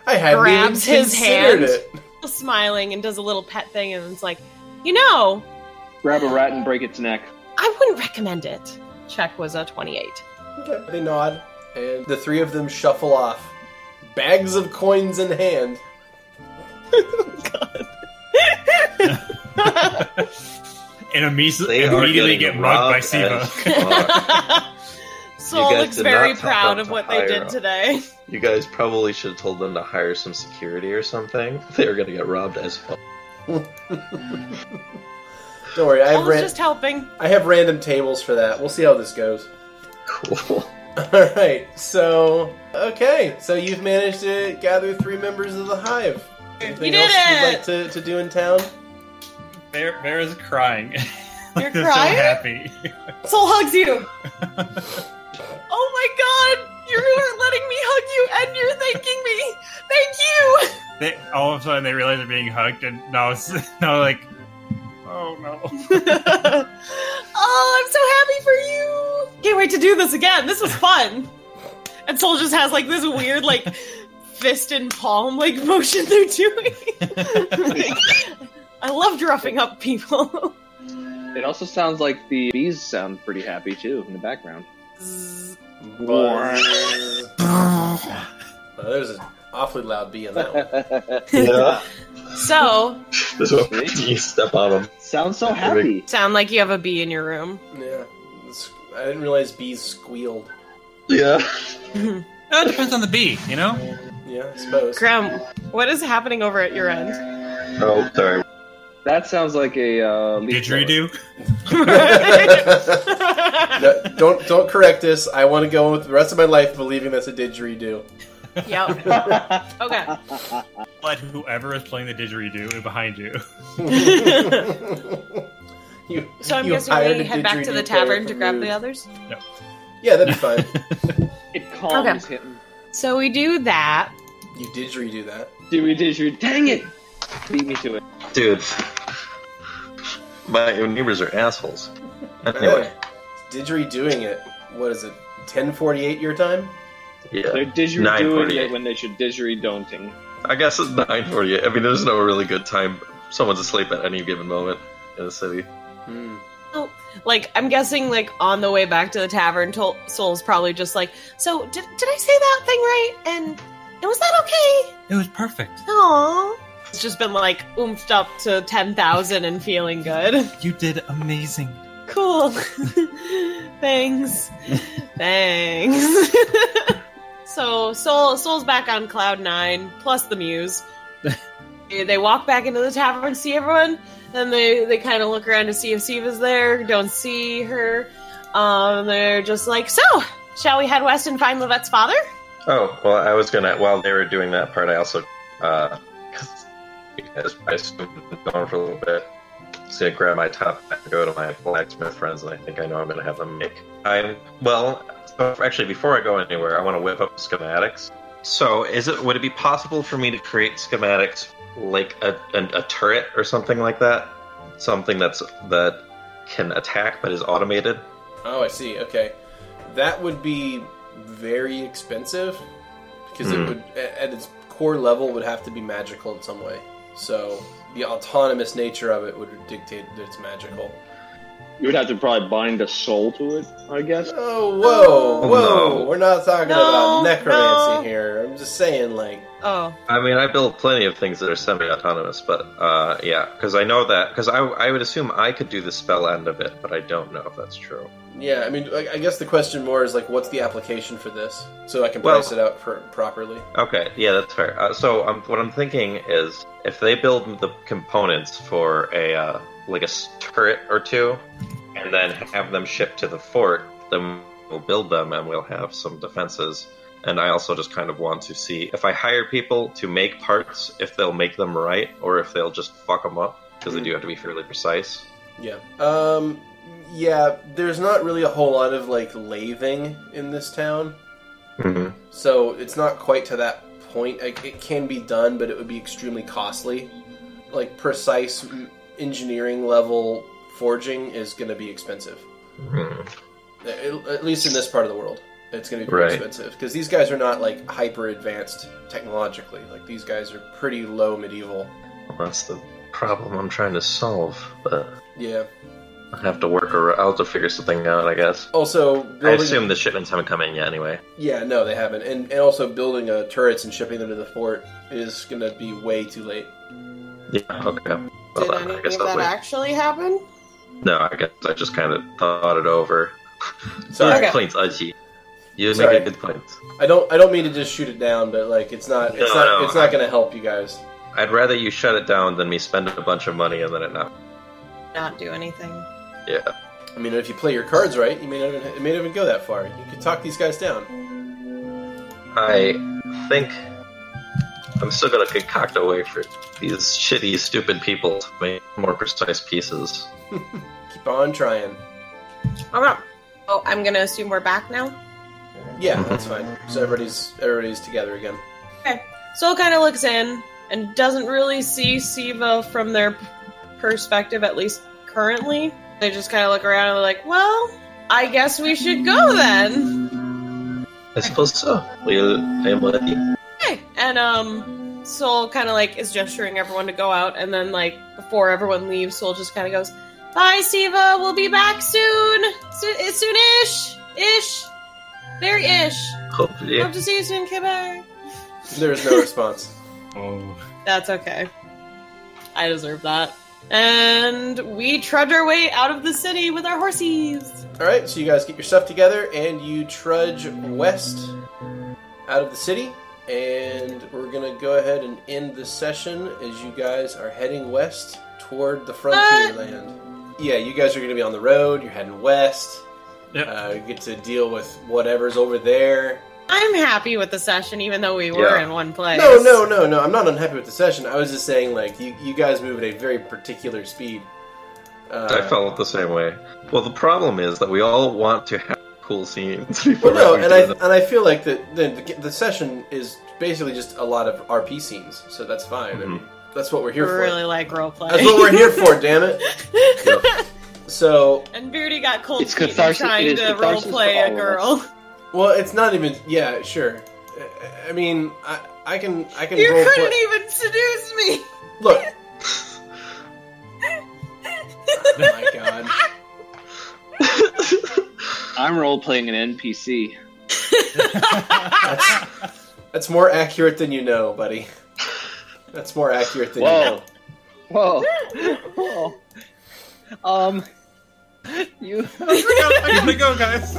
Speaker 2: I hadn't
Speaker 6: grabs
Speaker 2: even
Speaker 6: his hand.
Speaker 2: considered It.
Speaker 6: smiling and does a little pet thing and it's like, you know,
Speaker 5: grab a rat and break its neck.
Speaker 6: I wouldn't recommend it. Check was a 28.
Speaker 2: Okay. They nod, and the three of them shuffle off, bags of coins in hand.
Speaker 4: And immediately,
Speaker 3: They are
Speaker 4: immediately
Speaker 3: getting
Speaker 4: get mugged by
Speaker 3: robbed as
Speaker 4: [LAUGHS] Siva.
Speaker 3: fuck.
Speaker 6: Sol
Speaker 3: You guys
Speaker 6: looks
Speaker 3: did
Speaker 6: very
Speaker 3: not talk
Speaker 6: proud
Speaker 3: about
Speaker 6: of
Speaker 3: the
Speaker 6: what they
Speaker 3: higher
Speaker 6: did
Speaker 3: up.
Speaker 6: today.
Speaker 3: you guys probably should have told them to hire some security or something. [LAUGHS] They are gonna get robbed as fuck. [LAUGHS]
Speaker 2: Don't worry, I have
Speaker 6: Sol's
Speaker 2: ran-
Speaker 6: just helping.
Speaker 2: I have random tables for that. We'll see how this goes. [LAUGHS]
Speaker 3: Cool.
Speaker 2: All right. So okay. So you've managed to gather three members of the hive. Anything
Speaker 6: did
Speaker 2: else
Speaker 6: it!
Speaker 2: you'd like to, to do in town?
Speaker 4: Vera, Vera's crying. [LAUGHS]
Speaker 6: You're
Speaker 4: They're
Speaker 6: crying?
Speaker 4: so happy. [LAUGHS]
Speaker 6: Soul
Speaker 2: [LAUGHS]
Speaker 6: hugs you. oh my god, you are letting me hug you and you're thanking me. Thank you.
Speaker 4: They all of a sudden they realize they're being hugged, and now it's [LAUGHS] now like, oh no.
Speaker 2: [LAUGHS]
Speaker 6: oh, I'm so happy for you. Can't wait to do this again. This was fun. And Soul just has like this weird like fist and palm like motion they're doing.
Speaker 2: [LAUGHS]
Speaker 6: I loved roughing up people. [LAUGHS]
Speaker 5: It also sounds like the bees sound pretty happy too in the background.
Speaker 2: [LAUGHS] Oh, there's an awfully loud bee in that
Speaker 5: [LAUGHS]
Speaker 2: one.
Speaker 3: Yeah.
Speaker 6: So,
Speaker 3: [LAUGHS] This one, you step on them.
Speaker 5: Sounds so happy.
Speaker 6: sound like you have a bee in your room.
Speaker 2: Yeah, it's- I didn't realize bees squealed.
Speaker 3: Yeah.
Speaker 9: Uh, it depends on the bee, you know?
Speaker 2: Yeah, I suppose.
Speaker 6: [LAUGHS] Graham, what is happening over at your end?
Speaker 3: Oh, sorry.
Speaker 5: That sounds like a uh, leaf blower.
Speaker 9: Didgeridoo.
Speaker 2: [LAUGHS] No, don't don't correct this. I want to go on with the rest of my life believing that's a didgeridoo.
Speaker 6: Yep. okay.
Speaker 9: But whoever is playing the didgeridoo is behind you.
Speaker 2: [LAUGHS] You,
Speaker 6: So I'm
Speaker 2: you
Speaker 6: guessing
Speaker 2: hired
Speaker 6: we
Speaker 2: a
Speaker 6: head back to the
Speaker 2: didgeridoo player
Speaker 6: tavern to
Speaker 2: for
Speaker 6: grab
Speaker 2: moves.
Speaker 6: the others.
Speaker 2: Yeah, that'd be [LAUGHS] fine.
Speaker 5: It calms him.
Speaker 6: So we do that.
Speaker 2: you didgeridoo that.
Speaker 5: Do we didgeridoo? Dang it! Beat me to it.
Speaker 3: Dude. My neighbors are assholes. Anyway.
Speaker 2: Didgeridooing it. What is it? 1048 your time?
Speaker 3: Yeah.
Speaker 5: They're didgeridooing
Speaker 3: 9:48.
Speaker 5: it when they should didgeridoo-ting.
Speaker 3: I guess it's 940. I mean, there's no really good time. Someone's asleep at any given moment in the city.
Speaker 2: Hmm.
Speaker 6: Like I'm guessing, like on the way back to the tavern, Tol- Soul's probably just like, "So did, did I say that thing right? And and was that okay?
Speaker 9: It was perfect.
Speaker 6: Aww." It's just been like oomphed up to ten thousand and feeling good.
Speaker 9: You did amazing.
Speaker 6: Cool. [LAUGHS] Thanks. Thanks. [LAUGHS] so Soul Soul's back on cloud nine, plus
Speaker 9: [LAUGHS]
Speaker 6: the muse. Eh, they walk back into the tavern, see everyone, then they they kind of look around to see if Siva's there. Don't see her. Um, they're just like, so shall we head west and find Levette's father?
Speaker 3: Oh, well, I was gonna. While they were doing that part, I also. Uh, because I assumed going for a little bit. So I grab my top hat and go to my blacksmith friends, and I think I know I'm gonna have them make. I'm. Well, so actually, before I go anywhere, I want to whip up schematics. So, is it. Would it be possible for me to create schematics like a, a, a turret or something like that? Something that's that can attack but is automated?
Speaker 2: Oh, I see. Okay. That would be very expensive because it
Speaker 3: Hmm.
Speaker 2: would a- at its core level would have to be magical in some way. So the autonomous nature of it would dictate that it's magical.
Speaker 5: You would have to probably bind a soul to it, I guess.
Speaker 2: Oh, whoa,
Speaker 3: No.
Speaker 2: whoa! We're not talking about
Speaker 6: No,
Speaker 2: necromancy
Speaker 6: no.
Speaker 2: here. I'm just saying, like,
Speaker 6: Oh,
Speaker 3: I mean, I build plenty of things that are semi-autonomous, but uh, yeah, because I know that because I, I would assume I could do the spell end of it, but I don't know if that's true.
Speaker 2: yeah. I mean, I I guess the question more is like, what's the application for this? So I can
Speaker 3: Well-
Speaker 2: price it out for, properly.
Speaker 3: Okay, yeah, that's fair. Uh, so um, what I'm thinking is if they build the components for a uh, like a s- turret or two, and then have them shipped to the fort, then we'll build them and we'll have some defenses. And I also just kind of want to see if I hire people to make parts, if they'll make them right or if they'll just fuck them up because they do have to be fairly precise.
Speaker 2: Yeah. Um. Yeah. There's not really a whole lot of like lathing in this town.
Speaker 3: Mm-hmm.
Speaker 2: So it's not quite to that point. Like, It can be done, but it would be extremely costly. Like precise m- engineering level forging is going to be expensive.
Speaker 3: Hmm.
Speaker 2: At at least in this part of the world, it's going to be pretty
Speaker 3: Right.
Speaker 2: expensive because these guys are not like hyper advanced technologically. Like these guys are pretty low medieval.
Speaker 3: That's the problem I'm trying to solve, but
Speaker 2: Yeah.
Speaker 3: I have to work around. I'll have to figure something out, I guess.
Speaker 2: Also,
Speaker 3: I
Speaker 2: building-
Speaker 3: assume the shipments haven't come in yet, anyway.
Speaker 2: Yeah, no, they haven't. And and also building uh, turrets and shipping them to the fort is going to be way too late.
Speaker 3: Yeah, okay. Well,
Speaker 6: did
Speaker 3: then, I
Speaker 6: anything
Speaker 3: guess
Speaker 6: of
Speaker 3: I'll
Speaker 6: that
Speaker 3: wait.
Speaker 6: actually happen?
Speaker 3: No, I guess I just kind of thought it over.
Speaker 2: Sorry.
Speaker 3: Good points, Aji. You make
Speaker 2: Sorry.
Speaker 3: a good point.
Speaker 2: I don't I don't mean to just shoot it down, but like it's not it's
Speaker 3: No,
Speaker 2: not
Speaker 3: no,
Speaker 2: it's not
Speaker 3: I-
Speaker 2: going to help you guys.
Speaker 3: I'd rather you shut it down than me spend a bunch of money and then it not.
Speaker 6: Not do anything.
Speaker 3: Yeah.
Speaker 2: I mean, if you play your cards right, you may not even it may not even go that far. You could talk these guys down.
Speaker 3: I think I'm still gonna concoct a way for these shitty, stupid people to make more precise pieces.
Speaker 2: Keep on trying.
Speaker 6: Okay. Oh, I'm gonna assume we're back now.
Speaker 2: Yeah, that's fine. So everybody's everybody's together again.
Speaker 6: Soul kind of looks in and doesn't really see Siva from their p- perspective, at least currently. They just kind of look around and they're like, well, I guess we should go then.
Speaker 3: I suppose so. We'll, I'm ready.
Speaker 6: Okay. And, um, Soul kind of like is gesturing everyone to go out, and then, like, before everyone leaves, Soul just kind of goes, bye, Siva, we'll be back soon. So- soon ish. Ish. Very ish.
Speaker 3: Hopefully.
Speaker 1: Uh,
Speaker 6: Hope to see you soon. Okay, bye.
Speaker 3: [LAUGHS]
Speaker 2: There is no response.
Speaker 9: [LAUGHS]
Speaker 4: Oh,
Speaker 6: That's okay. I deserve that. And we trudge our way out of the city with our horses.
Speaker 2: All right, so you guys get your stuff together and you trudge west out of the city. And we're gonna go ahead and end this session as you guys are heading west toward the frontier
Speaker 6: Uh.
Speaker 2: land. Yeah, you guys are gonna be on the road. You're heading west.
Speaker 4: Yep.
Speaker 2: Uh, you get to deal with whatever's over there.
Speaker 6: I'm happy with the session, even though we were
Speaker 11: Yeah.
Speaker 6: in one place.
Speaker 2: No, no, no, no. I'm not unhappy with the session. I was just saying, like, you, you guys move at a very particular speed. Uh,
Speaker 11: I felt the same way. Well, the problem is that we all want to have cool scenes. [LAUGHS] before
Speaker 2: Well, no,
Speaker 11: we
Speaker 2: and
Speaker 11: do
Speaker 2: I
Speaker 11: them.
Speaker 2: and I feel like the, the the session is basically just a lot of RP scenes, so that's fine.
Speaker 11: Mm-hmm.
Speaker 2: I mean, that's what we're
Speaker 6: We
Speaker 2: here for.
Speaker 6: really like roleplay.
Speaker 2: That's what we're here for. damn it! So,
Speaker 6: [LAUGHS] and Beardy got cold
Speaker 5: It's
Speaker 6: feet
Speaker 5: catharsis- it
Speaker 6: trying
Speaker 5: is
Speaker 6: to
Speaker 5: catharsis for
Speaker 6: roleplay
Speaker 5: all
Speaker 6: a
Speaker 5: of
Speaker 6: girl.
Speaker 2: well, it's not even. Yeah, sure. I- I mean, I, I can I can
Speaker 6: [LAUGHS] You
Speaker 2: roleplay-
Speaker 6: couldn't even seduce me.
Speaker 2: look.
Speaker 6: [LAUGHS]
Speaker 2: oh my god!
Speaker 5: I'm role playing an NPC.
Speaker 2: That's, that's more accurate than you know, buddy. That's more accurate than you
Speaker 5: Whoa.
Speaker 2: know.
Speaker 5: [LAUGHS] Whoa. Whoa. Um. You.
Speaker 4: Here we go, guys.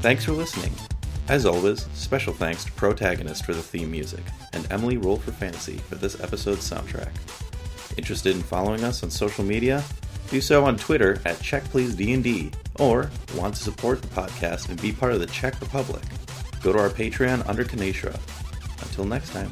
Speaker 3: Thanks for listening. As always, special thanks to Protagonist for the theme music and Emily Roll for Fantasy for this episode's soundtrack. Interested in following us on social media? Do so on Twitter at CheckPleaseDND or want to support the podcast and be part of the Czech Republic? Go to our Patreon under Kaneshra. Until next time.